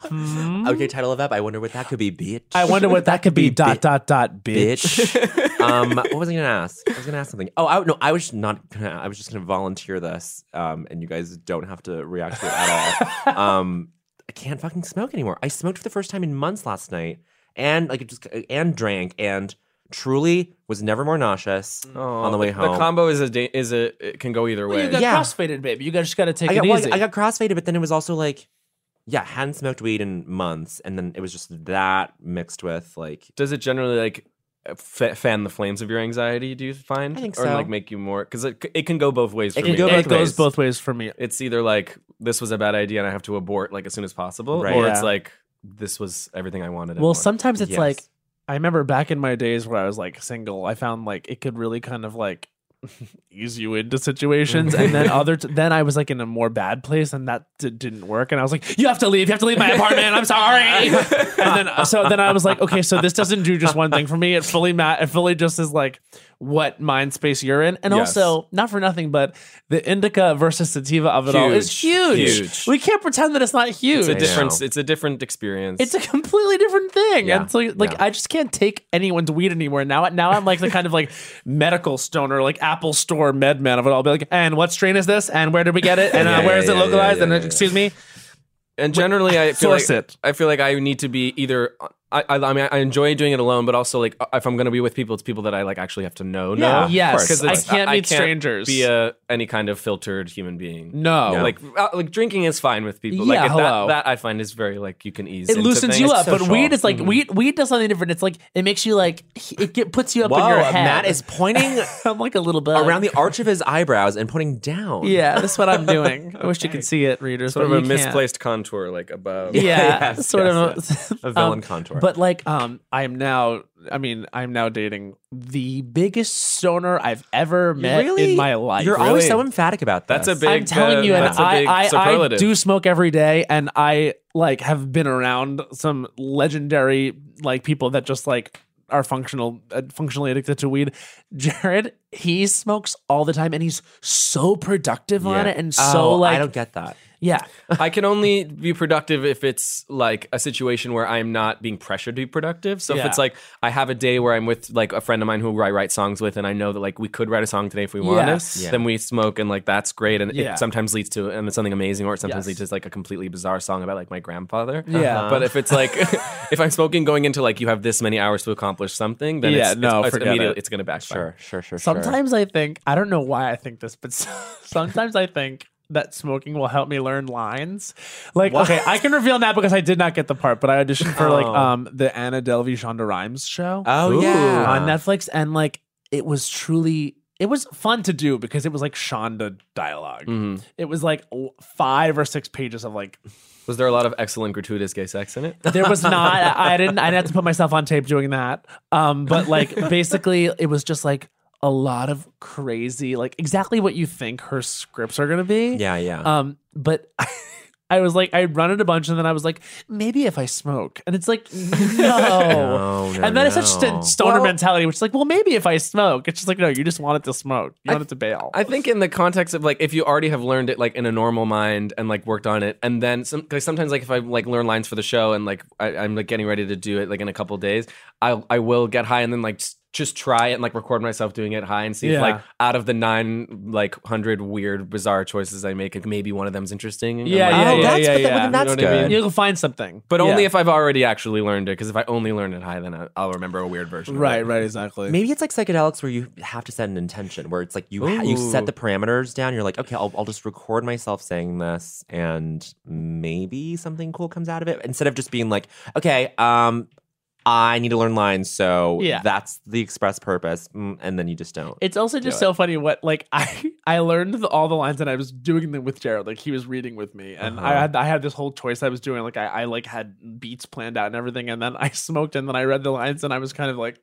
Speaker 1: okay, title of up. I wonder what that could be, bitch.
Speaker 3: i wonder what that could be dot dot dot bitch
Speaker 1: bitch. um, what was I gonna ask? I was gonna ask something. Oh, I, no, I was just not. Gonna, I was just gonna volunteer this, um, and you guys don't have to react to it at all. um, I can't fucking smoke anymore. I smoked for the first time in months last night, and like it just and drank, and truly was never more nauseous on the way home.
Speaker 5: Oh, the combo is a da- is a it can go either way.
Speaker 1: got Yeah.
Speaker 3: crossfaded baby you got, just gotta take
Speaker 1: I
Speaker 3: it
Speaker 1: got, well, I-
Speaker 3: easy
Speaker 1: I got crossfaded, but then it was also like, yeah, hadn't smoked weed in months, and then it was just that mixed with like
Speaker 5: Does it generally like fa- fan the flames of your anxiety? Do you find?
Speaker 1: I think
Speaker 5: Or
Speaker 1: so.
Speaker 5: like make you more because it, c- it can go both ways.
Speaker 1: It
Speaker 5: for
Speaker 1: can
Speaker 5: me.
Speaker 1: go
Speaker 3: it
Speaker 1: both
Speaker 3: goes
Speaker 1: ways.
Speaker 3: both ways for me.
Speaker 5: It's either like this was a bad idea and I have to abort like as soon as possible,
Speaker 1: Right.
Speaker 5: or
Speaker 3: Yeah.
Speaker 5: it's like this was everything I wanted. and
Speaker 3: Well,
Speaker 5: more.
Speaker 3: sometimes it's
Speaker 1: Yes.
Speaker 3: like I remember back in my days where I was like single, I found like it could really kind of like ease you into situations, and then other t- then I was like in a more bad place, and that d- didn't work, and I was like, you have to leave, you have to leave my apartment, I'm sorry, and then so then I was like, okay, so this doesn't do just one thing for me. It fully ma- it fully just is like what mind space you're in, and
Speaker 5: Yes.
Speaker 3: also not for nothing, but the indica versus sativa of it all is huge.
Speaker 5: Huge. Huge.
Speaker 3: We can't pretend that it's not huge.
Speaker 5: it's a
Speaker 1: I know.
Speaker 5: different it's a different experience.
Speaker 3: It's a completely different thing.
Speaker 5: Yeah,
Speaker 3: And so like
Speaker 5: yeah.
Speaker 3: I just can't take anyone's weed anymore. Now now I'm like the kind of like medical stoner, like Apple store med man of it all. I'll be like, and what strain is this? And where did we get it? And uh,
Speaker 5: Yeah,
Speaker 3: where
Speaker 5: yeah,
Speaker 3: is it
Speaker 5: yeah, yeah,
Speaker 3: localized?
Speaker 5: yeah,
Speaker 3: and
Speaker 5: yeah,
Speaker 3: uh,
Speaker 5: yeah.
Speaker 3: excuse me.
Speaker 5: and generally I feel
Speaker 3: source
Speaker 5: like
Speaker 3: it.
Speaker 5: I feel like I need to be either I, I I mean I enjoy doing it alone, but also like uh, if I'm gonna be with people, it's people that I like actually have to know.
Speaker 3: Yeah,
Speaker 5: now.
Speaker 3: yes.
Speaker 5: Of course. 'Cause
Speaker 3: I
Speaker 5: it's-
Speaker 3: can't meet strangers.
Speaker 5: Be a any kind of filtered human being.
Speaker 3: No.
Speaker 5: Like uh, like drinking is fine with people.
Speaker 3: Yeah,
Speaker 5: like if
Speaker 3: hello.
Speaker 5: that, that I find is very like you can ease.
Speaker 3: It
Speaker 5: into
Speaker 3: loosens
Speaker 5: things.
Speaker 3: you
Speaker 5: It's
Speaker 3: up, but
Speaker 5: social.
Speaker 3: weed is like weed. Weed does something different. It's like it makes you like it get, puts you up in
Speaker 1: Whoa,
Speaker 3: your head.
Speaker 1: Matt is pointing
Speaker 3: I'm like a little bit
Speaker 1: around the arch of his eyebrows and pointing down.
Speaker 3: Yeah, that's what I'm doing. I wish you could see it, readers.
Speaker 5: sort of
Speaker 3: but
Speaker 5: a
Speaker 3: you can't.
Speaker 5: misplaced contour like above.
Speaker 3: yeah,
Speaker 1: Yes,
Speaker 3: sort
Speaker 1: yes,
Speaker 3: of a,
Speaker 1: A villain
Speaker 3: um,
Speaker 1: contour.
Speaker 3: But like, um, I'm now. I mean, I'm now dating the biggest stoner I've ever met in my life.
Speaker 1: You're always uh, so emphatic about this.
Speaker 5: That's a big uh,
Speaker 3: I'm telling you, and
Speaker 5: that's a big
Speaker 3: I, I, I
Speaker 5: superlative.
Speaker 3: do smoke every day, and I like have been around some legendary like people that just like are functional, uh, functionally addicted to weed. Jared, he smokes all the time, and he's so productive on
Speaker 5: Yeah.
Speaker 3: it, and
Speaker 1: Oh,
Speaker 3: so like,
Speaker 1: I don't get that.
Speaker 3: yeah,
Speaker 5: I can only be productive if it's like a situation where I'm not being pressured to be productive. So
Speaker 3: Yeah.
Speaker 5: if it's like I have a day where I'm with like a friend of mine who I write songs with, and I know that like we could write a song today if we wanted,
Speaker 3: Yes.
Speaker 5: then we smoke and like that's great, and
Speaker 3: Yeah.
Speaker 5: it sometimes leads to and it's something amazing, or it sometimes
Speaker 3: Yes.
Speaker 5: leads to like a completely bizarre song about like my grandfather.
Speaker 3: Yeah. Uh-huh.
Speaker 5: but if it's like if I'm smoking going into like you have this many hours to accomplish something, then
Speaker 3: Yeah,
Speaker 5: it's,
Speaker 3: no,
Speaker 5: it's, it's
Speaker 3: forget
Speaker 5: immediately
Speaker 3: it.
Speaker 5: it's gonna backfire.
Speaker 1: sure, sure.
Speaker 3: Sometimes I think I don't know why I think this, but sometimes I think that smoking will help me learn lines. Like, okay, I can reveal now because I did not get the part, but I auditioned for like um the Anna Delvey Shonda Rhimes show
Speaker 1: Oh
Speaker 5: Ooh.
Speaker 1: yeah.
Speaker 3: on Netflix, and like it was truly. It was fun to do because it was like Shonda dialog
Speaker 1: Mm-hmm.
Speaker 5: Mhm.
Speaker 3: It was like l- five or six pages of like
Speaker 5: Was there a lot of excellent gratuitous gay sex in it?
Speaker 3: there was not. I I didn't. I didn't have to put myself on tape doing that. Um, but like basically, it was just like a lot of crazy, like exactly what you think her scripts are gonna be.
Speaker 1: Yeah, yeah.
Speaker 3: Um, but. I was like, I run it a bunch, and then I was like, maybe if I smoke, and it's like, no.
Speaker 1: No, no,
Speaker 3: and that is such
Speaker 1: no.
Speaker 3: a stoner
Speaker 5: Well-
Speaker 3: mentality, which is like, well, maybe if I smoke, it's just like, no, you just want it to smoke, you
Speaker 5: I-
Speaker 3: want it to bail.
Speaker 5: I think in the context of like if you already have learned it like in a normal mind and like worked on it and then some cause sometimes like if I like learn lines for the show and like I, I'm like getting ready to do it like in a couple days I I will get high and then like s- just try it and like record myself doing it high and see
Speaker 3: Yeah.
Speaker 5: if like out of the nine like hundred weird bizarre choices I make like, maybe one of them's interesting and,
Speaker 3: Yeah,
Speaker 5: like,
Speaker 3: yeah,
Speaker 5: I'll
Speaker 1: oh,
Speaker 3: yeah,
Speaker 1: that's
Speaker 5: like-
Speaker 3: yeah,
Speaker 1: but
Speaker 3: yeah.
Speaker 1: then, well, then
Speaker 5: You
Speaker 1: that's
Speaker 5: know what I mean?
Speaker 1: good.
Speaker 3: you'll find something,
Speaker 5: but only
Speaker 3: Yeah.
Speaker 5: if I've already actually learned it because if I only learn it high then I, I'll remember a weird version of
Speaker 3: right,
Speaker 5: it.
Speaker 3: right, exactly.
Speaker 1: Maybe it's like psychedelics where you have to set an intention, where it's like you ha- you set
Speaker 5: Ooh.
Speaker 1: the parameters down. You're like, okay, I'll, I'll just record myself saying this, and maybe something cool comes out of it. Instead of just being like, okay, um, I need to learn lines, so
Speaker 3: Yeah.
Speaker 1: that's the express purpose, mm, and then you just don't.
Speaker 3: It's also just
Speaker 1: it.
Speaker 3: so funny what like I I learned the, all the lines and I was doing them with Jared like he was reading with me and I
Speaker 1: Uh-huh.
Speaker 3: had I had this whole choice I was doing like I, I like had beats planned out and everything and then I smoked and then I read the lines and I was kind of like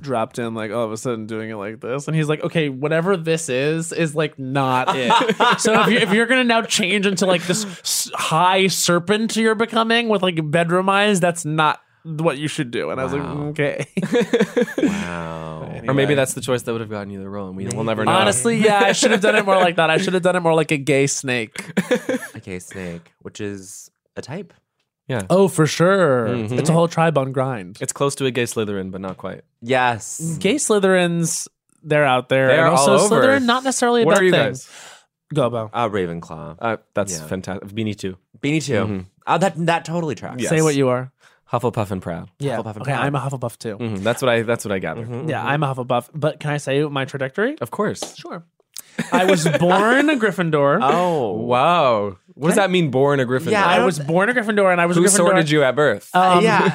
Speaker 3: dropped in like all of a sudden doing it like this and he's like okay whatever this is is like not it so if you're, if you're gonna now change into like this s- high serpent you're becoming with like bedroom eyes that's not what you should do and I was like "Mm,
Speaker 1: Wow.
Speaker 3: okay
Speaker 1: wow.
Speaker 5: or maybe that's the choice that would have gotten you the role and we, we'll never know
Speaker 3: Honestly, yeah, I should have done it more like that. I should have done it more like a gay snake.
Speaker 1: Okay, snake, which is a type.
Speaker 3: Oh, for sure.
Speaker 5: Mhm.
Speaker 3: It's a whole tribe on grind.
Speaker 5: it's close to a gay Slytherin but not quite
Speaker 1: Yes.
Speaker 3: Gay Slytherins, they're out there.
Speaker 5: They're
Speaker 3: And also
Speaker 5: all over.
Speaker 3: Slytherin, not necessarily a
Speaker 5: what
Speaker 3: bad
Speaker 5: are you
Speaker 3: thing.
Speaker 5: guys.
Speaker 3: Gobo.
Speaker 1: Uh, Ravenclaw.
Speaker 5: Uh, mm-hmm. that's
Speaker 1: Yeah.
Speaker 5: fantastic. Beanie too.
Speaker 1: Beanie too. Uh, that that totally tracks.
Speaker 3: Say what you are.
Speaker 5: Hufflepuff and Mm-hmm. Proud.
Speaker 3: Yeah.
Speaker 1: Hufflepuff and
Speaker 3: okay,
Speaker 1: Proud.
Speaker 3: I'm a Hufflepuff too.
Speaker 1: Mm-hmm.
Speaker 5: Mhm, That's what I. That's what I gather.
Speaker 3: Yeah, I'm a Hufflepuff. But can I say my trajectory?
Speaker 5: Of course.
Speaker 3: Sure. I was born a Gryffindor.
Speaker 5: Uh,
Speaker 1: Oh,
Speaker 5: Wow. What does that mean, born a Gryffindor?
Speaker 1: Yeah, Uh, I
Speaker 3: I
Speaker 1: don't-
Speaker 3: was born a Gryffindor, and I was a
Speaker 5: Who
Speaker 3: Gryffindor.
Speaker 5: sorted you at birth?
Speaker 3: Um,
Speaker 1: yeah.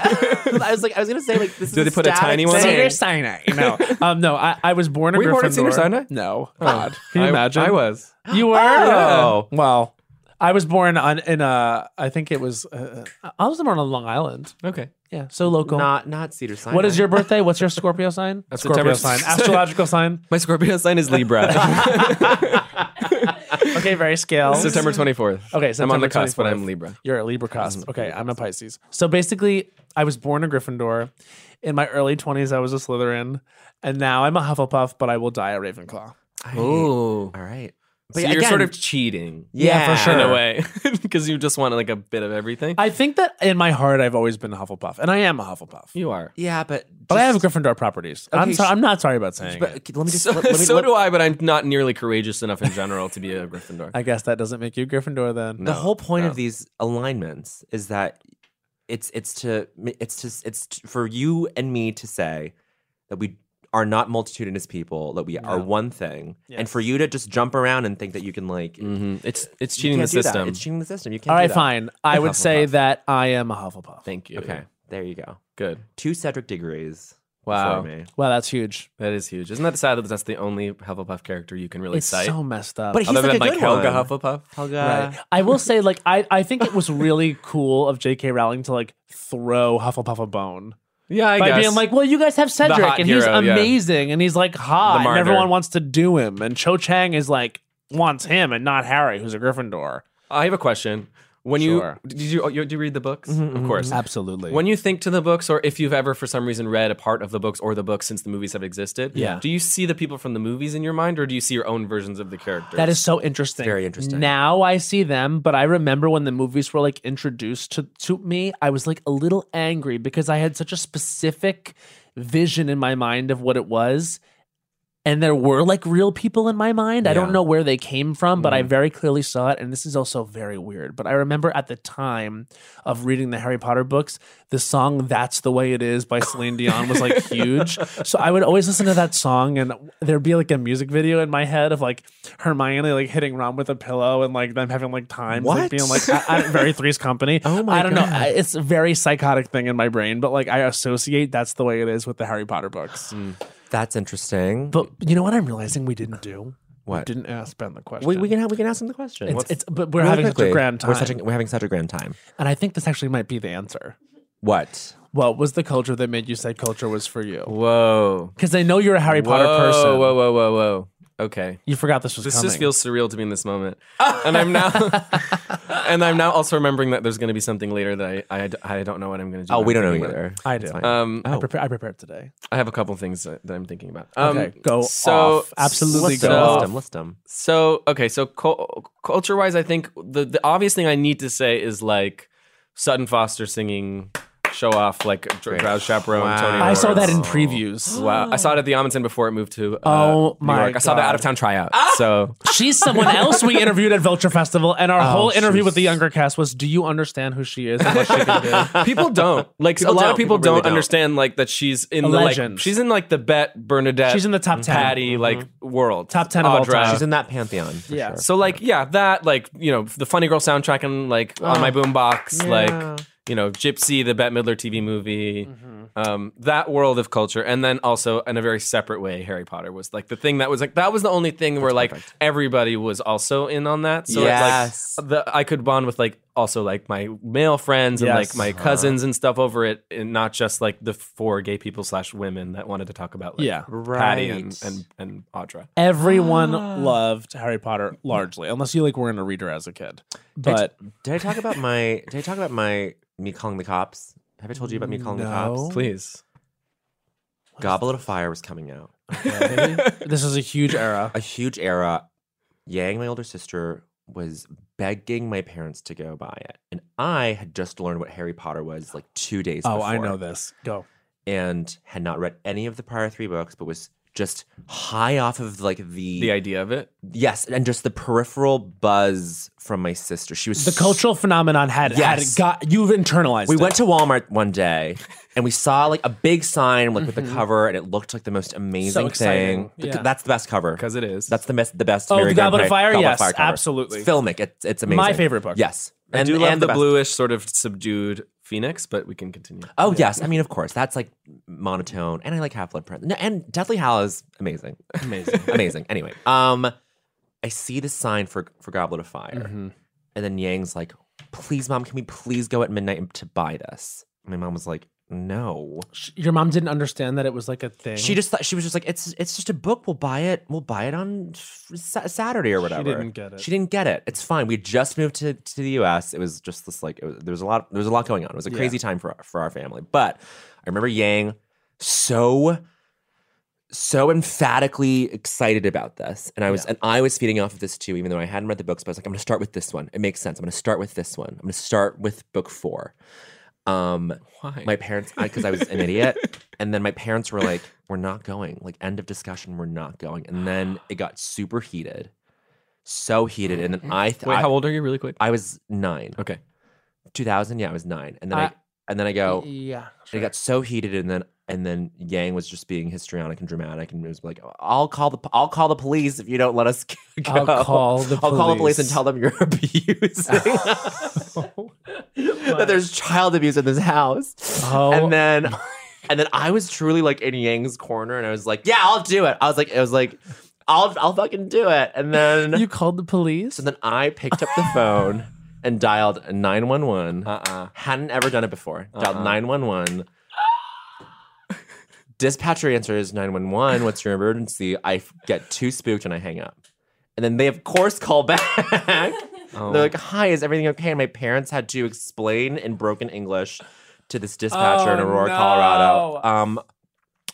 Speaker 1: I was like, I was gonna say like this.
Speaker 5: Did
Speaker 1: is
Speaker 5: they put a
Speaker 1: static
Speaker 5: tiny one on
Speaker 1: thing.
Speaker 3: Senior
Speaker 5: there?
Speaker 3: Sinai. No, um, no, I, I was born a
Speaker 5: Were you
Speaker 3: Gryffindor.
Speaker 5: born at Senior Sinai? Oh.
Speaker 3: No, God, can you
Speaker 5: I-
Speaker 3: imagine?
Speaker 5: I was.
Speaker 3: You were.
Speaker 5: Oh.
Speaker 3: Well, I was born on in a. I think it was. Uh, I was born on Long Island.
Speaker 5: Okay.
Speaker 3: Yeah, so local.
Speaker 1: Not not Cedar Sinai.
Speaker 3: what is your birthday? What's your Scorpio sign? Scorpio
Speaker 5: September
Speaker 3: sign.
Speaker 5: 6th.
Speaker 3: Astrological sign.
Speaker 5: My Scorpio sign is Libra.
Speaker 3: Okay, very
Speaker 1: Oh.
Speaker 3: scale.
Speaker 5: September 24th.
Speaker 3: Okay,
Speaker 5: I'm
Speaker 3: September
Speaker 5: on the cusp, but
Speaker 3: 24th.
Speaker 5: I'm Libra.
Speaker 3: You're a Libra cusp. Mm-hmm. Okay, I'm a Pisces. So basically, I was born a Gryffindor. In my early 20s, I was a Slytherin, and now I'm a Hufflepuff, but I will die a Ravenclaw.
Speaker 5: Oh.
Speaker 1: All right.
Speaker 5: So
Speaker 1: yeah,
Speaker 5: you're
Speaker 1: again-
Speaker 5: sort of cheating.
Speaker 1: Yeah, for
Speaker 5: In
Speaker 1: sure.
Speaker 5: a way. Because you just want like a bit of everything.
Speaker 3: I think that in my heart, I've always been a Hufflepuff, and I am a Hufflepuff.
Speaker 5: you are.
Speaker 1: Yeah, but
Speaker 3: but I have
Speaker 1: just-
Speaker 3: Gryffindor properties. I'm,
Speaker 1: Okay,
Speaker 3: so-
Speaker 1: sh-
Speaker 3: I'm not sorry about saying
Speaker 1: But
Speaker 3: it.
Speaker 1: okay, let me just.
Speaker 5: So,
Speaker 1: let, let me,
Speaker 5: so
Speaker 1: let-
Speaker 5: do I, but I'm not nearly courageous enough in general to be a Gryffindor.
Speaker 3: I guess that doesn't make you Gryffindor then.
Speaker 1: The
Speaker 5: No,
Speaker 1: whole point
Speaker 5: no.
Speaker 1: of these alignments is that it's it's to it's to it's t for you and me to say that we are not multitudinous people that we are one thing, and for you to just jump around and think that you can like you
Speaker 5: Mhm. It's it's
Speaker 1: can't
Speaker 5: cheating the
Speaker 1: do that.
Speaker 5: system.
Speaker 1: It's cheating the system. You can't.
Speaker 3: All
Speaker 1: do
Speaker 3: right,
Speaker 1: that.
Speaker 3: fine. I would say
Speaker 1: Hufflepuff.
Speaker 3: that I am a Hufflepuff.
Speaker 5: Thank you.
Speaker 1: Okay, there you go.
Speaker 5: Good.
Speaker 1: Two Cedric degrees.
Speaker 5: Wow.
Speaker 1: For me.
Speaker 3: Wow, that's huge.
Speaker 5: That is huge. Isn't that sad that that's the only Hufflepuff character you can really
Speaker 3: It's
Speaker 5: cite?
Speaker 3: so messed up.
Speaker 1: But he's
Speaker 5: Other
Speaker 1: like
Speaker 5: than
Speaker 1: a
Speaker 5: like
Speaker 1: good
Speaker 5: Helga
Speaker 1: one.
Speaker 5: Hufflepuff.
Speaker 1: Helga.
Speaker 3: Right. I will say, like, I, I think it was really cool of J.K. Rowling to like throw Hufflepuff a bone
Speaker 5: Yeah, I
Speaker 3: by
Speaker 5: guess.
Speaker 3: being like, "Well, you guys have Cedric,
Speaker 5: hot
Speaker 3: and he's
Speaker 5: hero, yeah.
Speaker 3: amazing, and he's like hot,
Speaker 5: The
Speaker 3: and
Speaker 5: martyr.
Speaker 3: everyone wants to do him, and Cho Chang is like wants him, and not Harry, who's a Gryffindor."
Speaker 5: I have a question. When
Speaker 3: Sure. Mm-hmm,
Speaker 5: you did you, oh, you do you read the books? of course.
Speaker 3: Absolutely.
Speaker 5: When you think to the books, or if you've ever for some reason read a part of the books or the books since the movies have existed,
Speaker 3: Yeah.
Speaker 5: do you see the people from the movies in your mind, or do you see your own versions of the characters?
Speaker 3: That is so interesting.
Speaker 1: very interesting.
Speaker 3: Now I see them, but I remember when the movies were like introduced to, to me, I was like a little angry because I had such a specific vision in my mind of what it was. And there were like real people in my mind. I don't know where they came from, but I
Speaker 1: Mm.
Speaker 3: very clearly saw it. And this is also very weird. But I remember at the time of reading the Harry Potter books, the song That's the Way It Is by Celine Dion was like huge. So I would always listen to that song and there'd be like a music video in my head of like Hermione like hitting Ron with a pillow and like them having like times like
Speaker 1: What?
Speaker 3: being like I, I, very Three's Company. Oh
Speaker 1: my
Speaker 3: I don't
Speaker 1: God.
Speaker 3: know. I, it's a very psychotic thing in my brain, but like I associate That's the Way It Is with the Harry Potter books.
Speaker 1: That's interesting.
Speaker 3: But you know what I'm realizing we didn't do?
Speaker 1: What?
Speaker 3: We didn't ask Ben the question.
Speaker 1: we, we can have, we can ask him the question.
Speaker 3: It's,
Speaker 1: What's-
Speaker 3: it's, but we're
Speaker 1: really
Speaker 3: having such
Speaker 1: quickly.
Speaker 3: a grand time.
Speaker 1: We're, such a, we're having such a grand time.
Speaker 3: and I think this actually might be the answer.
Speaker 1: What?
Speaker 3: What was the culture that made you say culture was for you?
Speaker 5: whoa,
Speaker 3: Because I know you're a Harry Potter
Speaker 5: whoa,
Speaker 3: person.
Speaker 5: Whoa, whoa, whoa, whoa. Okay,
Speaker 3: You forgot this was
Speaker 5: this
Speaker 3: coming.
Speaker 5: just feels surreal to me in this moment, and I'm now, and I'm now also remembering that there's going to be something later that I, I I don't know what I'm going to do.
Speaker 1: Oh, we
Speaker 5: I'm
Speaker 1: don't know
Speaker 5: thinking about
Speaker 1: either.
Speaker 3: I do.
Speaker 5: it. Um,
Speaker 1: Oh.
Speaker 3: I, prepare, I prepared today.
Speaker 5: I have a couple things that, that I'm thinking about. Um,
Speaker 3: Okay, go off. Absolutely
Speaker 1: List
Speaker 3: go
Speaker 1: them,
Speaker 3: off.
Speaker 1: list them, list them.
Speaker 5: So okay, so cul culture wise, I think the the obvious thing I need to say is like Sutton Foster singing "Show Off" like Dr- Drow's chaperone. Tony
Speaker 3: I saw that in
Speaker 5: Awards.
Speaker 3: previews.
Speaker 5: Wow, I saw it at the Amundsen before it moved to. Uh,
Speaker 3: Oh
Speaker 5: New
Speaker 3: my
Speaker 5: York. I saw the
Speaker 3: God.
Speaker 5: out of town tryout.
Speaker 3: Oh.
Speaker 5: So
Speaker 3: She's someone else we interviewed at Vulture Festival, and our
Speaker 5: Oh,
Speaker 3: whole interview with the younger cast was, "Do you understand who she is and what she can do?"
Speaker 5: people don't like a lot
Speaker 1: don't.
Speaker 5: of
Speaker 1: People
Speaker 5: people,
Speaker 1: really
Speaker 5: don't,
Speaker 1: don't.
Speaker 5: understand like that she's in
Speaker 3: A
Speaker 5: the
Speaker 3: legend.
Speaker 5: like she's in like the Bet Bernadette.
Speaker 3: She's in the top 10.
Speaker 5: Patty like world
Speaker 3: Top 10 of all
Speaker 5: Audra.
Speaker 3: time.
Speaker 1: She's in that pantheon. For
Speaker 3: Yeah.
Speaker 1: Sure.
Speaker 5: So like yeah, that like you know the Funny Girl soundtrack and like on
Speaker 3: Oh,
Speaker 5: my boombox, like you know Gypsy, the Bette Midler TV movie, um, that world of culture, and then also in a very separate way, Harry Potter was like the thing that was like that was the only thing where like everybody was also in on that. So
Speaker 1: Yes.
Speaker 5: it's like the, I could bond with like also like my male friends and
Speaker 3: Yes.
Speaker 5: like my cousins and stuff over it, and not just like the four gay people slash women that wanted to talk about like,
Speaker 3: Yeah.
Speaker 5: Patty and,
Speaker 1: Right.
Speaker 5: and and Audra.
Speaker 3: Everyone
Speaker 5: Ah.
Speaker 3: loved Harry Potter largely, unless you like were in a reader as a kid. But
Speaker 1: Did I talk about my? Did I talk about my me calling the cops? Have I told you about me calling the
Speaker 3: No.
Speaker 1: cops?
Speaker 5: Please.
Speaker 1: Goblet of Fire was coming out.
Speaker 3: this is a huge era.
Speaker 1: A huge era. Yang, my older sister, was begging my parents to go buy it, and I had just learned what Harry Potter was like two days.
Speaker 3: Oh,
Speaker 1: before.
Speaker 3: I know this. Go.
Speaker 1: and had not read any of the prior three books, but was just high off of like the,
Speaker 5: The idea of it.
Speaker 1: yes, and just the peripheral buzz from my sister. She was
Speaker 3: The
Speaker 1: so-
Speaker 3: cultural phenomenon had,
Speaker 1: Yes.
Speaker 3: had got you've internalized.
Speaker 1: We
Speaker 3: it.
Speaker 1: went to Walmart one day and we saw like a big sign like with the cover, and it looked like the most amazing
Speaker 3: Mm-hmm. exciting.
Speaker 1: thing. The-
Speaker 3: Yeah.
Speaker 1: That's the best cover
Speaker 5: Because it is.
Speaker 1: That's the best. The best.
Speaker 3: Oh,
Speaker 1: Mary
Speaker 3: the
Speaker 1: Grant
Speaker 3: Goblet of
Speaker 1: Price-
Speaker 3: Fire?
Speaker 1: Goblet
Speaker 3: Yes,
Speaker 1: of Fire cover.
Speaker 3: absolutely.
Speaker 1: It's filmic. It's it's amazing.
Speaker 3: favorite book.
Speaker 1: Yes,
Speaker 5: I do love the,
Speaker 1: best.
Speaker 5: bluish, sort of subdued phoenix, but we can continue.
Speaker 1: Oh yes, I mean of course that's like monotone, and I like Half Blood Prince, No, and Deathly Hallows amazing, amazing, amazing. Anyway, um, I see the sign for for Goblet of Fire, and then Yang's like, "Please, mom, can we please go at midnight to buy this?" My mom was like, "No."
Speaker 3: Sh- Your mom didn't understand that it was like a thing.
Speaker 1: She just thought she was just like it's it's just a book. We'll buy it. We'll buy it on Sa- Saturday or whatever.
Speaker 3: didn't get it.
Speaker 1: She didn't get it. It's fine. We had just moved to, to the U.S. It was just this like it was, there was a lot there was a lot going on. It was a crazy time for for our family. But I remember Yang so so emphatically excited about this, and I was and I was feeding off of this too, even though I hadn't read the books. But I was like, I'm going to start with this one. It makes sense. I'm going to start with this one. I'm going to start with book four. Um,
Speaker 5: Why?
Speaker 1: my parents because I, was an idiot and then my parents were like we're not going like end of discussion we're not going and then it got super heated so heated and then i th-
Speaker 5: Wait,
Speaker 1: I,
Speaker 5: how old are you, really quick?
Speaker 1: I was nine
Speaker 5: Okay.
Speaker 1: 2000 yeah i was nine and then i
Speaker 3: I-
Speaker 1: and then i go
Speaker 3: yeah.
Speaker 1: it got so heated and then and then yang was just being histrionic and dramatic and it was like i'll call the i'll call the police if you don't let us go
Speaker 3: I'll call the
Speaker 1: I'll call the police and
Speaker 3: police."
Speaker 1: tell them you're abusing that there's child abuse in this house.
Speaker 3: Oh
Speaker 1: and then and then I was truly like in Yang's corner and I was like, yeah, I'll do it. I was like, it was like, I'll I'll fucking do it. And then
Speaker 3: You called the police?
Speaker 1: so then I picked up the phone and dialed 911.
Speaker 5: Uh-uh.
Speaker 1: Hadn't ever done it before. Dialed
Speaker 3: Uh-uh.
Speaker 1: 911. Dispatcher answers 911. What's your emergency? I f- get too spooked and I hang up. And then they, of course, call back. They're like, Hi, is everything okay? And my parents had to explain in broken English to this dispatcher in
Speaker 3: Oh,
Speaker 1: Aurora,
Speaker 3: no.
Speaker 1: Colorado. Um,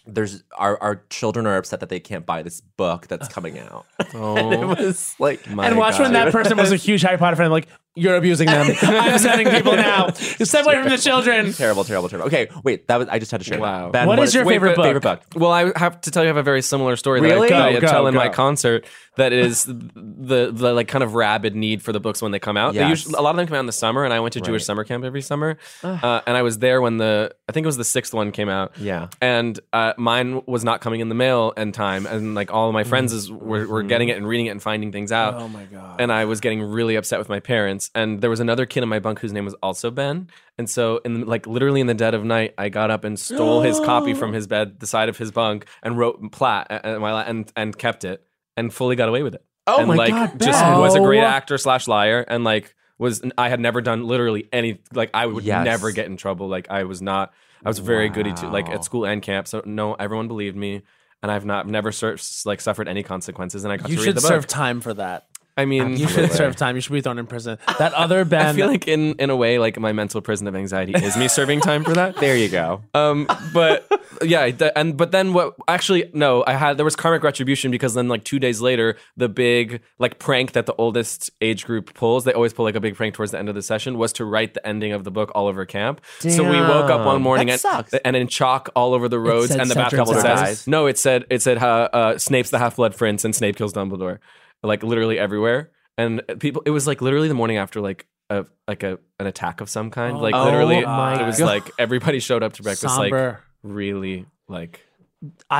Speaker 1: there's our, our children are upset that they can't buy this book that's coming out. and
Speaker 5: Oh
Speaker 1: it was like
Speaker 3: and watch when that person was a huge Harry Potter fan, like, you're abusing them. I'm sending people now. Step away from the children.
Speaker 1: terrible, terrible, terrible. Okay, wait, that was I just had to share. that.
Speaker 5: Wow.
Speaker 1: Ben,
Speaker 3: What is your
Speaker 1: wait, but-
Speaker 3: favorite book?
Speaker 1: Favorite book.
Speaker 5: Well, I have to tell you, I have a very similar story
Speaker 1: Really?
Speaker 5: that I,
Speaker 1: Go,
Speaker 5: that I
Speaker 3: go,
Speaker 5: tell in
Speaker 3: go.
Speaker 5: my concert. That is the the like kind of rabid need for the books when they come out. They
Speaker 1: Yes.
Speaker 5: usually, a lot of them come out in the summer, and I went to Jewish
Speaker 1: Right.
Speaker 5: summer camp every summer, uh, and I was there when the I think it was the sixth one came out.
Speaker 1: Yeah.
Speaker 5: and uh, mine was not coming in the mail in time, and like all of
Speaker 1: Mm.
Speaker 5: my friends is, were, were
Speaker 1: Mm-hmm.
Speaker 5: getting it and reading it and finding things out. Oh my god! And I was getting really upset with my parents. And there was another kid in my bunk whose name was also Ben. And so, in like literally in the dead of night, I got up and stole his copy from his bed, the side of his bunk, and wrote Platt uh, uh, my la- and and kept it and fully got away with it. Oh and,
Speaker 1: my
Speaker 5: like,
Speaker 1: God,
Speaker 5: Just
Speaker 3: Ben.
Speaker 5: was a great
Speaker 3: Oh.
Speaker 5: actor slash liar and like. Was I had never done literally any like I would
Speaker 1: Yes.
Speaker 5: never get in trouble like I was not I was very goody too, like
Speaker 1: Wow.
Speaker 5: at school and camp. So no, everyone believed me, and I've not never sur- like suffered any consequences. And I got
Speaker 3: You
Speaker 5: to read
Speaker 3: should
Speaker 5: the
Speaker 3: serve
Speaker 5: book.
Speaker 3: time for that.
Speaker 5: I mean,
Speaker 3: You should serve time. You should be thrown in prison. That other Ben.
Speaker 5: I feel like in in a way, like my mental prison of anxiety is me serving time for that.
Speaker 1: There you go.
Speaker 5: Um, but yeah, th- and but then what? Actually, no, I had there was karmic retribution because then like two days later, the big like prank that the oldest age group pulls, they always pull like a big prank towards the end of the session, was to write the ending of the book all over camp. So we woke up one morning
Speaker 1: That
Speaker 5: and,
Speaker 1: sucks.
Speaker 5: and in chalk all over the roads
Speaker 3: said
Speaker 5: and the
Speaker 3: such
Speaker 5: bathtub
Speaker 3: and
Speaker 5: it
Speaker 1: such.
Speaker 5: says no. It said it said uh, uh, Snape's the half blood prince and Snape kills Dumbledore, like literally everywhere. And people, it was like literally the morning after like. A, like a an attack of some kind, like
Speaker 3: Oh
Speaker 5: literally,
Speaker 3: my
Speaker 5: it was
Speaker 3: God.
Speaker 5: like everybody showed up to breakfast, like
Speaker 3: somber.
Speaker 5: really like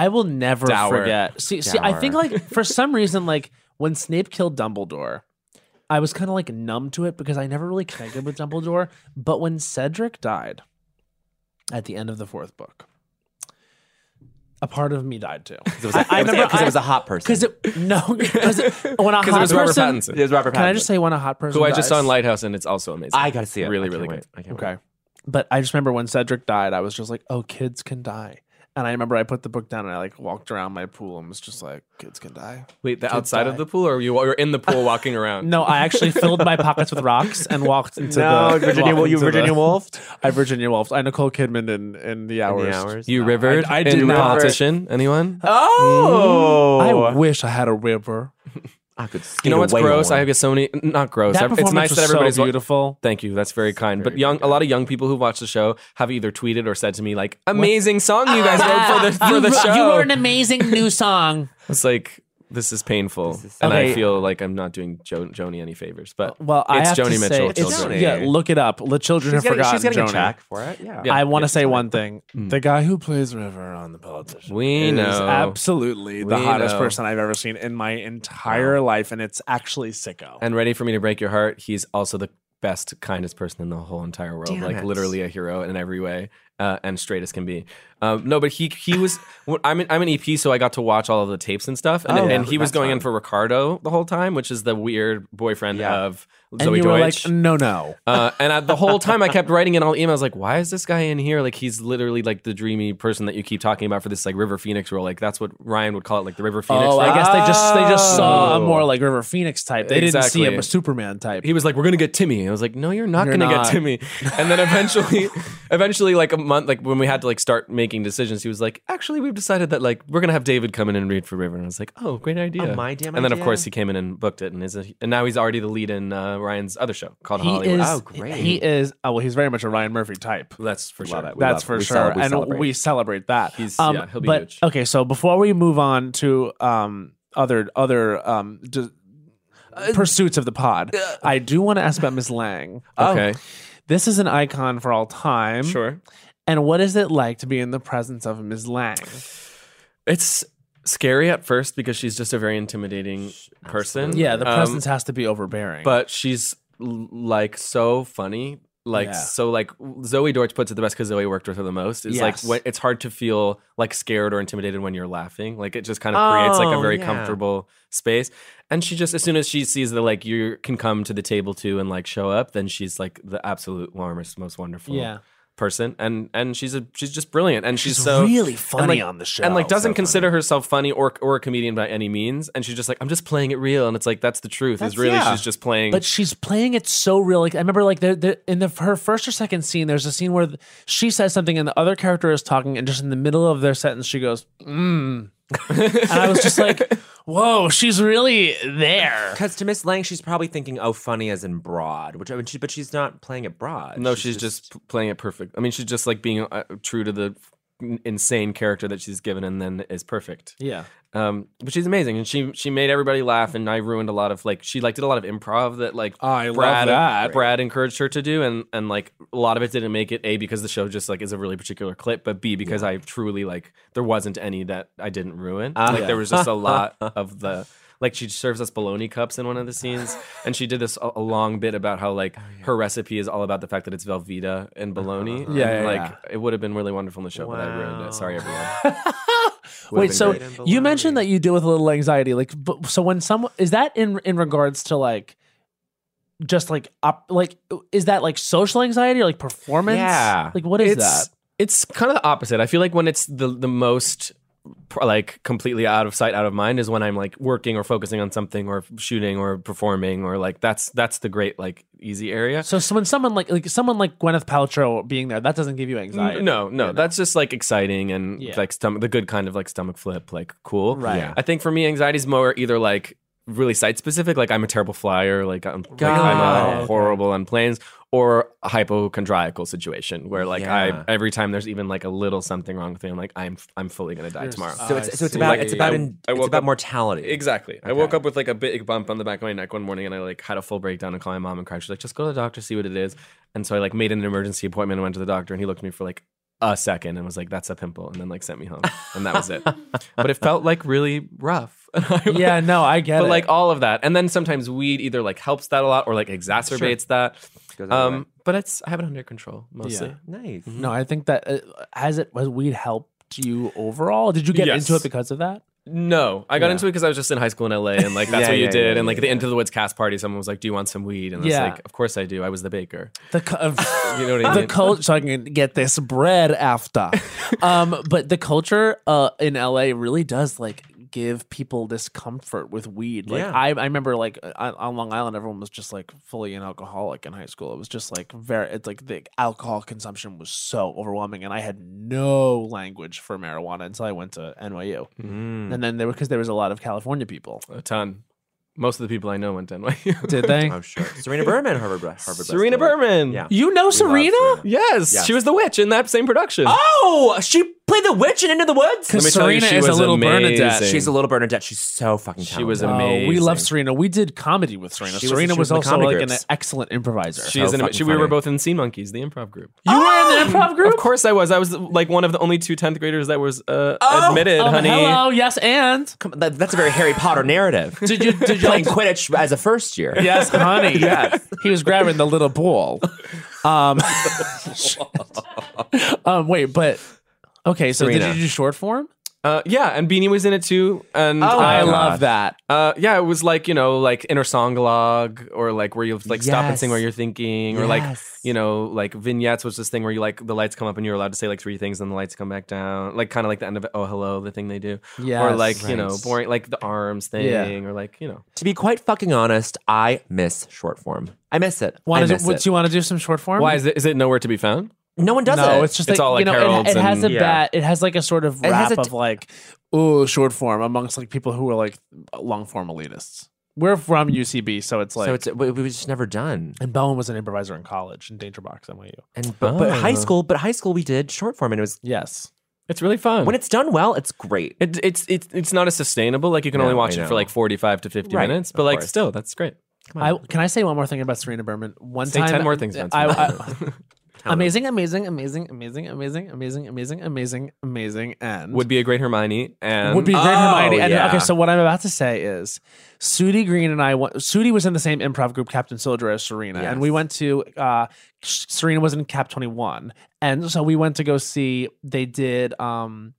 Speaker 3: I will never
Speaker 5: Dour.
Speaker 3: forget. See, see, I think like for some reason, like when Snape killed Dumbledore, I was kind of like numb to it because I never really connected with Dumbledore. But when Cedric died at the end of the fourth book, a part of me died too. I, I remember
Speaker 1: because it was a hot person.
Speaker 3: because it no because when a hot
Speaker 5: because it was Robert
Speaker 3: person.
Speaker 5: Pattinson,
Speaker 1: It was Robert
Speaker 3: Can I
Speaker 1: Pattinson.
Speaker 3: just say when a hot person?
Speaker 5: who I just saw in
Speaker 3: dies-
Speaker 5: Lighthouse, and it's also amazing.
Speaker 1: I gotta see it.
Speaker 5: Really,
Speaker 1: I can't
Speaker 5: really
Speaker 1: wait.
Speaker 5: good.
Speaker 1: I can't wait.
Speaker 3: Okay. But I just remember when Cedric died, I was just like, oh, kids can die. And I remember I put the book down and I like walked around my pool and was just like, kids can die.
Speaker 5: Wait, the outside of the pool, or you were in the pool walking around?
Speaker 3: No, I actually filled my pockets with rocks and walked into the
Speaker 1: Virginia,
Speaker 3: walked
Speaker 1: will you
Speaker 3: into
Speaker 1: Virginia
Speaker 3: the-
Speaker 1: Woolf?
Speaker 3: I Virginia Woolf. I Nicole Kidman in in the hours.
Speaker 5: you rivered.
Speaker 3: I- I did
Speaker 5: in
Speaker 3: not. Oh.
Speaker 5: politician. Anyone?
Speaker 1: Oh,
Speaker 3: I wish I had a river.
Speaker 1: I could skate
Speaker 5: You know what's
Speaker 1: away
Speaker 5: gross?
Speaker 1: on
Speaker 5: I
Speaker 1: one.
Speaker 5: get so many. Not gross.
Speaker 3: That
Speaker 5: Ev- it's
Speaker 3: performance
Speaker 5: nice
Speaker 3: was
Speaker 5: that
Speaker 3: so
Speaker 5: everybody's wa-
Speaker 3: beautiful.
Speaker 5: Thank you. That's very kind. but young, a lot of young people who watch the show have either tweeted or said to me like, "Amazing song you guys
Speaker 3: Ah.
Speaker 5: wrote for the for the show."
Speaker 3: "Oh." amazing new song.
Speaker 5: It's like this is painful, and
Speaker 3: Okay.
Speaker 5: I feel like I'm not doing jo- Joni any favors. But
Speaker 3: Well, I
Speaker 5: it's
Speaker 3: have
Speaker 5: Joni
Speaker 3: to
Speaker 5: Mitchell.
Speaker 3: say, it's-
Speaker 5: children.
Speaker 3: yeah, look it up. The children
Speaker 1: She's
Speaker 3: have
Speaker 1: getting,
Speaker 3: forgotten.
Speaker 1: she's getting a
Speaker 3: Joni.
Speaker 1: check for it. Yeah.
Speaker 5: Yeah.
Speaker 3: I want to say one thing. The guy who plays River on The Politician
Speaker 5: We
Speaker 3: is
Speaker 5: know.
Speaker 3: absolutely the
Speaker 5: We
Speaker 3: hottest
Speaker 5: know.
Speaker 3: person I've ever seen in my entire life, and it's actually sicko.
Speaker 5: and ready for me to break your heart. He's also the best, kindest person in the whole entire world.
Speaker 1: Damn
Speaker 5: like
Speaker 1: it.
Speaker 5: literally a hero in every way, uh, and straight as can be. Um, no, but he he was. well, I'm an, I'm an EP, so I got to watch all of the tapes and stuff. And,
Speaker 1: Oh,
Speaker 5: and
Speaker 1: yeah,
Speaker 5: he was
Speaker 1: that's
Speaker 5: going in
Speaker 1: fun.
Speaker 5: for Ricardo the whole time, which is the weird boyfriend
Speaker 1: Yeah.
Speaker 5: of
Speaker 3: And
Speaker 5: Zoe
Speaker 3: you were like,
Speaker 5: Deutsch.
Speaker 3: no, no.
Speaker 5: uh, and I, the whole time I kept writing in all emails like, why is this guy in here? Like he's literally like the dreamy person that you keep talking about for this like River Phoenix role. Like that's what Ryan would call it, like the River Phoenix.
Speaker 3: Oh, I
Speaker 5: role.
Speaker 3: guess they just they just saw a
Speaker 5: Oh.
Speaker 3: more like River Phoenix type. They didn't see
Speaker 5: Exactly.
Speaker 3: him a Superman type.
Speaker 5: he was like, "We're gonna get Timmy." I was like, "No, you're not
Speaker 3: You're
Speaker 5: gonna
Speaker 3: not.
Speaker 5: get Timmy." And then eventually, eventually, like a month, like when we had to like start making decisions, he was like, "Actually, we've decided that like we're gonna have David come in and read for River." And I was like, "Oh, great idea!"
Speaker 1: Oh, my damn
Speaker 5: And then of
Speaker 1: idea.
Speaker 5: course he came in and booked it, and is a, and now he's already the lead in uh, Ryan's other show called
Speaker 3: He
Speaker 5: Hollywood.
Speaker 3: is.
Speaker 1: Oh, great.
Speaker 3: He is. Oh, well, he's very much a Ryan Murphy type.
Speaker 5: That's for sure.
Speaker 1: it. We
Speaker 3: That's
Speaker 1: love-
Speaker 3: for
Speaker 1: we
Speaker 3: sure,
Speaker 1: cele- we
Speaker 3: and
Speaker 1: celebrate.
Speaker 3: we celebrate that.
Speaker 5: He's-
Speaker 3: um,
Speaker 5: yeah, he'll be
Speaker 3: but,
Speaker 5: huge.
Speaker 3: Okay, so before we move on to um, other other um, d-
Speaker 1: Uh,
Speaker 3: pursuits of the pod, I do want to ask about Miss Lang. Oh,
Speaker 5: Okay.
Speaker 3: This is an icon for all time.
Speaker 5: Sure.
Speaker 3: And what is it like to be in the presence of Ms. Lang?
Speaker 5: It's scary at first because she's just a very intimidating person.
Speaker 3: Yeah, the
Speaker 5: Um,
Speaker 3: presence has to be overbearing.
Speaker 5: but she's l- like so funny like
Speaker 3: Yeah.
Speaker 5: so like zoe deutsch puts it the best because zoe worked with her the most it's
Speaker 3: Yes.
Speaker 5: like wh- it's hard to feel like scared or intimidated when you're laughing like it just kind of creates like a
Speaker 1: Oh,
Speaker 5: very
Speaker 1: yeah.
Speaker 5: comfortable space and she just as soon as she sees that like you can come to the table too and like show up then she's like the absolute warmest most wonderful
Speaker 3: Yeah.
Speaker 5: person and and she's a she's just brilliant and she's,
Speaker 3: she's
Speaker 5: so
Speaker 3: really funny
Speaker 5: like-
Speaker 3: on the show.
Speaker 5: and like doesn't
Speaker 3: So
Speaker 5: consider herself funny or or a comedian by any means and she's just like i'm just playing it real and it's like that's the truth is really
Speaker 1: yeah.
Speaker 5: she's just playing
Speaker 3: But she's playing it so real. Like I remember, like the, the, in the her first or second scene, there's a scene where th- she says something and the other character is talking, and just in the middle of their sentence, she goes, "Mmm," and I was just like, "Whoa, she's really there."
Speaker 1: Because to Miss Lang, she's probably thinking, "Oh, funny as in broad," which I mean, she, but she's not playing it broad.
Speaker 5: No, she's, just, p- playing it perfect. I mean, she's just like being uh, true to the n- insane character that she's given, and then is perfect.
Speaker 3: Yeah,
Speaker 5: Um, but she's amazing, and she she made everybody laugh, and I ruined a lot of like she like did a lot of improv that like
Speaker 3: I love
Speaker 5: Brad
Speaker 3: that.
Speaker 5: Brad encouraged her to do, and and like a lot of it didn't make it a because the show just like is a really particular clip, but b because I truly like there wasn't any that I didn't ruin.
Speaker 3: Ah,
Speaker 5: like there was just a lot of the. Like she serves us bologna cups in one of the scenes, and she did this a, a long bit about how
Speaker 3: Oh,
Speaker 5: like her recipe is all about the fact that it's Velveeta and bologna.
Speaker 3: Uh-huh. Yeah,
Speaker 5: and,
Speaker 3: yeah,
Speaker 5: like it would have been really wonderful in the show, but I ruined
Speaker 1: Wow.
Speaker 5: it. Sorry, everyone.
Speaker 3: Wait, so
Speaker 1: great. Great and
Speaker 3: you mentioned that
Speaker 1: beloved.
Speaker 3: you deal with a little anxiety, like, but, so when someone is that in in regards to like, just like up, like, is that like social anxiety or like performance?
Speaker 1: Yeah.
Speaker 3: like what is
Speaker 5: it's,
Speaker 3: that?
Speaker 5: It's kind of the opposite. I feel like when it's the the most pr- like completely out of sight, out of mind is when I'm like working or focusing on something or shooting or performing or like that's that's the great like easy area.
Speaker 3: So, so when someone like like someone like Gwyneth Paltrow being there, that doesn't give you anxiety.
Speaker 5: N- No, no, that's just like exciting and
Speaker 3: Yeah.
Speaker 5: like stomach, the good kind of like stomach flip, like cool.
Speaker 3: Right. Yeah.
Speaker 5: I think for me, anxiety is more either like really site specific, like I'm a terrible flyer, like I'm, like I'm
Speaker 1: Got
Speaker 5: a
Speaker 1: it.
Speaker 5: horrible on planes, or a hypochondriacal situation where like
Speaker 1: Yeah.
Speaker 5: I every time there's even like a little something wrong with me, I'm like I'm I'm fully gonna die tomorrow.
Speaker 1: So it's so it's
Speaker 5: see.
Speaker 1: about
Speaker 5: Like,
Speaker 1: it's about
Speaker 5: I-
Speaker 1: in,
Speaker 5: I
Speaker 1: it's
Speaker 5: woke
Speaker 1: about
Speaker 5: up-
Speaker 1: mortality.
Speaker 5: Exactly. I
Speaker 1: Okay.
Speaker 5: woke up with like a big bump on the back of my neck one morning, and I like had a full breakdown and called my mom and cried. She's like, "Just go to the doctor, see what it is." And so I like made an emergency appointment and went to the doctor, and he looked at me for like a second and was like, "That's a pimple," and then like sent me home, and that was it. but it felt like really rough. And I-
Speaker 3: Yeah, no, I get
Speaker 5: but
Speaker 3: it.
Speaker 5: like all of that, and then sometimes weed either like helps that a lot or like
Speaker 1: Goes
Speaker 5: exacerbates that.
Speaker 1: the other
Speaker 5: Um, but it's I have it under control mostly.
Speaker 3: Yeah.
Speaker 1: Nice.
Speaker 5: Mm-hmm.
Speaker 3: no, I think that uh, has it has weed helped you overall? Did you get
Speaker 5: Yes.
Speaker 3: into it because of that?
Speaker 5: No, I got
Speaker 3: Yeah.
Speaker 5: into it because I was just in high school in LA, and like that's
Speaker 1: Yeah,
Speaker 5: what you
Speaker 1: yeah,
Speaker 5: did.
Speaker 1: yeah,
Speaker 5: and like
Speaker 1: yeah,
Speaker 5: at the end of the woods cast party, someone was like, "Do you want some weed?" And I was
Speaker 3: Yeah.
Speaker 5: like, "Of course I do. I was the baker."
Speaker 3: The cu- of,
Speaker 5: You know what I
Speaker 3: the
Speaker 5: mean?
Speaker 3: culture, so I can get this bread after. um, but the culture uh, in LA really does like give people discomfort with weed. Like
Speaker 1: Yeah.
Speaker 3: I, I remember like on, on Long Island, everyone was just like fully an alcoholic in high school. It was just like very, it's like the alcohol consumption was so overwhelming, and I had no language for Mm-hmm. marijuana until I went to NYU, and then there because there was a lot of California people.
Speaker 5: A ton. Most of the people I know went Denway.
Speaker 3: Did they?
Speaker 1: I'm sure. Oh, Serena Berman, Harvard, Harvard. Best
Speaker 5: Serena
Speaker 1: Lawyer.
Speaker 5: Berman.
Speaker 1: Yeah.
Speaker 3: You know Serena?
Speaker 5: Yes, Ah!
Speaker 1: Yes.
Speaker 5: she was the witch in that same production.
Speaker 1: Oh, she played the witch in Into the Woods.
Speaker 5: Let me tell you,
Speaker 3: Serena
Speaker 5: she
Speaker 3: is a
Speaker 5: was
Speaker 3: little Bernadette.
Speaker 5: amazing.
Speaker 1: She's a little Bernadette. She's so fucking.
Speaker 5: She was
Speaker 1: talented.
Speaker 3: Oh,
Speaker 5: amazing.
Speaker 3: we love Serena. We did comedy with Serena.
Speaker 1: She was-
Speaker 3: Serena
Speaker 1: she
Speaker 3: was,
Speaker 1: was in the
Speaker 3: also
Speaker 1: comedy
Speaker 3: like an
Speaker 1: groups.
Speaker 3: excellent improviser.
Speaker 5: She is
Speaker 1: so
Speaker 5: an,
Speaker 1: fucking
Speaker 5: she, we were
Speaker 1: funny.
Speaker 5: both in Sea Monkeys, the improv group.
Speaker 3: you were in the improv group?
Speaker 5: Of course I was. I was like one of the only two 10th graders that was uh, admitted,
Speaker 3: Um,
Speaker 5: honey.
Speaker 3: Hello, yes, and
Speaker 1: Come- that- that's a very Harry Potter narrative.
Speaker 3: did you did you
Speaker 1: Playing
Speaker 3: like
Speaker 1: Quidditch as a first year.
Speaker 3: Yes, honey.
Speaker 1: Yes.
Speaker 3: He was grabbing the little ball. Um, um wait, but okay, so
Speaker 1: Serena.
Speaker 3: did you do short form?
Speaker 5: Uh, yeah, and Beanie was in it too. And
Speaker 3: I
Speaker 1: Oh
Speaker 5: uh,
Speaker 3: love that.
Speaker 5: Uh, yeah, it was like you know, like inner songalogue, or like where you like stop and sing
Speaker 1: Yes.
Speaker 5: where you're thinking, or like you know, like vignettes was this thing where you like the lights come up and you're allowed to say like three things, and the lights come back down, like kind of like the end of oh hello, the thing they do, or
Speaker 3: Yes.
Speaker 5: like you know,
Speaker 1: Right.
Speaker 5: boring like the arms thing,
Speaker 3: Yeah.
Speaker 5: or like you know,
Speaker 1: To be quite fucking honest, I miss short form. I miss it. I
Speaker 3: Want to
Speaker 1: miss
Speaker 3: do, would
Speaker 1: it.
Speaker 3: you want to do some short form?
Speaker 5: why is it is it nowhere to be found?
Speaker 1: no one does
Speaker 3: no,
Speaker 1: it.
Speaker 3: it's just
Speaker 5: It's
Speaker 3: like,
Speaker 5: all,
Speaker 3: you
Speaker 5: like,
Speaker 3: know, it-
Speaker 5: heralds
Speaker 3: it, has
Speaker 5: and-
Speaker 3: a
Speaker 1: Yeah.
Speaker 3: bat. It has like a sort of
Speaker 1: It has
Speaker 3: wrap
Speaker 1: a t-
Speaker 3: of like, oh, short form amongst like people who are like long form elitists. We're from UCB, so it's like.
Speaker 1: so it's we, we were just never done.
Speaker 3: and Bowen was an improviser in college in Danger Box NYU.
Speaker 1: And but, but high
Speaker 5: Oh.
Speaker 1: school, but high school we did short form, and it was
Speaker 3: Yes,
Speaker 5: It's really fun
Speaker 1: when it's done well, it's great.
Speaker 5: It, it's it's it's not as sustainable. Like you can
Speaker 1: No,
Speaker 5: only watch
Speaker 1: I
Speaker 5: it for
Speaker 1: know.
Speaker 5: like forty five to fifty
Speaker 1: Right,
Speaker 5: minutes, but
Speaker 1: of
Speaker 5: like
Speaker 1: course.
Speaker 5: still that's great.
Speaker 3: I can I say one more thing about Serena Berman. One
Speaker 5: Say
Speaker 3: time,
Speaker 5: ten more things. Vincent.
Speaker 3: I, I, amazing, amazing, amazing, amazing, amazing, amazing, amazing, amazing, amazing, and
Speaker 5: would be a great Hermione and
Speaker 3: would be great
Speaker 1: Oh,
Speaker 3: Hermione. And,
Speaker 1: yeah.
Speaker 3: Okay, so what I'm about to say is, Sudie Green and I. went- Sudie was in the same improv group, Captain Soldier, as Serena, and we went to. Uh, Serena was in Cap 21, and so we went to go see. They did um,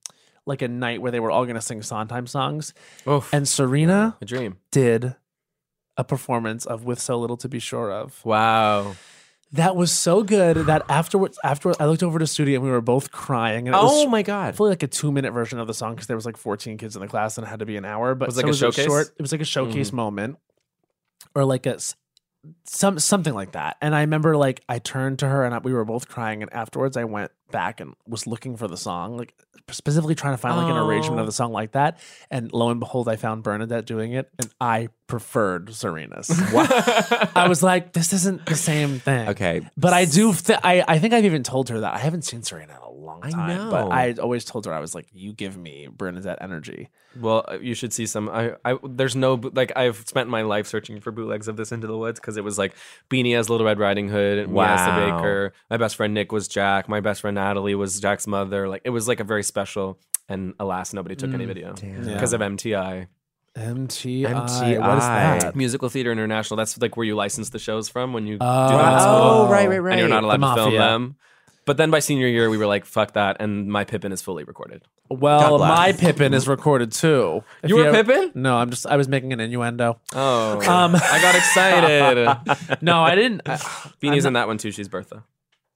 Speaker 3: like a night where they were all going to sing Sondheim songs,
Speaker 5: Oof,
Speaker 3: and Serena
Speaker 5: a dream.
Speaker 3: did a performance of "With So Little to Be Sure of."
Speaker 5: Wow.
Speaker 3: That was so good that afterwards, afterwards, I looked over to Studio and we were both crying. And it
Speaker 1: Oh
Speaker 3: was
Speaker 1: my god!
Speaker 3: fully like a two minute version of the song because there was like 14 kids in the class and it had to be an hour. But
Speaker 5: Was it
Speaker 3: so
Speaker 5: like a showcase? Mm-hmm.
Speaker 3: short, it was like a showcase moment or like a s- some something like that. And I remember like I turned to her and I, we were both crying. And afterwards, I went back and was looking for the song, like specifically trying to find like an arrangement of
Speaker 5: Oh.
Speaker 3: the song like that. And lo and behold, I found Bernadette doing it, and I preferred Serena's. I was like, this isn't the same thing.
Speaker 1: Okay.
Speaker 3: But I do. Th- I I think I've even told her that I haven't seen Serena in a long
Speaker 1: I
Speaker 3: time. But
Speaker 1: know.
Speaker 3: I always told her I was like, "You give me Bernadette energy."
Speaker 5: Well, uh, you should see some. I, I there's no boot- like I've spent my life searching for bootlegs of this Into the Woods because it was like Beanie as Little Red Riding Hood, and wow. as the
Speaker 1: Wow.
Speaker 5: Baker. My best friend Nick was Jack. My best friend Natalie was Jack's mother. Like it was like a very special. And alas, nobody took any video because of MTI.
Speaker 3: MTI. What is
Speaker 1: MTI.
Speaker 3: that?
Speaker 5: Musical Theater International. That's like where you license the shows from when you do that. at school.
Speaker 1: Oh, right, right, right.
Speaker 5: and you're not allowed
Speaker 3: The
Speaker 5: to film
Speaker 3: mafia.
Speaker 5: them. But then by senior year, we were like, "Fuck that!" And my Pippin is fully recorded.
Speaker 1: God
Speaker 3: Well,
Speaker 1: bless.
Speaker 3: my Pippin is recorded too. If
Speaker 5: You were
Speaker 3: ever-
Speaker 5: Pippin?
Speaker 3: No, I'm just. I was making an innuendo.
Speaker 5: Oh, I got excited.
Speaker 3: No, I didn't. I,
Speaker 5: Beanie's in that one too. She's Bertha,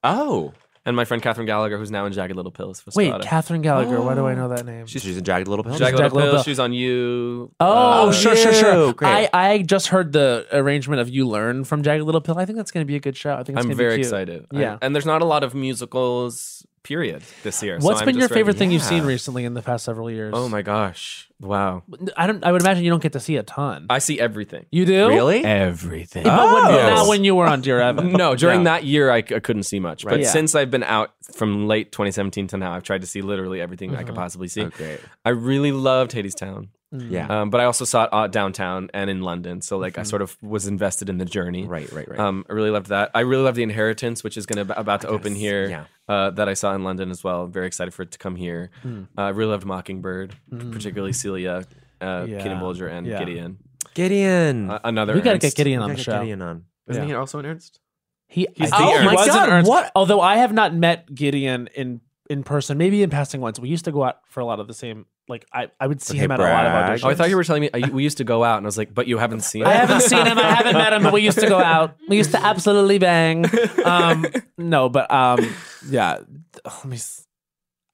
Speaker 1: Oh,
Speaker 5: and my friend Catherine Gallagher, who's now in Jagged Little Pills. Was
Speaker 3: wait,
Speaker 5: Strata.
Speaker 3: Catherine Gallagher. Why do I know that name?
Speaker 1: she's, she's a jagged little pill.
Speaker 5: Jagged
Speaker 3: Jagged Little
Speaker 5: Little Pills.
Speaker 3: Pill.
Speaker 5: She's on you.
Speaker 3: Oh,
Speaker 5: Uh,
Speaker 3: sure, sure, sure.
Speaker 1: Great.
Speaker 3: I, I just heard the arrangement of "You Learn" from Jagged Little Pill. I think that's going to be a good show. I think it's
Speaker 5: I'm
Speaker 3: gonna
Speaker 5: very
Speaker 3: be cute.
Speaker 5: excited.
Speaker 3: Yeah.
Speaker 5: I'm- and there's not a lot of musicals. Period. This year.
Speaker 3: What's
Speaker 5: What's
Speaker 3: been your favorite thing you've seen recently in the past several years?
Speaker 5: Oh my gosh! Wow.
Speaker 3: I don't. I would imagine you don't get to see a ton.
Speaker 5: I see everything.
Speaker 3: you do
Speaker 1: Really?
Speaker 5: Everything.
Speaker 3: But when,
Speaker 1: Oh.
Speaker 3: not when you were on Dear Evan. Mm.
Speaker 5: No, during that year I, c- I couldn't see much. But
Speaker 3: Yeah.
Speaker 5: since I've been out from late 2017 to now, I've tried to see literally everything I
Speaker 3: Mm-hmm.
Speaker 5: could possibly see.
Speaker 1: Okay.
Speaker 5: I really loved Hades Town,
Speaker 1: Oh, Yeah.
Speaker 5: um, but I also saw it uh, downtown and in London. So like I
Speaker 3: Mm-hmm.
Speaker 5: sort of was invested in the journey.
Speaker 1: Right, right, right.
Speaker 5: Um, I really loved that. I really love The Inheritance, which is going to about to open here.
Speaker 1: yeah.
Speaker 5: Uh, that I saw in London as well. very excited for it to come here.
Speaker 3: Hmm.
Speaker 5: Uh, I really loved Mockingbird, particularly Celia, uh,
Speaker 3: Mm. Yeah.
Speaker 5: Keenan Bolger, and
Speaker 3: Yeah. Hmm.
Speaker 5: Gideon.
Speaker 1: Gideon.
Speaker 5: Uh, another
Speaker 3: we gotta
Speaker 5: Ernst.
Speaker 3: get Gideon
Speaker 1: We
Speaker 3: on
Speaker 1: gotta get
Speaker 3: the show.
Speaker 1: Gideon on.
Speaker 5: Isn't
Speaker 3: Yeah.
Speaker 5: he also an Ernst?
Speaker 3: He,
Speaker 5: He's
Speaker 3: I
Speaker 5: the
Speaker 3: think he
Speaker 5: Ernst.
Speaker 3: was
Speaker 1: Oh my
Speaker 3: an
Speaker 1: God,
Speaker 3: Ernst,
Speaker 1: what-
Speaker 3: Although I have not met Gideon in in person, maybe in passing once. We used to go out for a lot of the same. Like I, I would see
Speaker 1: Okay,
Speaker 3: him at a lot of
Speaker 1: brag.
Speaker 3: auditions.
Speaker 5: Oh, I thought you were telling me I, we used to go out, and I was like, but you haven't seen.
Speaker 3: I
Speaker 5: it?
Speaker 3: haven't seen him. I haven't met him. But we used to go out. We used to absolutely bang. Um, no, but um, yeah.
Speaker 7: oh,
Speaker 3: Let me. s-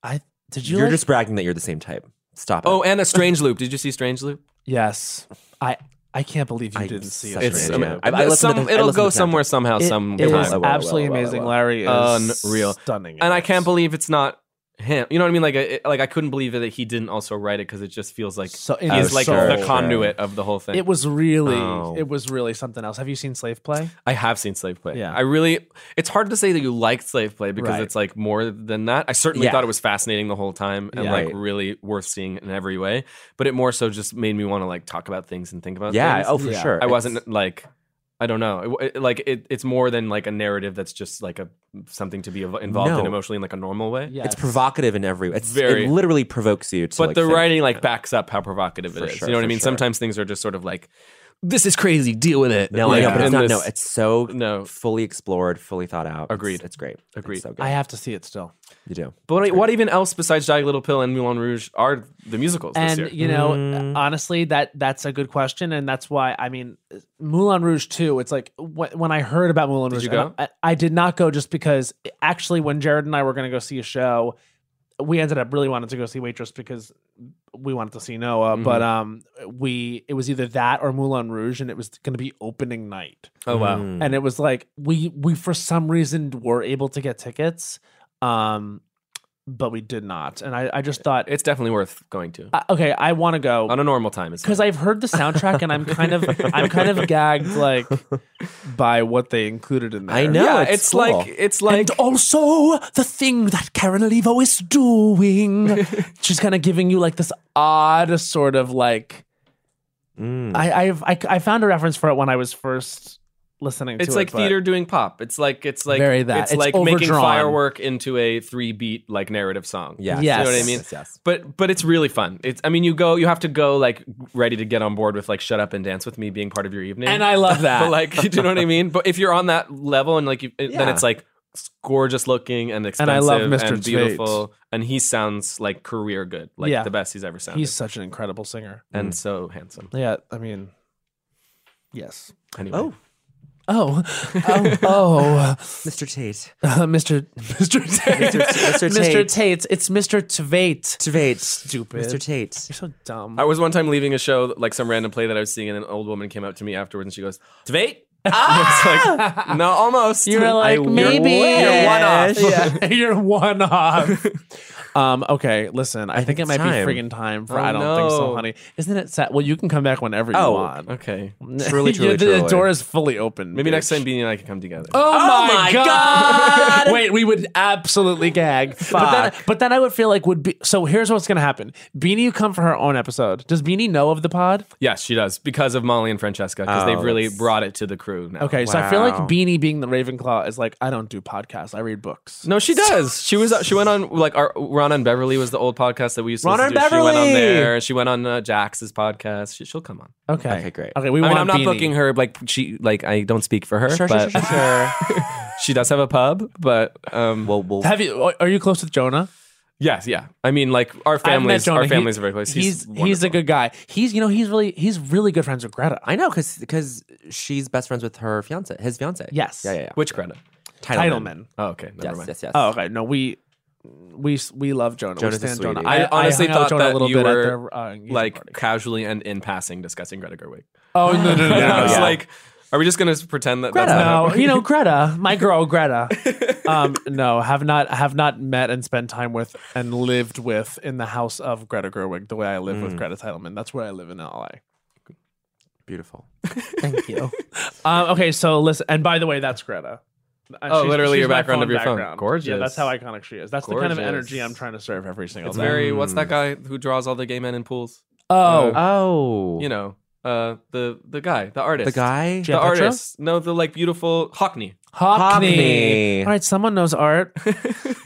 Speaker 3: I did you?
Speaker 1: You're
Speaker 3: like-
Speaker 1: just bragging that you're the same type. Stop it.
Speaker 5: Oh, and a Strange Loop. Did you see Strange Loop?
Speaker 3: Yes. I I can't believe you
Speaker 1: I'm
Speaker 3: didn't see
Speaker 1: such
Speaker 3: it.
Speaker 1: an It's- idiot. I- I
Speaker 5: It's
Speaker 1: listened
Speaker 5: um,
Speaker 1: to
Speaker 5: some-
Speaker 1: the- I
Speaker 5: it'll
Speaker 1: listened
Speaker 5: go
Speaker 1: to the
Speaker 5: somewhere somehow
Speaker 3: It
Speaker 5: some
Speaker 3: is
Speaker 1: well, well, well,
Speaker 5: time.
Speaker 1: well,
Speaker 3: absolutely
Speaker 1: well, well,
Speaker 3: amazing.
Speaker 1: well.
Speaker 3: Larry is
Speaker 5: Unreal.
Speaker 3: stunning. in
Speaker 5: And I
Speaker 3: this.
Speaker 5: can't believe it's not him. You know what I mean? Like, I, like I couldn't believe that he didn't also write it because it just feels like
Speaker 3: So- in
Speaker 5: he's
Speaker 3: his
Speaker 5: like
Speaker 3: soul.
Speaker 5: the conduit of the whole thing.
Speaker 3: It was really,
Speaker 5: Oh.
Speaker 3: it was really something else. Have you seen Slave Play?
Speaker 5: I have seen Slave Play.
Speaker 3: Yeah.
Speaker 5: I really. It's hard to say that you liked Slave Play because
Speaker 3: Right.
Speaker 5: it's like more than that. I certainly
Speaker 7: Yeah.
Speaker 5: thought it was fascinating the whole time and
Speaker 3: Yeah.
Speaker 5: like
Speaker 7: Right.
Speaker 5: really worth seeing in every way. But it more so just made me want to like talk about things and think about
Speaker 7: yeah.
Speaker 5: things.
Speaker 7: Oh, for
Speaker 3: Yeah.
Speaker 7: sure.
Speaker 5: I wasn't like I don't know. It- it- like it, it's more than like a narrative that's just like a something to be ev- involved in
Speaker 7: No.
Speaker 5: emotionally in like a normal way.
Speaker 3: Yeah,
Speaker 7: It's provocative in every. It's
Speaker 5: Very.
Speaker 7: It literally provokes you. To,
Speaker 5: But
Speaker 7: like,
Speaker 5: the
Speaker 7: think-
Speaker 5: writing like backs up how provocative
Speaker 7: For
Speaker 5: it is.
Speaker 7: sure,
Speaker 5: you know what I
Speaker 7: for
Speaker 5: mean?
Speaker 7: sure.
Speaker 5: Sometimes things are just sort of like this is crazy. Deal with it.
Speaker 7: No, I
Speaker 5: Like,
Speaker 7: know, but it's
Speaker 5: and
Speaker 7: not.
Speaker 5: this-
Speaker 7: no, it's so
Speaker 5: No.
Speaker 7: fully explored, fully thought out. It's-
Speaker 5: Agreed.
Speaker 7: It's, great. It's
Speaker 5: Agreed.
Speaker 7: so good.
Speaker 3: I have to see it still.
Speaker 7: you do.
Speaker 5: But what, what even else besides Jagged Little Pill and Moulin Rouge are the musicals this year?
Speaker 3: And you know,
Speaker 5: Mm.
Speaker 3: honestly, that that's a good question, and that's why I mean, Moulin Rouge too. It's like wh- when I heard about Moulin Rouge,
Speaker 5: you go?
Speaker 3: I, I did not go just because. Actually, when Jared and I were going to go see a show, we ended up really wanting to go see Waitress because we wanted to see Noah,
Speaker 5: Mm-hmm.
Speaker 3: but um, we it was either that or Moulin Rouge, and it was going to be opening night
Speaker 5: oh wow.
Speaker 3: and it was like we we for some reason were able to get tickets um but we did not and i i just thought
Speaker 5: It's definitely worth going to.
Speaker 3: uh, okay i want to go
Speaker 5: On a normal time it's
Speaker 3: because i've heard the soundtrack and i'm kind of i'm kind of gagged like by what they included in there
Speaker 7: I know.
Speaker 5: yeah,
Speaker 7: it's,
Speaker 5: it's
Speaker 7: cool.
Speaker 5: like it's like
Speaker 3: and also the thing that Karen Olivo is doing. She's kind of giving you like this odd sort of like.
Speaker 7: Mm.
Speaker 5: Hmm.
Speaker 3: I I've, I I found a reference for it when I was first listening. to
Speaker 5: It's like
Speaker 3: it, but-
Speaker 5: theater doing pop. It's like it's like
Speaker 3: Very that.
Speaker 5: It's,
Speaker 3: It's
Speaker 5: like making
Speaker 3: overdrawn.
Speaker 5: firework into a three beat like narrative song.
Speaker 7: Yes.
Speaker 5: you know what I
Speaker 3: Yes.
Speaker 5: mean.
Speaker 7: Yes, yes.
Speaker 5: But but it's really fun. It's I mean you go you have to go like ready to get on board with like shut up and dance with me being part of your evening.
Speaker 3: And I love that.
Speaker 5: But like do you know what I mean? But if you're on that level and like you, it- then
Speaker 7: Yeah.
Speaker 5: it's like s- gorgeous looking and expensive
Speaker 3: I love Mr.
Speaker 5: and beautiful and he sounds like career good like
Speaker 3: Yeah.
Speaker 5: the best he's ever sounded
Speaker 3: He's Mm. such an incredible singer.
Speaker 5: and so handsome.
Speaker 3: Yeah, I mean, yes.
Speaker 5: Anyway.
Speaker 7: Oh.
Speaker 3: Oh, oh, oh,
Speaker 7: Mr. Tate.
Speaker 3: uh, Mr. Mr. Tate.
Speaker 7: Mr.
Speaker 3: Mr.
Speaker 7: Tate.
Speaker 3: Tate. It's Mr. Tveit.
Speaker 7: Tate.
Speaker 3: Stupid.
Speaker 7: Mr. Tate.
Speaker 3: You're so dumb.
Speaker 5: I was one time leaving a show, like some random play that I was seeing, and an old woman came up to me afterwards and she goes, Tveit? Ah! It's like, no, almost.
Speaker 3: You were like,
Speaker 5: I-
Speaker 3: maybe.
Speaker 5: You're one off.
Speaker 3: Yeah, you're one off. um, okay, listen, I, think,
Speaker 7: think
Speaker 3: it might
Speaker 7: it's time.
Speaker 3: be friggin' time for
Speaker 5: Oh,
Speaker 3: I don't think so,
Speaker 5: no.
Speaker 3: honey. Isn't it sad? Well, you can come back whenever you
Speaker 7: Oh,
Speaker 3: want.
Speaker 5: Okay.
Speaker 7: truly,
Speaker 3: You're-
Speaker 7: truly,
Speaker 3: the, the
Speaker 7: truly.
Speaker 3: door is fully open.
Speaker 5: Maybe
Speaker 3: bitch.
Speaker 5: next time Beanie and I can come together.
Speaker 3: Oh, my, god! Wait, we would absolutely gag. But then, but then I would feel like would be so. Here's what's gonna happen: Beanie, you come for her own episode. Does Beanie know of the pod?
Speaker 5: Yes, she does, because of Molly and Francesca, because
Speaker 7: Oh,
Speaker 5: they've really
Speaker 7: that's-
Speaker 5: brought it to the crew now.
Speaker 3: Okay, so I feel like
Speaker 7: Wow.
Speaker 3: Beanie being the Ravenclaw is like I don't do podcasts. I read books.
Speaker 5: No, she does. She was she went on like our Ron and Beverly was the old podcast that we used to
Speaker 7: Ron and
Speaker 5: listen to. She went on
Speaker 7: Beverly!
Speaker 5: there. She went on uh, Jax's podcast. She, she'll come on.
Speaker 3: Okay,
Speaker 7: Okay, great.
Speaker 3: Okay, we
Speaker 5: I
Speaker 3: want.
Speaker 5: mean, I'm not
Speaker 3: Beanie.
Speaker 5: booking her like she like I don't speak for her,
Speaker 7: Sure, sure,
Speaker 5: but
Speaker 7: sure, sure, sure.
Speaker 5: she does have a pub. But um,
Speaker 7: well, we'll.
Speaker 3: Have you? Are you close with Jonah?
Speaker 5: Yes, yeah. I mean, like our
Speaker 3: I've met
Speaker 5: families,
Speaker 3: Jonah.
Speaker 5: our
Speaker 3: He-
Speaker 5: families are very close.
Speaker 3: He's
Speaker 5: He's
Speaker 3: he's, a good guy. He's you know he's really he's really good friends with Greta.
Speaker 7: I know, cause because she's best friends with her fiance, his fiance.
Speaker 3: Yes.
Speaker 7: Yeah, yeah. yeah.
Speaker 5: which credit?
Speaker 3: Titleman.
Speaker 5: Oh, okay, never
Speaker 7: Yes,
Speaker 5: mind.
Speaker 7: yes, yes.
Speaker 3: Oh, okay. No, we we we love Jonah.
Speaker 7: Jonah's a
Speaker 3: we stand
Speaker 7: sweetie.
Speaker 3: Jonah.
Speaker 5: I honestly
Speaker 3: hung out with
Speaker 5: thought
Speaker 3: Jonah
Speaker 5: that you
Speaker 3: at
Speaker 5: were,
Speaker 3: their, uh, engagement
Speaker 5: Like
Speaker 3: party.
Speaker 5: casually and in passing, discussing Greta Gerwig.
Speaker 3: Oh no no no!
Speaker 5: And I was
Speaker 3: no.
Speaker 5: like, are we just going to pretend that that's not
Speaker 3: no, you know Greta, my girl Greta. Um, no, have not have not met and spent time with and lived with in the house of Greta Gerwig the way I live with Greta Titleman. That's where I live in LA.
Speaker 7: beautiful.
Speaker 3: Thank you. um, okay, so listen, and by the way, that's Greta. Uh,
Speaker 5: Oh, literally your
Speaker 3: my
Speaker 5: background
Speaker 3: phone
Speaker 5: of your phone.
Speaker 3: Yeah, that's
Speaker 5: Gorgeous.
Speaker 3: how iconic she is. That's the kind of
Speaker 5: Gorgeous.
Speaker 3: energy I'm trying to serve every single
Speaker 5: It's
Speaker 3: day.
Speaker 5: very. What's that guy who draws all the gay men in pools?
Speaker 3: oh,
Speaker 5: Uh,
Speaker 7: Oh,
Speaker 5: you know, uh, the the guy, the artist,
Speaker 7: the guy.
Speaker 5: the
Speaker 3: Pietro?
Speaker 5: artist. No, the like beautiful Hockney.
Speaker 3: Hockney.
Speaker 7: Hockney.
Speaker 3: All right, someone knows art.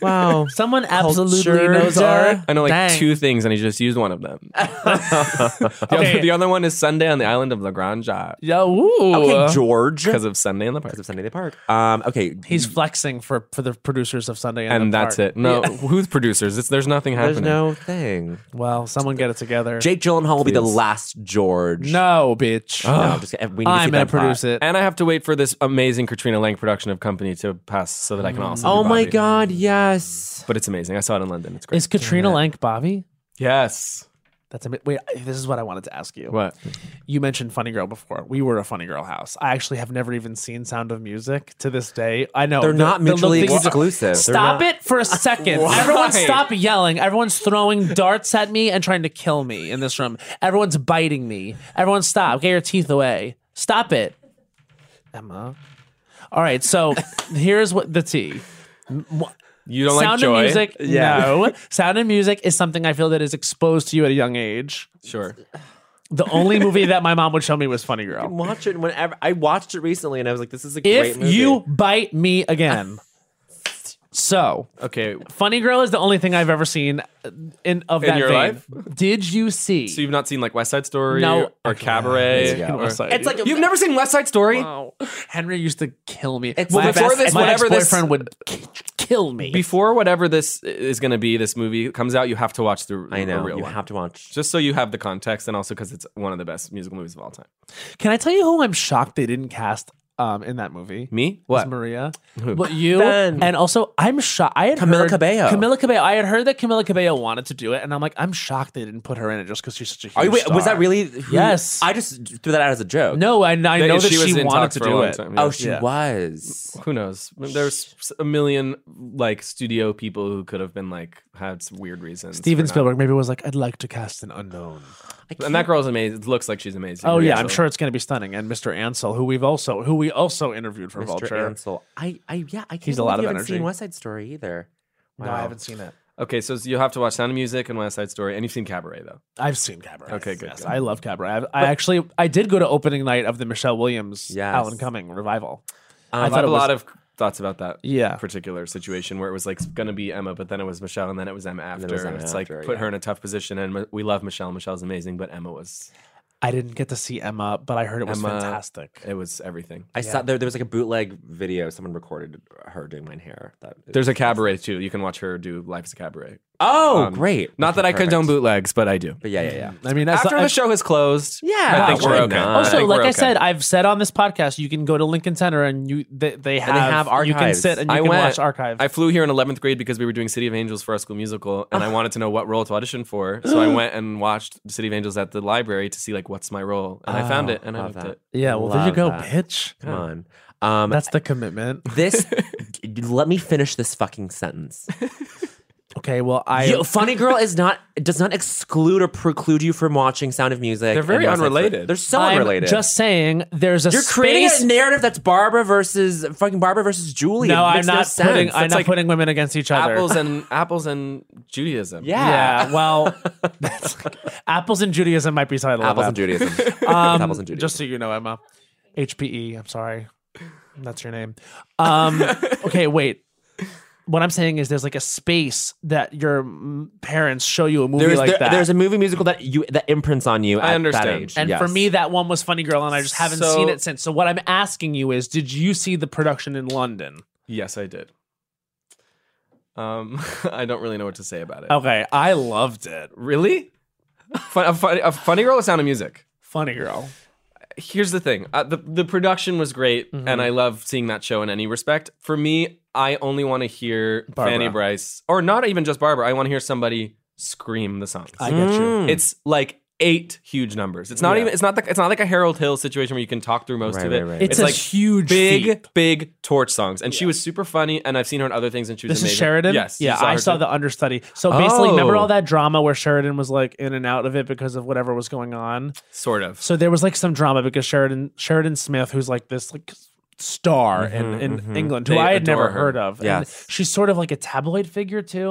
Speaker 7: Wow.
Speaker 3: Someone absolutely
Speaker 7: Culture.
Speaker 3: knows art.
Speaker 5: I know like
Speaker 3: Dang.
Speaker 5: two things, and he just used one of them. the,
Speaker 3: Okay.
Speaker 5: other, the other one is Sunday on the island of La Grande
Speaker 3: Yeah, ooh.
Speaker 7: Okay, George.
Speaker 5: because of Sunday in the park.
Speaker 7: Because of Sunday Day Park. Um. Okay.
Speaker 3: He's flexing for for the producers of Sunday, in
Speaker 5: and
Speaker 3: the
Speaker 5: that's
Speaker 3: Park.
Speaker 5: it. No, who's producers? It's there's nothing
Speaker 7: There's
Speaker 5: happening.
Speaker 7: no thing.
Speaker 3: Well, someone get it together.
Speaker 7: Jake Gyllenhaal will be the
Speaker 5: Please.
Speaker 7: last George.
Speaker 3: no, bitch.
Speaker 7: No, I'm just kidding. we need
Speaker 3: I'm
Speaker 7: to
Speaker 3: gonna produce it.
Speaker 5: and I have to wait for this amazing Katrina Lang production of Company to pass so that I can also.
Speaker 7: Oh
Speaker 5: do
Speaker 7: my
Speaker 5: Bobby.
Speaker 7: God! Yes.
Speaker 5: But it's amazing. I saw it in London. It's great.
Speaker 3: Is Katrina Lank Bobby?
Speaker 5: yes.
Speaker 3: That's a bit. Wait, this is what I wanted to ask you.
Speaker 5: What?
Speaker 3: You mentioned Funny Girl before. We were a Funny Girl house. I actually have never even seen Sound of Music to this day. I know
Speaker 1: They're not
Speaker 3: the- the
Speaker 1: mutually
Speaker 3: things-
Speaker 1: exclusive. They're
Speaker 3: Stop
Speaker 1: not-
Speaker 3: it for a second. Everyone stop yelling. Everyone's throwing darts at me and trying to kill me in this room. Everyone's biting me. Everyone stop. Get your teeth away. Stop it. Emma. All right, so here's what the tea.
Speaker 5: You don't like
Speaker 3: Sound
Speaker 5: joy.
Speaker 3: of music, no. Sound of music is something I feel that is exposed to you at a young age.
Speaker 5: Sure.
Speaker 3: The only movie that my mom would show me was Funny Girl.
Speaker 1: Watch it whenever I watched it recently, and I was like, "This is a great
Speaker 3: If
Speaker 1: movie."
Speaker 3: you bite me again. So,
Speaker 5: Okay.
Speaker 3: Funny Girl is the only thing I've ever seen in of
Speaker 5: In
Speaker 3: that
Speaker 5: your
Speaker 3: vein.
Speaker 5: life?
Speaker 3: Did you see?
Speaker 5: So you've not seen like West Side Story
Speaker 3: No.
Speaker 5: or Cabaret?
Speaker 1: Yeah.
Speaker 5: or-
Speaker 1: it's like a,
Speaker 5: You've never seen West Side Story?
Speaker 3: Wow. Henry used to kill me.
Speaker 1: It's-
Speaker 3: my
Speaker 1: Well, before
Speaker 3: best-
Speaker 5: this,
Speaker 3: my
Speaker 5: whatever this-
Speaker 3: ex-boyfriend would k- kill me.
Speaker 5: Before whatever this is going to be, this movie comes out, you have to watch the
Speaker 1: I
Speaker 5: the
Speaker 1: know
Speaker 5: real
Speaker 1: you
Speaker 5: one.
Speaker 1: have to watch.
Speaker 5: Just so you have the context and also because it's one of the best musical movies of all time.
Speaker 3: Can I tell you who I'm shocked they didn't cast um, in that movie?
Speaker 5: Me?
Speaker 3: What?
Speaker 5: What?
Speaker 3: Maria. But you
Speaker 1: Ben.
Speaker 3: and also I'm shocked. I had
Speaker 1: Camila
Speaker 3: heard,
Speaker 1: Cabello.
Speaker 3: Camila Cabello. I had heard that Camila Cabello wanted to do it, and I'm like, I'm shocked they didn't put her in it just because she's such a huge
Speaker 1: Are you, wait, was
Speaker 3: star.
Speaker 1: that really? who-
Speaker 3: Yes.
Speaker 1: I just threw that out as a joke.
Speaker 3: No, I, I know that she, wanted to do it.
Speaker 1: oh, she was.
Speaker 5: Who knows? There's a million like studio people who could have been like had some weird reasons.
Speaker 3: Steven
Speaker 5: for not-
Speaker 3: Spielberg maybe was like, I'd like to cast an unknown.
Speaker 5: And that girl's amazing. It looks like she's amazing.
Speaker 3: Oh yeah, I'm
Speaker 5: So-
Speaker 3: sure it's going to be stunning. And Mr. Ansel, who we've also who we also interviewed for
Speaker 1: Mr.
Speaker 3: Vulture.
Speaker 1: Ansel. I, I, yeah, I can't.
Speaker 3: He's a
Speaker 1: believe
Speaker 3: lot
Speaker 1: you
Speaker 3: of
Speaker 1: haven't
Speaker 3: energy.
Speaker 1: Seen West Side Story either.
Speaker 3: No, I haven't seen it.
Speaker 5: Okay, so you'll have to watch Sound of Music and West Side Story, and you've seen Cabaret though.
Speaker 3: I've seen Cabaret.
Speaker 5: Okay, good,
Speaker 3: Yes,
Speaker 5: good.
Speaker 3: I love Cabaret. I've, I actually I did go to opening night of the Michelle Williams
Speaker 1: Yes.
Speaker 3: Alan Cumming revival.
Speaker 5: I,
Speaker 1: Um,
Speaker 5: have
Speaker 3: it
Speaker 5: a
Speaker 3: was-
Speaker 5: lot of thoughts about that.
Speaker 3: Yeah.
Speaker 5: particular situation where it was like going to be Emma, but then it was Michelle, and then it was Emma after.
Speaker 1: then it was Emma
Speaker 5: it's
Speaker 1: after,
Speaker 5: like put
Speaker 1: yeah.
Speaker 5: her in a tough position, and m- we love Michelle. Michelle's amazing, but Emma was
Speaker 3: I didn't get to see Emma, but I heard it was
Speaker 5: Emma-
Speaker 3: fantastic.
Speaker 5: it was everything.
Speaker 1: I saw there. There was like a bootleg video. Someone recorded her doing mine hair. That
Speaker 5: There's a cabaret too. You can watch her do Life is a Cabaret.
Speaker 1: Oh,
Speaker 5: Um,
Speaker 1: great.
Speaker 5: Not
Speaker 1: Okay,
Speaker 5: that I
Speaker 1: perfect.
Speaker 5: condone bootlegs, but I do.
Speaker 1: But yeah, yeah, yeah.
Speaker 3: I mean, that's
Speaker 5: after
Speaker 3: I-
Speaker 5: the show has closed,
Speaker 1: Yeah,
Speaker 5: I think
Speaker 1: why
Speaker 5: we're okay.
Speaker 1: not? I
Speaker 3: Also,
Speaker 5: think
Speaker 3: like
Speaker 5: we're
Speaker 3: I
Speaker 5: okay.
Speaker 3: said, I've said on this podcast, you can go to Lincoln Center and you they, they have,
Speaker 1: have
Speaker 3: you can
Speaker 1: archives.
Speaker 3: sit and you
Speaker 5: I
Speaker 3: can
Speaker 5: went-
Speaker 3: watch archives.
Speaker 5: I flew here in 11th grade because we were doing City of Angels for our school musical, and I wanted to know what role to audition for. So I went and watched City of Angels at the library to see like what's my role, and I found it, and I
Speaker 1: love
Speaker 5: loved
Speaker 1: that.
Speaker 5: it.
Speaker 3: yeah, well, there you
Speaker 1: Love
Speaker 3: go,
Speaker 1: that.
Speaker 3: bitch.
Speaker 1: Come on. Um,
Speaker 3: That's the commitment.
Speaker 1: this. d- let me finish this fucking sentence.
Speaker 3: Okay, well, I
Speaker 1: You- Funny Girl is not does not exclude or preclude you from watching Sound of Music.
Speaker 5: They're very
Speaker 1: and West Side Story.
Speaker 5: unrelated.
Speaker 1: They're so
Speaker 3: I'm
Speaker 1: unrelated.
Speaker 3: just saying there's a
Speaker 1: You're creating
Speaker 3: space
Speaker 1: a narrative that's Barbara versus fucking Barbara versus Julie.
Speaker 3: No,
Speaker 1: It
Speaker 3: I'm
Speaker 1: makes
Speaker 3: not
Speaker 1: sense.
Speaker 3: putting. I'm
Speaker 1: That's
Speaker 3: not
Speaker 1: like-
Speaker 3: putting women against each other.
Speaker 5: Apples and apples and Judaism.
Speaker 1: Yeah.
Speaker 3: yeah. Well, that's apples and Judaism might be titled.
Speaker 1: Apples
Speaker 3: that.
Speaker 1: and Judaism.
Speaker 3: Um,
Speaker 1: apples and Judaism.
Speaker 3: Just so you know, Emma, HPE. E, I'm sorry, that's your name. Um, okay, wait. What I'm saying is, there's like a space that your mm, parents show you a movie
Speaker 1: there's,
Speaker 3: like
Speaker 1: there-
Speaker 3: that.
Speaker 1: there's a movie musical that you that imprints on you.
Speaker 5: I
Speaker 1: at That
Speaker 5: understand.
Speaker 1: age.
Speaker 3: and
Speaker 1: Yes.
Speaker 3: for me, that one was Funny Girl, and I just haven't
Speaker 5: So-
Speaker 3: seen it since. So what I'm asking you is, did you see the production in London?
Speaker 5: Yes, I did. Um, I don't really know what to say about it.
Speaker 3: Okay, I loved it.
Speaker 5: really? Fun, a, funny, a funny girl with sound of music.
Speaker 3: Funny Girl.
Speaker 5: Here's the thing: uh, the the production was great,
Speaker 3: Mm-hmm.
Speaker 5: and I love seeing that show in any respect. For me, I only want to hear Fanny Bryce, or not even just Barbara. I want to hear somebody scream the songs.
Speaker 3: I get you.
Speaker 1: Hmm. Mm.
Speaker 5: It's like eight huge numbers. It's not even. It's not like it's not like a Harold Hill situation where you can talk through most
Speaker 1: Right,
Speaker 5: of it.
Speaker 1: right, right.
Speaker 3: It's, a
Speaker 5: like
Speaker 3: huge
Speaker 5: big,
Speaker 3: feat.
Speaker 5: big torch songs, and she was super funny. And I've seen her in other things, and she was
Speaker 3: This
Speaker 5: amazing.
Speaker 3: is Sheridan.
Speaker 5: Yes, you
Speaker 3: yeah, I
Speaker 5: her
Speaker 3: saw
Speaker 5: too.
Speaker 3: the understudy. So basically, remember
Speaker 5: Oh.
Speaker 3: all that drama where Sheridan was like in and out of it because of whatever was going on.
Speaker 5: sort of.
Speaker 3: So there was like some drama because Sheridan Sheridan Smith, who's like this like star
Speaker 1: Mm-hmm,
Speaker 3: in, in England, who
Speaker 5: They
Speaker 3: I had
Speaker 5: adore
Speaker 3: never
Speaker 5: her.
Speaker 3: heard of. And
Speaker 1: Yes.
Speaker 3: she's sort of like a tabloid figure too.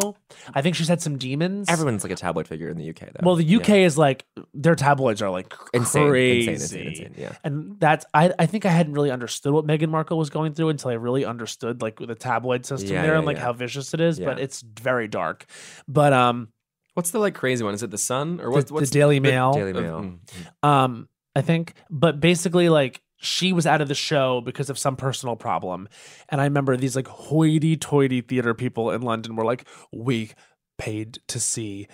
Speaker 3: I think she's had some demons.
Speaker 1: everyone's like a tabloid figure in the UK. Though.
Speaker 3: well, the UK is like their tabloids are like
Speaker 1: Insane,
Speaker 3: crazy,
Speaker 1: insane, insane, insane, yeah.
Speaker 3: And that's I, I think I hadn't really understood what Meghan Markle was going through until I really understood like the tabloid system
Speaker 1: Yeah,
Speaker 3: there
Speaker 1: yeah,
Speaker 3: and like
Speaker 1: yeah.
Speaker 3: how vicious it is. But
Speaker 1: Yeah.
Speaker 3: it's very dark. But um,
Speaker 5: what's the like crazy one? Is it the Sun or
Speaker 3: the,
Speaker 5: what,
Speaker 3: the
Speaker 5: what's
Speaker 3: Daily Mail,
Speaker 1: Daily Mail.
Speaker 5: Mm.
Speaker 3: um, I think. But basically, like she was out of the show because of some personal problem, and I remember these like hoity-toity theater people in London were like, "We paid to see."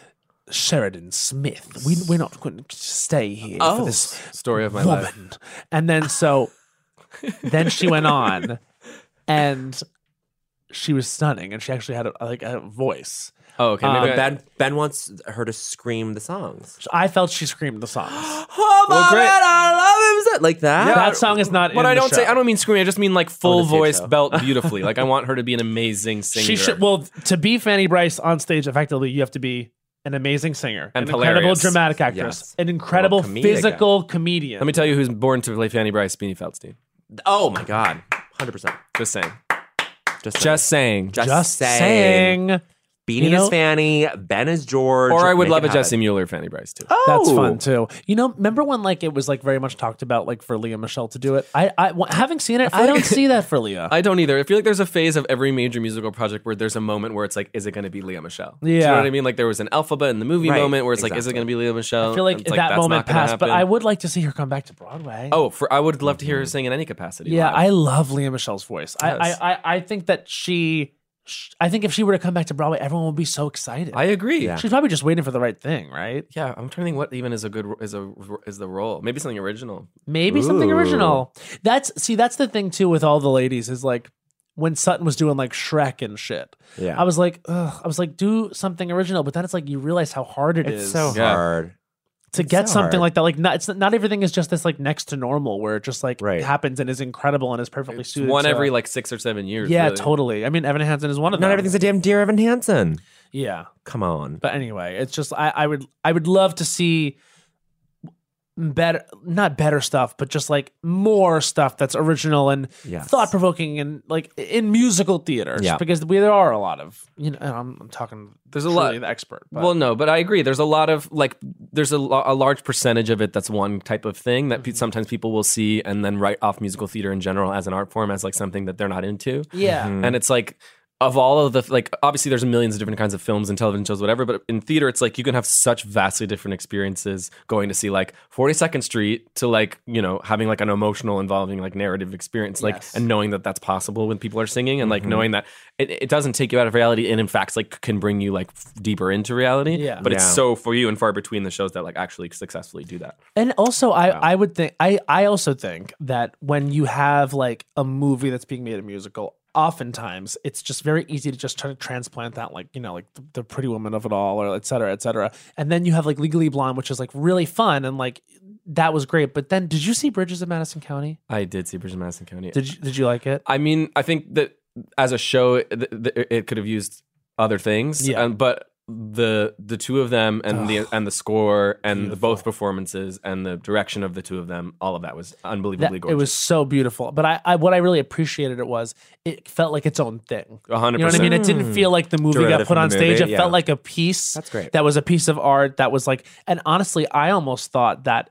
Speaker 3: Sheridan Smith. We, we're not going to stay here for
Speaker 1: Oh.
Speaker 3: this
Speaker 5: hmm, story of my
Speaker 3: woman.
Speaker 5: life?
Speaker 3: And then so then she went on and she was stunning and she actually had a, like a voice.
Speaker 5: Oh, okay.
Speaker 1: Uh,
Speaker 5: Maybe I-
Speaker 1: ben Ben wants her to scream the songs.
Speaker 3: I felt she screamed the songs.
Speaker 1: Oh my
Speaker 5: great.
Speaker 1: God, I love him so- like that.
Speaker 3: that song is not.
Speaker 5: But
Speaker 3: in
Speaker 5: I
Speaker 3: the
Speaker 5: don't say
Speaker 3: show.
Speaker 5: I don't mean screaming. I just mean like full
Speaker 1: the tape
Speaker 5: voice,
Speaker 1: show.
Speaker 5: belt beautifully. like I want her to be an amazing singer.
Speaker 3: She should. Well, to be Fanny Bryce on stage effectively, you have to be an amazing singer,
Speaker 5: And
Speaker 3: an incredible
Speaker 5: hilarious.
Speaker 3: dramatic actress,
Speaker 1: Yes.
Speaker 3: an incredible
Speaker 1: Well, comedic
Speaker 3: physical comedian.
Speaker 5: Let me tell you who's born to play Fanny Bryce, Beanie Feldstein.
Speaker 1: Oh my God, hundred percent.
Speaker 5: Just saying.
Speaker 1: Just
Speaker 5: Just saying.
Speaker 1: just,
Speaker 3: just
Speaker 1: saying.
Speaker 3: saying.
Speaker 1: Beanie
Speaker 3: You know-
Speaker 1: is Fanny. Ben is George.
Speaker 5: Or I would
Speaker 1: Make
Speaker 5: love
Speaker 1: it
Speaker 5: a Jesse
Speaker 1: happen.
Speaker 5: Mueller Fanny Bryce too.
Speaker 3: That's
Speaker 1: Oh.
Speaker 3: fun too. You know, remember when like it was like very much talked about like for Leah Michelle to do it. I I w- having seen it, I, don't see that for Leah.
Speaker 5: I don't either. I feel like there's a phase of every major musical project where there's a moment where it's like, is it going to be Leah Michelle? Do you know
Speaker 3: Yeah.
Speaker 5: what I mean? Like there was an Alphaba in the movie
Speaker 1: Right,
Speaker 5: moment where it's like, is it
Speaker 1: exactly.
Speaker 5: going to be Leah Michelle?
Speaker 3: I feel like,
Speaker 5: And it's
Speaker 3: that
Speaker 5: that's
Speaker 3: moment
Speaker 5: not gonna
Speaker 3: passed, but I
Speaker 5: happen.
Speaker 3: would like to see her come back to Broadway.
Speaker 5: Oh, for I would love to hear her sing in any capacity.
Speaker 3: yeah,
Speaker 5: live.
Speaker 3: I love Leah Michelle's voice.
Speaker 5: Yes.
Speaker 3: I, I I I think that she, sh- I think if she were to come back to Broadway, everyone would be so excited.
Speaker 5: I agree.
Speaker 1: Yeah.
Speaker 3: She's probably just waiting for the right thing, right?
Speaker 5: Yeah, I'm trying to think what even is a good ro- is a is the role. Maybe something original.
Speaker 3: Maybe something
Speaker 1: Ooh.
Speaker 3: original. That's see, that's the thing too with all the ladies is like when Sutton was doing like Shrek and shit.
Speaker 1: Yeah,
Speaker 3: I was like, ugh, I was like, do something original, but then it's like you realize how hard it
Speaker 1: it's
Speaker 3: is
Speaker 1: so
Speaker 5: Yeah.
Speaker 1: hard.
Speaker 3: to
Speaker 1: it's
Speaker 3: get
Speaker 1: so
Speaker 3: something
Speaker 1: hard.
Speaker 3: like that. Like, not it's not everything is just this like next to normal where it just like
Speaker 1: Right.
Speaker 3: happens and is incredible and is perfectly
Speaker 5: It's
Speaker 3: suited.
Speaker 5: one
Speaker 3: to-
Speaker 5: every like six or seven years.
Speaker 3: uh, yeah,
Speaker 5: really.
Speaker 3: totally. I mean, Evan Hansen is one of them.
Speaker 1: Not everything's a damn dear Evan Hansen.
Speaker 3: yeah.
Speaker 1: Come on.
Speaker 3: But anyway, it's just I, I would I would love to see better not better stuff, but just like more stuff that's original and
Speaker 1: Yes.
Speaker 3: thought provoking and like in musical theater. just
Speaker 1: Yeah.
Speaker 3: because we there are a lot of you know. and I'm, I'm talking.
Speaker 5: There's a
Speaker 3: truly
Speaker 5: lot-
Speaker 3: The expert. But.
Speaker 5: Well, no, but I agree. There's a lot of like, there's a, lo- a large percentage of it that's one type of thing that
Speaker 3: Mm-hmm.
Speaker 5: pe- sometimes people will see and then write off musical theater in general as an art form as like something that they're not into.
Speaker 3: yeah.
Speaker 5: And it's like, of all of the like, obviously there's millions of different kinds of films and television shows, whatever. But in theater, it's like you can have such vastly different experiences going to see like 42nd Street to like you know having like an emotional, involving like narrative experience, like
Speaker 3: Yes.
Speaker 5: and knowing that that's possible when people are singing and like knowing that it, it doesn't take you out of reality and in fact like can bring you like f- deeper into reality.
Speaker 3: Yeah.
Speaker 5: But it's
Speaker 1: Yeah.
Speaker 5: so for you and far between the shows that like actually successfully do that.
Speaker 3: And also, I, I would think I I also think that when you have like a movie that's being made a musical, oftentimes it's just very easy to just try to transplant that like you know like the, the Pretty Woman of it all or et cetera et cetera. And then you have like Legally Blonde, which is like really fun and like that was great. But then, did you see Bridges of Madison County?
Speaker 5: I did see Bridges Madison County.
Speaker 3: Did you, did you like it?
Speaker 5: I mean, I think that as a show, th- th- it could have used other things.
Speaker 3: Yeah.
Speaker 5: Um, but the the two of them and the and the score and the both performances and the direction of the two of them, all of that was
Speaker 3: That-
Speaker 5: unbelievably
Speaker 3: it
Speaker 5: gorgeous.
Speaker 3: was so beautiful. But I, I what I really appreciated it was it felt like its own thing.
Speaker 5: hundred
Speaker 3: You know what I
Speaker 5: percent. Hmm.
Speaker 3: mean? It didn't feel like the movie
Speaker 1: Derivative
Speaker 3: got put
Speaker 1: from
Speaker 3: on
Speaker 1: the
Speaker 3: stage.
Speaker 1: movie,
Speaker 3: It
Speaker 1: yeah.
Speaker 3: felt like a piece.
Speaker 1: That's great.
Speaker 3: That was a piece of art that was like, and honestly, I almost thought that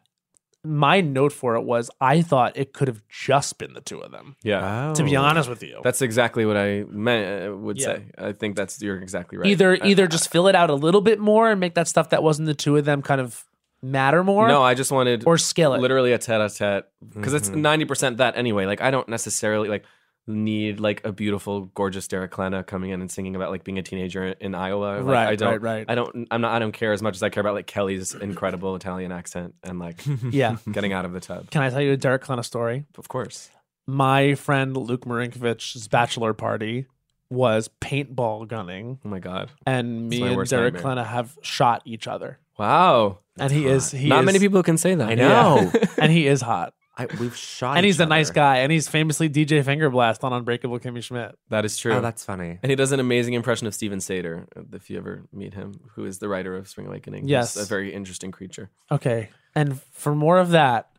Speaker 3: my note for it was I thought it could have just been the two of them,
Speaker 5: Yeah.
Speaker 3: to be honest with you.
Speaker 5: Hmm. That's exactly what I meant, uh, would
Speaker 3: Yeah.
Speaker 5: say. I think that's you're exactly right.
Speaker 3: Either
Speaker 5: I-
Speaker 3: either just fill it out a little bit more and make that stuff that wasn't the two of them kind of matter more.
Speaker 5: no, I just wanted
Speaker 3: or scale it.
Speaker 5: literally a tete-a-tete because it's
Speaker 3: Mm-hmm.
Speaker 5: 90% that anyway like i don't necessarily like need like a beautiful gorgeous Derek Klana coming in and singing about like being a teenager in, in Iowa Like,
Speaker 3: Right,
Speaker 5: i don't
Speaker 3: right, right.
Speaker 5: i don't i'm not i don't care as much as i care about like Kelly's incredible Italian accent and like
Speaker 3: Yeah.
Speaker 5: getting out of the tub
Speaker 3: Can I tell you a Derek Klana story?
Speaker 5: of course
Speaker 3: My friend Luke Marinkovich's bachelor party was paintball gunning,
Speaker 5: oh my god
Speaker 3: and me
Speaker 5: my
Speaker 3: and
Speaker 5: worst
Speaker 3: Derek
Speaker 5: nightmare.
Speaker 3: Klana have shot each other.
Speaker 5: wow
Speaker 3: and he is he
Speaker 5: not
Speaker 3: is-
Speaker 5: many people can say that i
Speaker 1: No,
Speaker 3: and he is hot
Speaker 1: I, we've shot.
Speaker 3: and
Speaker 1: each
Speaker 3: he's a nice
Speaker 1: other.
Speaker 3: guy and he's famously dj finger blast on unbreakable kimmy schmidt
Speaker 5: that is true
Speaker 1: Oh, that's funny.
Speaker 5: and he does an amazing impression of Steven Sater, if you ever meet him, who is the writer of Spring Awakening. He's
Speaker 3: Yes.
Speaker 5: a very interesting creature.
Speaker 3: okay and for more of that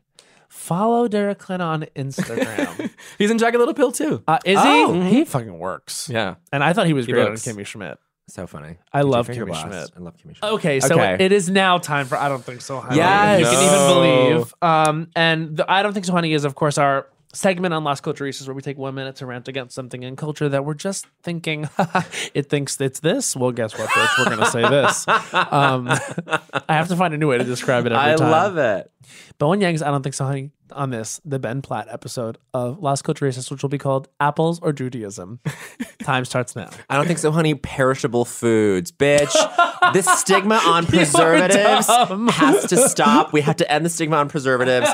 Speaker 3: follow derek Klin on instagram
Speaker 5: He's in Jagged Little Pill too.
Speaker 3: uh, is
Speaker 1: Oh,
Speaker 3: he he fucking works
Speaker 5: Yeah,
Speaker 3: and i thought he was
Speaker 5: He
Speaker 3: great
Speaker 5: looks.
Speaker 3: on kimmy schmidt
Speaker 1: So funny.
Speaker 3: I love
Speaker 1: Finger
Speaker 3: Kimmy
Speaker 1: blast.
Speaker 3: Schmidt.
Speaker 1: I love Kimmy Schmidt.
Speaker 3: Okay, so
Speaker 1: Okay.
Speaker 3: it is now time for I don't think so honey.
Speaker 1: Yes.
Speaker 3: you can
Speaker 5: No.
Speaker 3: even believe. Um, and the I don't think so honey is of course our segment on Las Culturistas where we take one minute to rant against something in culture that we're just thinking it thinks it's this. Well, guess what, bitch? We're gonna say this. Um, I have to find a new way to describe it. Every
Speaker 1: I
Speaker 3: time.
Speaker 1: love it.
Speaker 3: Bowen Yang's I don't think so honey on this the Ben Platt episode of Las Culturistas, which will be called Apples or Judaism. time starts now.
Speaker 1: I don't think so, honey. Perishable foods, bitch. this stigma on preservatives
Speaker 3: dumb.
Speaker 1: has to stop. We have to end the stigma on preservatives.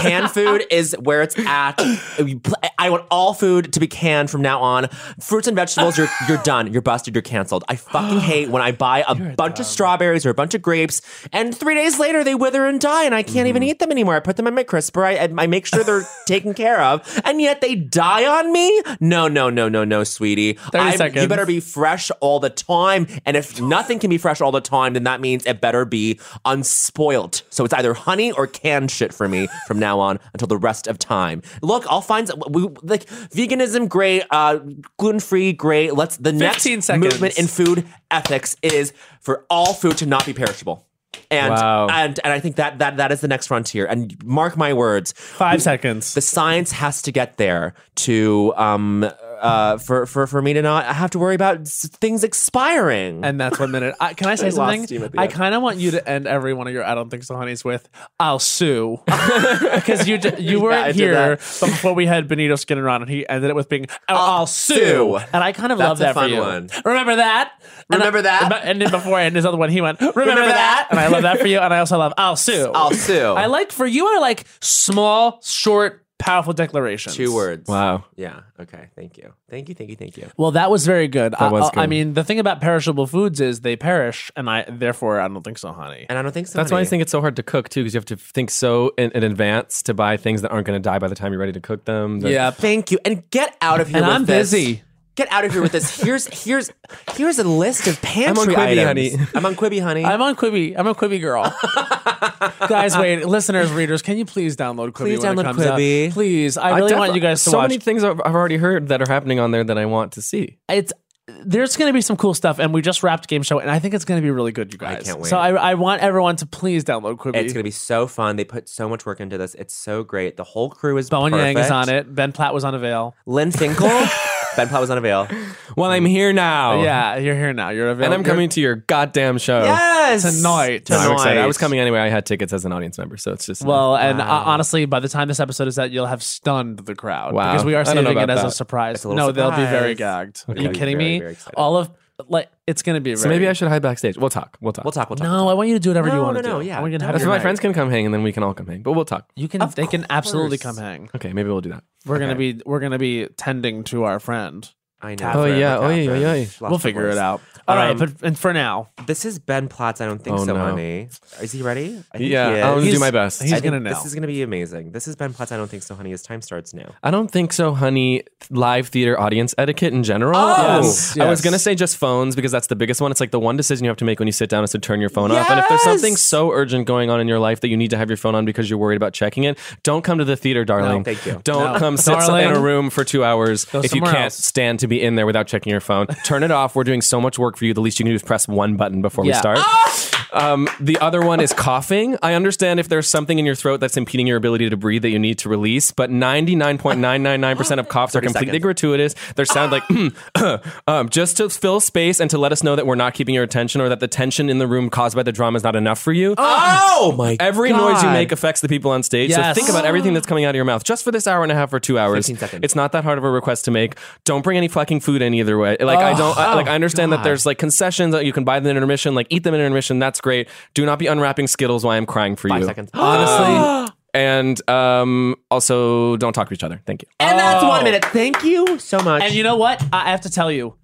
Speaker 1: Canned food is where it's at. You pl- I- I want all food to be canned from now on. Fruits and vegetables, you're you're done. You're busted. You're canceled. I fucking hate when I buy a bunch of strawberries or a bunch of grapes, and three days later they wither and die, and I can't even eat them anymore. I put them in my crisper. I I make sure they're taken care of, and yet they die on me. No, no, no, no, no, sweetie.
Speaker 3: 30
Speaker 1: I'm- You
Speaker 3: seconds.
Speaker 1: better be fresh all the time. And if nothing can be fresh all the time, then that means it better be unspoilt. So it's either honey or canned shit for me from now on until the rest of time. Look, I'll find some- we, like veganism, great, uh, gluten free, great. Let's the next
Speaker 3: 15 seconds.
Speaker 1: movement in food ethics is for all food to not be perishable. And,
Speaker 5: Wow.
Speaker 1: and and I think that that that is the next frontier. And mark my words,
Speaker 3: Five seconds.
Speaker 1: the science has to get there to um uh for for for me to not have to worry about s- things expiring.
Speaker 3: and that's one minute. I, can I say
Speaker 1: lost
Speaker 3: something?
Speaker 1: you at the
Speaker 3: I
Speaker 1: end.
Speaker 3: kind of want you to end every one of your "I don't think so, honeys" with "I'll sue," because you d- you
Speaker 1: I
Speaker 3: weren't
Speaker 1: did
Speaker 3: here,
Speaker 1: that.
Speaker 3: but before we had Benito Skinner on, and he ended it with being "I'll, I'll sue.
Speaker 1: sue.
Speaker 3: and I kind of love
Speaker 1: That's a
Speaker 3: that for
Speaker 1: fun
Speaker 3: you.
Speaker 1: one.
Speaker 3: Remember that? And
Speaker 1: Remember
Speaker 3: I-
Speaker 1: that?
Speaker 3: but- And then before I end his other one, he went, "Remember,
Speaker 1: that?
Speaker 3: that? And I love that for you, and I also love "I'll sue."
Speaker 1: I'll sue.
Speaker 3: I like for you. I like small, short, powerful declarations.
Speaker 1: two words.
Speaker 5: Wow.
Speaker 1: Yeah. Okay. Thank you. Thank you. Thank you. Thank you.
Speaker 3: Well, that was very good. I,
Speaker 5: was
Speaker 3: I- I
Speaker 5: good.
Speaker 3: mean, the thing about perishable foods is they perish, and I therefore I don't think so, honey.
Speaker 1: And I don't think so.
Speaker 5: That's why I
Speaker 1: honey.
Speaker 5: think it's so hard to cook too, because you have to think so in, in advance to buy things that aren't going to die by the time you're ready to cook them. The-
Speaker 1: Thank you. And get out of here.
Speaker 3: And
Speaker 1: with
Speaker 3: I'm
Speaker 1: this.
Speaker 3: busy.
Speaker 1: Get out of here with this. Here's here's here's a list of pantry
Speaker 5: on Quibi,
Speaker 1: items.
Speaker 5: honey.
Speaker 1: I'm on Quibi, honey.
Speaker 3: I'm on Quibi. I'm a Quibi girl. guys, wait, listeners, readers, can you please download Quibi
Speaker 1: Please
Speaker 3: when it
Speaker 1: download
Speaker 3: comes
Speaker 1: Quibi.
Speaker 3: out? Please, I really
Speaker 5: def-
Speaker 3: want you guys to
Speaker 5: so
Speaker 3: watch.
Speaker 5: many things I've, I've already heard that are happening on there that I want to see.
Speaker 3: it's there's going to be some cool stuff, and we just wrapped game show, and I think it's going to be really good, you guys.
Speaker 1: can't wait.
Speaker 3: So I, I want everyone to please download Quibi.
Speaker 1: it's gonna be so fun. They put so much work into this. It's so great. The whole crew is
Speaker 3: Bowen Yang is
Speaker 1: perfect.
Speaker 3: on it. Ben Platt was on Avail.
Speaker 1: Lynn Finkel, Ben Platt was on a veil.
Speaker 5: Well, I'm here
Speaker 1: Oh.
Speaker 5: now.
Speaker 3: Yeah, you're here now. You're Avail.
Speaker 5: And I'm
Speaker 3: You're-
Speaker 5: coming to your goddamn show.
Speaker 1: Yes,
Speaker 3: Tonight.
Speaker 5: No, I'm
Speaker 1: Oh, Tonight.
Speaker 5: excited. I was coming anyway. I had tickets as an audience member, so it's just
Speaker 3: Well, and uh, honestly, by the time this episode is out, you'll have stunned the crowd
Speaker 5: Wow.
Speaker 3: because we
Speaker 5: I
Speaker 3: are
Speaker 5: don't know
Speaker 3: saving it
Speaker 5: about
Speaker 3: as a
Speaker 5: that.
Speaker 3: surprise.
Speaker 1: a
Speaker 3: no,
Speaker 1: little
Speaker 3: they'll be very
Speaker 1: surprise.
Speaker 3: gagged. Are you
Speaker 1: be
Speaker 3: kidding
Speaker 1: very,
Speaker 3: me?
Speaker 1: very excited.
Speaker 3: All of like it's gonna be.
Speaker 5: So maybe I should hide backstage. We'll talk. We'll talk.
Speaker 1: We'll talk. We'll talk.
Speaker 3: No, I want you to do whatever you
Speaker 1: No,
Speaker 3: want to
Speaker 1: no, no,
Speaker 3: do.
Speaker 1: yeah.
Speaker 3: I want you to have
Speaker 5: That's
Speaker 3: your
Speaker 5: why my
Speaker 3: night.
Speaker 5: friends can come hang, and then we can all come hang. But we'll talk.
Speaker 3: You can. they can absolutely come hang.
Speaker 5: Okay, maybe we'll do that.
Speaker 3: We're gonna be. We're gonna be tending to our friend.
Speaker 1: I know.
Speaker 3: Oh,
Speaker 1: Catherine,
Speaker 5: yeah.
Speaker 1: Catherine.
Speaker 5: Oy, oy, oy.
Speaker 1: Lost
Speaker 3: we'll
Speaker 1: the
Speaker 3: figure
Speaker 1: voice.
Speaker 3: it out. All right,
Speaker 1: Um,
Speaker 3: but and for now,
Speaker 1: This is Ben Platt's. I don't think
Speaker 5: Oh,
Speaker 1: so,
Speaker 5: no.
Speaker 1: honey. Is he ready? I think
Speaker 5: Yeah,
Speaker 1: he
Speaker 5: I'm gonna
Speaker 1: is.
Speaker 5: do my best.
Speaker 3: he's
Speaker 1: I think
Speaker 3: gonna know.
Speaker 1: This is gonna be amazing. This is Ben Platt's. I don't think so, honey. His time starts now.
Speaker 5: I don't think so, honey. Live theater audience etiquette in general.
Speaker 1: Oh!
Speaker 3: Yes,
Speaker 5: I was
Speaker 3: yes.
Speaker 5: gonna say just phones because that's the biggest one. It's like the one decision you have to make when you sit down is to turn your phone off. And if there's something
Speaker 1: Yes!
Speaker 5: so urgent going on in your life that you need to have your phone on because you're worried about checking it, don't come to the theater, darling.
Speaker 1: thank you.
Speaker 5: Don't come sit
Speaker 3: Darling.
Speaker 5: in a room for two hours if you
Speaker 3: somewhere
Speaker 5: can't
Speaker 3: else.
Speaker 5: stand to be in there without checking your phone. Turn it off. We're doing so much work for you. The least you can do is press one button before we
Speaker 3: Yeah. Ah!
Speaker 5: start. Um, the other one is coughing. I understand if there's something in your throat that's impeding your ability to breathe that you need to release, but 99.999% of coughs are completely
Speaker 1: seconds.
Speaker 5: gratuitous. They sound like
Speaker 3: Ah!
Speaker 5: um, just to fill space and to let us know that we're not keeping your attention or that the tension in the room caused by the drama is not enough for you.
Speaker 1: Oh my!
Speaker 5: Every noise you make affects the people on stage.
Speaker 3: Yes.
Speaker 5: So think about everything that's coming out of your mouth just for this hour and a half or two hours.
Speaker 1: 15 seconds.
Speaker 5: It's not that hard of a request to make. Don't bring any fucking food in either way. Like I don't I,
Speaker 1: Oh,
Speaker 5: like I understand that there's like concessions that you can buy them in intermission, like eat them in intermission. That's great. Do not be unwrapping Skittles while I'm crying for
Speaker 1: Five
Speaker 5: you.
Speaker 1: seconds.
Speaker 3: honestly,
Speaker 5: And um, also don't talk to each other. Thank you.
Speaker 1: and that's
Speaker 3: Oh.
Speaker 1: one minute. Thank you so much.
Speaker 3: and you know what? I have to tell you.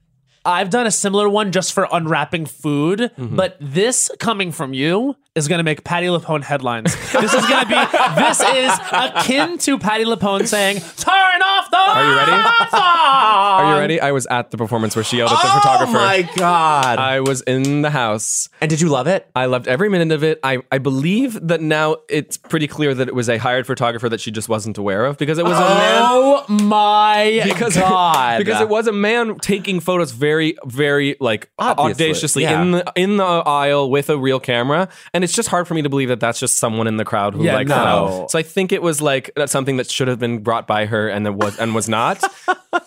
Speaker 3: I've done a similar one just for unwrapping food,
Speaker 5: Mm-hmm.
Speaker 3: but this coming from you is going to make Patty LaPone headlines. this is going to be this is akin to Patty LaPone saying, "Turn off the Are
Speaker 5: you ready? Are
Speaker 3: Are
Speaker 5: you ready? I was at the performance where she yelled at the
Speaker 1: Um, oh
Speaker 5: photographer.
Speaker 1: my god!
Speaker 5: I was in the house.
Speaker 1: Uh, and did you love it?
Speaker 5: I loved every minute of it. I, I believe that now it's pretty clear that it was a hired photographer that she just wasn't aware of because it was a man.
Speaker 3: Oh my
Speaker 5: Because,
Speaker 3: god.
Speaker 5: because it was a man taking photos very, very like
Speaker 1: Obviously,
Speaker 5: audaciously
Speaker 1: yeah.
Speaker 5: in the in the aisle with a real camera, and it's just hard for me to believe that that's just someone in the crowd who
Speaker 3: Yeah,
Speaker 5: like
Speaker 3: no.
Speaker 5: fell. So I think it was like that's something that should have been brought by her and that was and was not.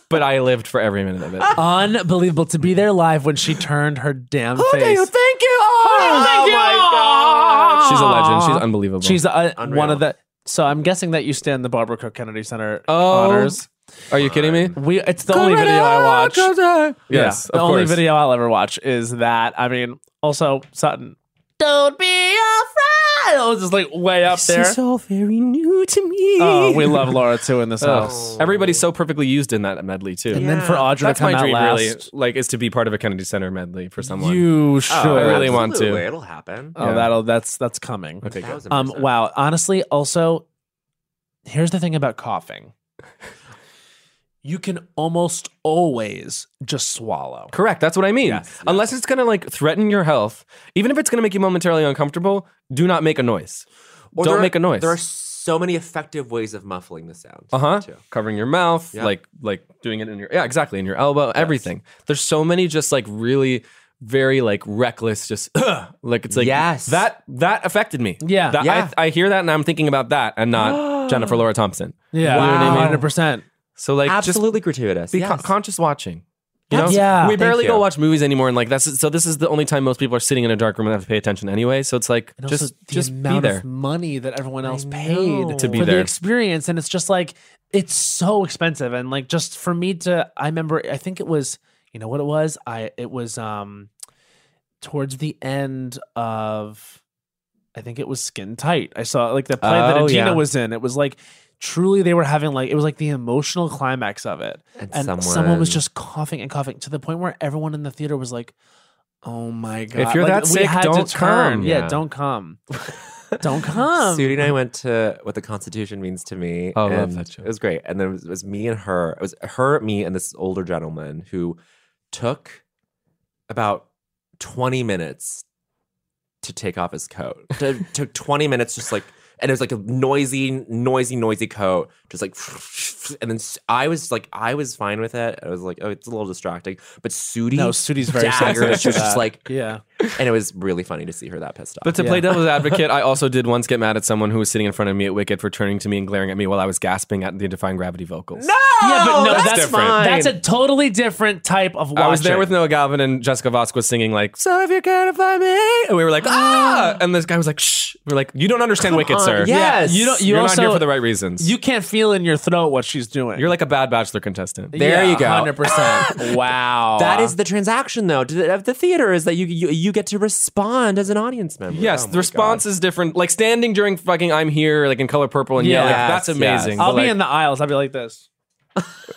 Speaker 5: but I lived for every minute of it.
Speaker 3: unbelievable to be there live when she turned her damn face.
Speaker 1: Thank you. Oh, my god!
Speaker 5: She's a legend. She's unbelievable.
Speaker 3: She's uh, one of the so I'm guessing that you stand the Barbara Cook Kennedy Center
Speaker 5: Oh.
Speaker 3: honors.
Speaker 5: Are you kidding me?
Speaker 3: We it's the only video I watch.
Speaker 5: Yes,
Speaker 3: the
Speaker 5: of
Speaker 3: only
Speaker 5: course.
Speaker 3: video I'll ever watch is that. I mean, also Sutton. Don't be Kyle is just like way up there.
Speaker 5: all very new to me.
Speaker 3: Oh, we love Laura too in this house.
Speaker 5: Everybody's so perfectly used in that medley too.
Speaker 3: And then for Audra
Speaker 5: That's
Speaker 3: to come
Speaker 5: my
Speaker 3: out
Speaker 5: dream,
Speaker 3: last,
Speaker 5: really. Like, is to be part of a Kennedy Center medley for someone.
Speaker 3: you should.
Speaker 5: I really want to. Uh,
Speaker 1: Absolutely, It'll happen.
Speaker 3: Oh,
Speaker 5: Yeah.
Speaker 3: that'll that's that's coming.
Speaker 5: Okay, good.
Speaker 3: Um, wow. Honestly, also, here's the thing about coughing. You can almost always just swallow.
Speaker 5: Correct. That's what I mean.
Speaker 1: Yes, yes.
Speaker 5: Unless it's gonna like threaten your health, even if it's gonna make you momentarily uncomfortable, do not make a noise.
Speaker 1: Or
Speaker 5: Don't
Speaker 1: there are-
Speaker 5: make a noise.
Speaker 1: There are so many effective ways of muffling the sound.
Speaker 5: Uh huh.
Speaker 1: too.
Speaker 5: Covering your mouth,
Speaker 1: Yeah.
Speaker 5: like like doing it in your yeah, exactly in your elbow, everything. There's so many just like really very like reckless, just like it's like
Speaker 1: Yes.
Speaker 5: that that affected me.
Speaker 3: Yeah.
Speaker 5: That-
Speaker 1: Yeah.
Speaker 5: I, I hear that and I'm thinking about that and not Jennifer Laura Thompson.
Speaker 3: Yeah,
Speaker 1: Wow.
Speaker 3: hundred percent.
Speaker 5: So like
Speaker 1: Absolutely gratuitous.
Speaker 5: just be con-
Speaker 1: yes.
Speaker 5: conscious watching. You know?
Speaker 3: Yeah.
Speaker 5: we barely
Speaker 1: Thank
Speaker 5: go
Speaker 1: you.
Speaker 5: watch movies anymore, and like that's so. This is the only time most people are sitting in a dark room and have to pay attention anyway. So it's like
Speaker 3: And also
Speaker 5: just
Speaker 3: the
Speaker 5: just be
Speaker 3: amount
Speaker 5: there.
Speaker 3: of money that everyone else paid
Speaker 5: To be
Speaker 3: for the
Speaker 5: there.
Speaker 3: experience, and it's just like it's so expensive. And like just for me to, I remember, I think it was, you know what it was. I it was um towards the end of, I think it was Skin Tight. I saw like the play that
Speaker 5: Oh,
Speaker 3: Adina
Speaker 5: yeah.
Speaker 3: was in. It was like truly they were having like it was like the emotional climax of it
Speaker 1: And,
Speaker 3: and someone, was just coughing and coughing to the point where everyone in the theater was like, "Oh my god!"
Speaker 5: you're
Speaker 3: Like,
Speaker 5: that
Speaker 3: we
Speaker 5: sick,
Speaker 3: had
Speaker 5: don't
Speaker 3: to turn.
Speaker 5: come.
Speaker 3: Yeah.
Speaker 5: Yeah.
Speaker 3: don't come. don't come.
Speaker 1: Sudie and I went to what the Constitution means to me.
Speaker 5: Oh, love
Speaker 1: and
Speaker 5: that show.
Speaker 1: It was great. And then it was, it was me and her. It was her, me, and this older gentleman who took about 20 minutes to take off his coat. T- took 20 minutes just like, and it was like a noisy, noisy, noisy coat, just like, and then s- I was like, I was fine with it. I was like, oh, it's a little distracting. But Sudie,
Speaker 3: No, Sudi's very
Speaker 1: daggered.
Speaker 3: sensitive
Speaker 1: She was
Speaker 3: to
Speaker 1: just
Speaker 3: that.
Speaker 1: like,
Speaker 3: yeah,
Speaker 1: and it was really funny to see her that pissed off.
Speaker 5: But to play devil's advocate, I also did once get mad at someone who was sitting in front of me at Wicked for turning to me and glaring at me while I was gasping at the Defying Gravity vocals. No,
Speaker 3: yeah,
Speaker 1: Oh,
Speaker 3: but no,
Speaker 5: that's
Speaker 3: Oh, that's,
Speaker 5: different.
Speaker 3: fine. That's a totally different type of. Watching.
Speaker 5: I was there with Noah Galvin and Jessica Vasquez singing like "So if you're gonna find me," and we were like "Ah!" and this guy was like "Shh," we're like "You don't understand Wicked, sir.
Speaker 1: Yes.
Speaker 3: You don't. You
Speaker 5: you are
Speaker 3: also
Speaker 5: not here for the right reasons.
Speaker 3: you can't feel in your throat what she's doing.
Speaker 5: you're like a bad Bachelor contestant.
Speaker 1: There you go.
Speaker 3: Hundred percent. Wow.
Speaker 1: That is the transaction, though, to the, of the theater is that you, you you get to respond as an audience member.
Speaker 5: Yes,
Speaker 1: Oh
Speaker 5: the
Speaker 1: my
Speaker 5: response
Speaker 1: God.
Speaker 5: is different. Like standing during fucking I'm here, like in color purple and
Speaker 3: Yeah.
Speaker 5: yellow.
Speaker 1: Yes,
Speaker 5: that's
Speaker 1: yes.
Speaker 5: amazing.
Speaker 3: I'll
Speaker 5: But,
Speaker 3: be
Speaker 5: like,
Speaker 3: in the aisles. I'll be like this.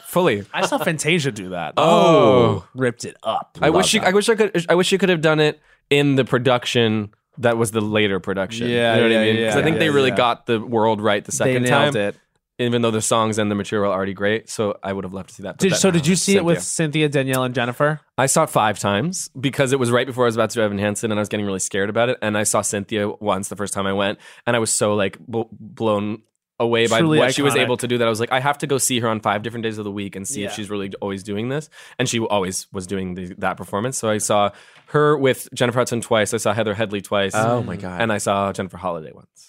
Speaker 5: fully.
Speaker 3: I saw Fantasia do that.
Speaker 5: Oh.
Speaker 3: ripped it up.
Speaker 5: I wish you, I wish I could I wish you could have done it in the production that was the later production.
Speaker 3: Yeah,
Speaker 5: you know what
Speaker 3: yeah,
Speaker 5: I mean?
Speaker 3: yeah,
Speaker 5: I think they
Speaker 3: yeah,
Speaker 5: really
Speaker 3: yeah.
Speaker 5: got the world right the
Speaker 3: They
Speaker 5: second
Speaker 3: nailed
Speaker 5: time.
Speaker 3: it.
Speaker 5: Even though the songs and the material are already great, so I would have loved to see that. but
Speaker 3: Did,
Speaker 5: that-
Speaker 3: so did you see it
Speaker 5: Thank
Speaker 3: with
Speaker 5: you.
Speaker 3: Cynthia, Danielle, and Jennifer?
Speaker 5: I saw it five times because it was right before I was about to do Evan Hansen, and I was getting really scared about it. And I saw Cynthia once the first time I went, and I was so like bl- blown away by
Speaker 3: Truly
Speaker 5: what she was
Speaker 3: iconic.
Speaker 5: able to do that I was like, I have to go see her on five different days of the week and see if
Speaker 3: Yeah.
Speaker 5: she's really always doing this. And she always was doing the, that performance. So I saw her with Jennifer Hudson twice. I saw Heather Headley twice.
Speaker 1: Oh my God.
Speaker 5: And I saw Jennifer Holiday once.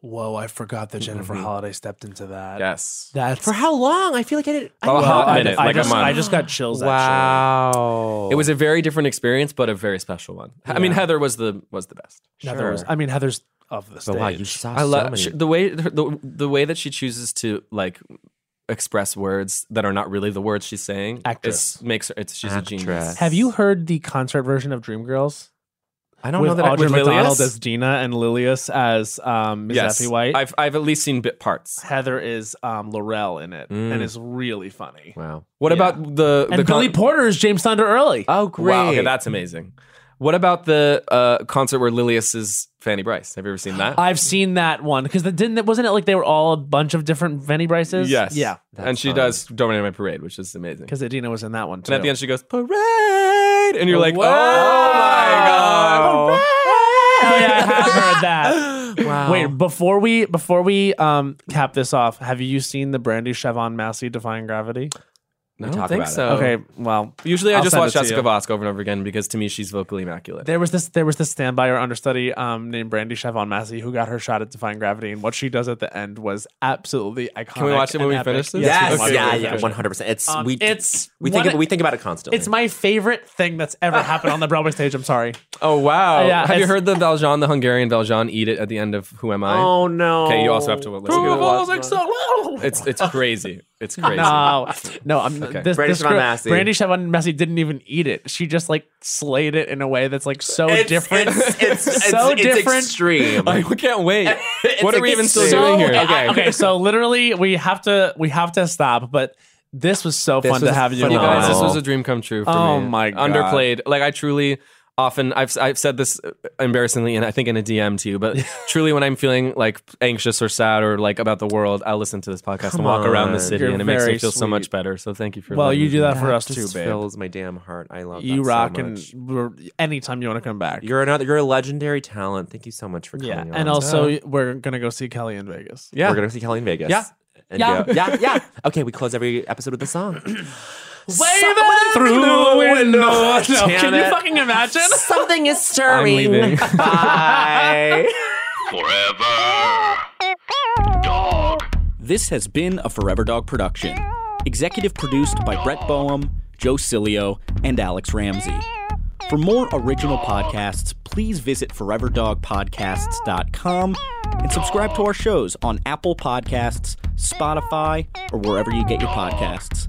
Speaker 3: Whoa, I forgot that Jennifer Holiday stepped into that.
Speaker 5: Yes.
Speaker 3: That's
Speaker 1: for how long? I feel like I did. I,
Speaker 5: Oh, a hot
Speaker 3: I-
Speaker 5: minute,
Speaker 3: I,
Speaker 5: like a
Speaker 3: just,
Speaker 5: month.
Speaker 3: I just got chills. Actually.
Speaker 1: wow.
Speaker 5: It was a very different experience, but a very special one. I mean, Heather was the was the best.
Speaker 3: Heather was,
Speaker 1: Sure.
Speaker 3: I mean, Heather's of the stage.
Speaker 1: But wow, you saw
Speaker 5: I
Speaker 1: so
Speaker 5: love
Speaker 1: many.
Speaker 5: sh the way the, the way that she chooses to like express words that are not really the words she's saying.
Speaker 3: Actress.
Speaker 5: is, makes her. It's, she's a
Speaker 1: Actress.
Speaker 5: genius.
Speaker 3: Have you heard the concert version of Dreamgirls?
Speaker 5: I don't
Speaker 3: with
Speaker 5: know that I-
Speaker 3: Audra
Speaker 5: with
Speaker 3: McDonald
Speaker 5: Lilius?
Speaker 3: as Gina and Lilius as um, Ms.
Speaker 5: yes,
Speaker 3: Effie White.
Speaker 5: I've I've at least seen bit parts.
Speaker 3: Heather is um, Laurel in it and is really funny.
Speaker 1: wow.
Speaker 5: What
Speaker 3: Yeah.
Speaker 5: about the Mm. the
Speaker 3: And Billy
Speaker 5: con-
Speaker 3: Porter is James Thunder Early.
Speaker 1: Oh great.
Speaker 5: Wow, okay, that's amazing. What about the uh, concert where Lilius is Fanny Bryce? Have you ever seen that?
Speaker 3: I've seen that one because didn't wasn't it like they were all a bunch of different Venny Bryces?
Speaker 5: yes.
Speaker 3: yeah,
Speaker 5: and she does dominate my parade, which is amazing.
Speaker 3: because Adina was in that one too.
Speaker 5: And at the end, she goes parade, and you're like,
Speaker 3: Wow.
Speaker 5: oh my god.
Speaker 3: Oh, yeah, I have heard that.
Speaker 1: Wow.
Speaker 3: Wait, before we before we um cap this off, have you seen the Brandy Chevron Massey Defying Gravity?
Speaker 5: No,
Speaker 1: We talk about it.
Speaker 3: Okay, well,
Speaker 5: Usually, i
Speaker 3: I'll
Speaker 5: just
Speaker 3: send
Speaker 5: watch
Speaker 3: it to
Speaker 5: Jessica
Speaker 3: you.
Speaker 5: Vosk over and over again because to me, she's vocally immaculate.
Speaker 3: there was this there was this standby or understudy um, named Brandy Chevron Massey who got her shot at Defying Gravity, and what she does at the end was absolutely iconic.
Speaker 5: Can we watch it when
Speaker 3: and
Speaker 5: we
Speaker 3: epic.
Speaker 5: finish this?
Speaker 3: we
Speaker 1: Yes.
Speaker 3: can watch it
Speaker 1: Yeah.
Speaker 3: when we
Speaker 1: Yeah.
Speaker 3: finish
Speaker 1: One hundred percent. It's
Speaker 3: Um,
Speaker 1: we.
Speaker 3: it's
Speaker 1: we think
Speaker 3: one-
Speaker 1: of, we think about it constantly.
Speaker 3: It's my favorite thing that's ever happened on the Broadway stage. I'm sorry.
Speaker 5: oh wow!
Speaker 3: Yeah,
Speaker 5: have you
Speaker 3: it's-
Speaker 5: heard the Valjean, the Hungarian Valjean, eat
Speaker 3: Oh.
Speaker 5: it at the end of Who Am I?
Speaker 1: oh, no.
Speaker 5: Okay, you also have to listen to it. It's it's crazy. It's crazy.
Speaker 3: No, no, I'm
Speaker 5: Okay.
Speaker 3: this,
Speaker 1: Brandy
Speaker 3: this
Speaker 1: Shavon
Speaker 3: girl,
Speaker 1: Massey.
Speaker 3: Brandy Shavon Massey didn't even eat it. She just like slayed it in a way that's like so
Speaker 1: It's-
Speaker 3: different.
Speaker 1: It's, it's,
Speaker 3: so
Speaker 1: it's,
Speaker 3: different.
Speaker 1: It's extreme.
Speaker 5: I can't wait.
Speaker 1: It's
Speaker 5: what are we even still
Speaker 1: extreme.
Speaker 5: doing here?
Speaker 3: So- I- okay, so literally we have to we have to stop, but this was so fun to have you
Speaker 1: phenomenal.
Speaker 5: guys. This
Speaker 1: on.
Speaker 5: was a dream come true for
Speaker 3: Oh
Speaker 5: me.
Speaker 3: my God.
Speaker 5: Underplayed. Like I truly often I've I've said this embarrassingly and I think in a DM to you, but truly when I'm feeling like anxious or sad or like about the world, I'll listen to this podcast and walk around the
Speaker 1: on.
Speaker 5: city
Speaker 3: You're
Speaker 5: and it makes me
Speaker 3: very
Speaker 5: feel so
Speaker 3: sweet.
Speaker 5: much better. So thank you for
Speaker 3: Well,
Speaker 5: letting
Speaker 3: you
Speaker 5: me
Speaker 3: do that for us too,
Speaker 1: just
Speaker 3: babe.
Speaker 1: fills my damn heart. I love
Speaker 3: You
Speaker 1: that so
Speaker 3: rock and
Speaker 1: much.
Speaker 3: we're, anytime you want to come back.
Speaker 1: You're another. You're a legendary talent. Thank you so much for coming.
Speaker 3: yeah,
Speaker 1: on.
Speaker 3: and also we're gonna go see Kelly in Vegas.
Speaker 5: Yeah.
Speaker 1: we're gonna see Kelly in Vegas.
Speaker 5: Yeah.
Speaker 1: And
Speaker 3: Yeah.
Speaker 1: go- yeah, yeah. Okay, we close every episode with a song.
Speaker 3: Waving through the window. No, can you
Speaker 1: it.
Speaker 3: fucking imagine?
Speaker 1: Something is
Speaker 5: I'm
Speaker 1: stirring.
Speaker 5: leaving.
Speaker 1: Bye.
Speaker 8: Forever. Dog.
Speaker 6: This has been a Forever Dog production. Executive produced by Brett Boehm, Joe Cilio, and Alex Ramsey. For more original podcasts, please visit foreverdogpodcasts.com and subscribe to our shows on Apple Podcasts, Spotify, or wherever you get your podcasts.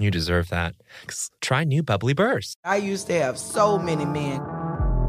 Speaker 7: You deserve that. Try new Bubbly Burst.
Speaker 9: I used to have so many men.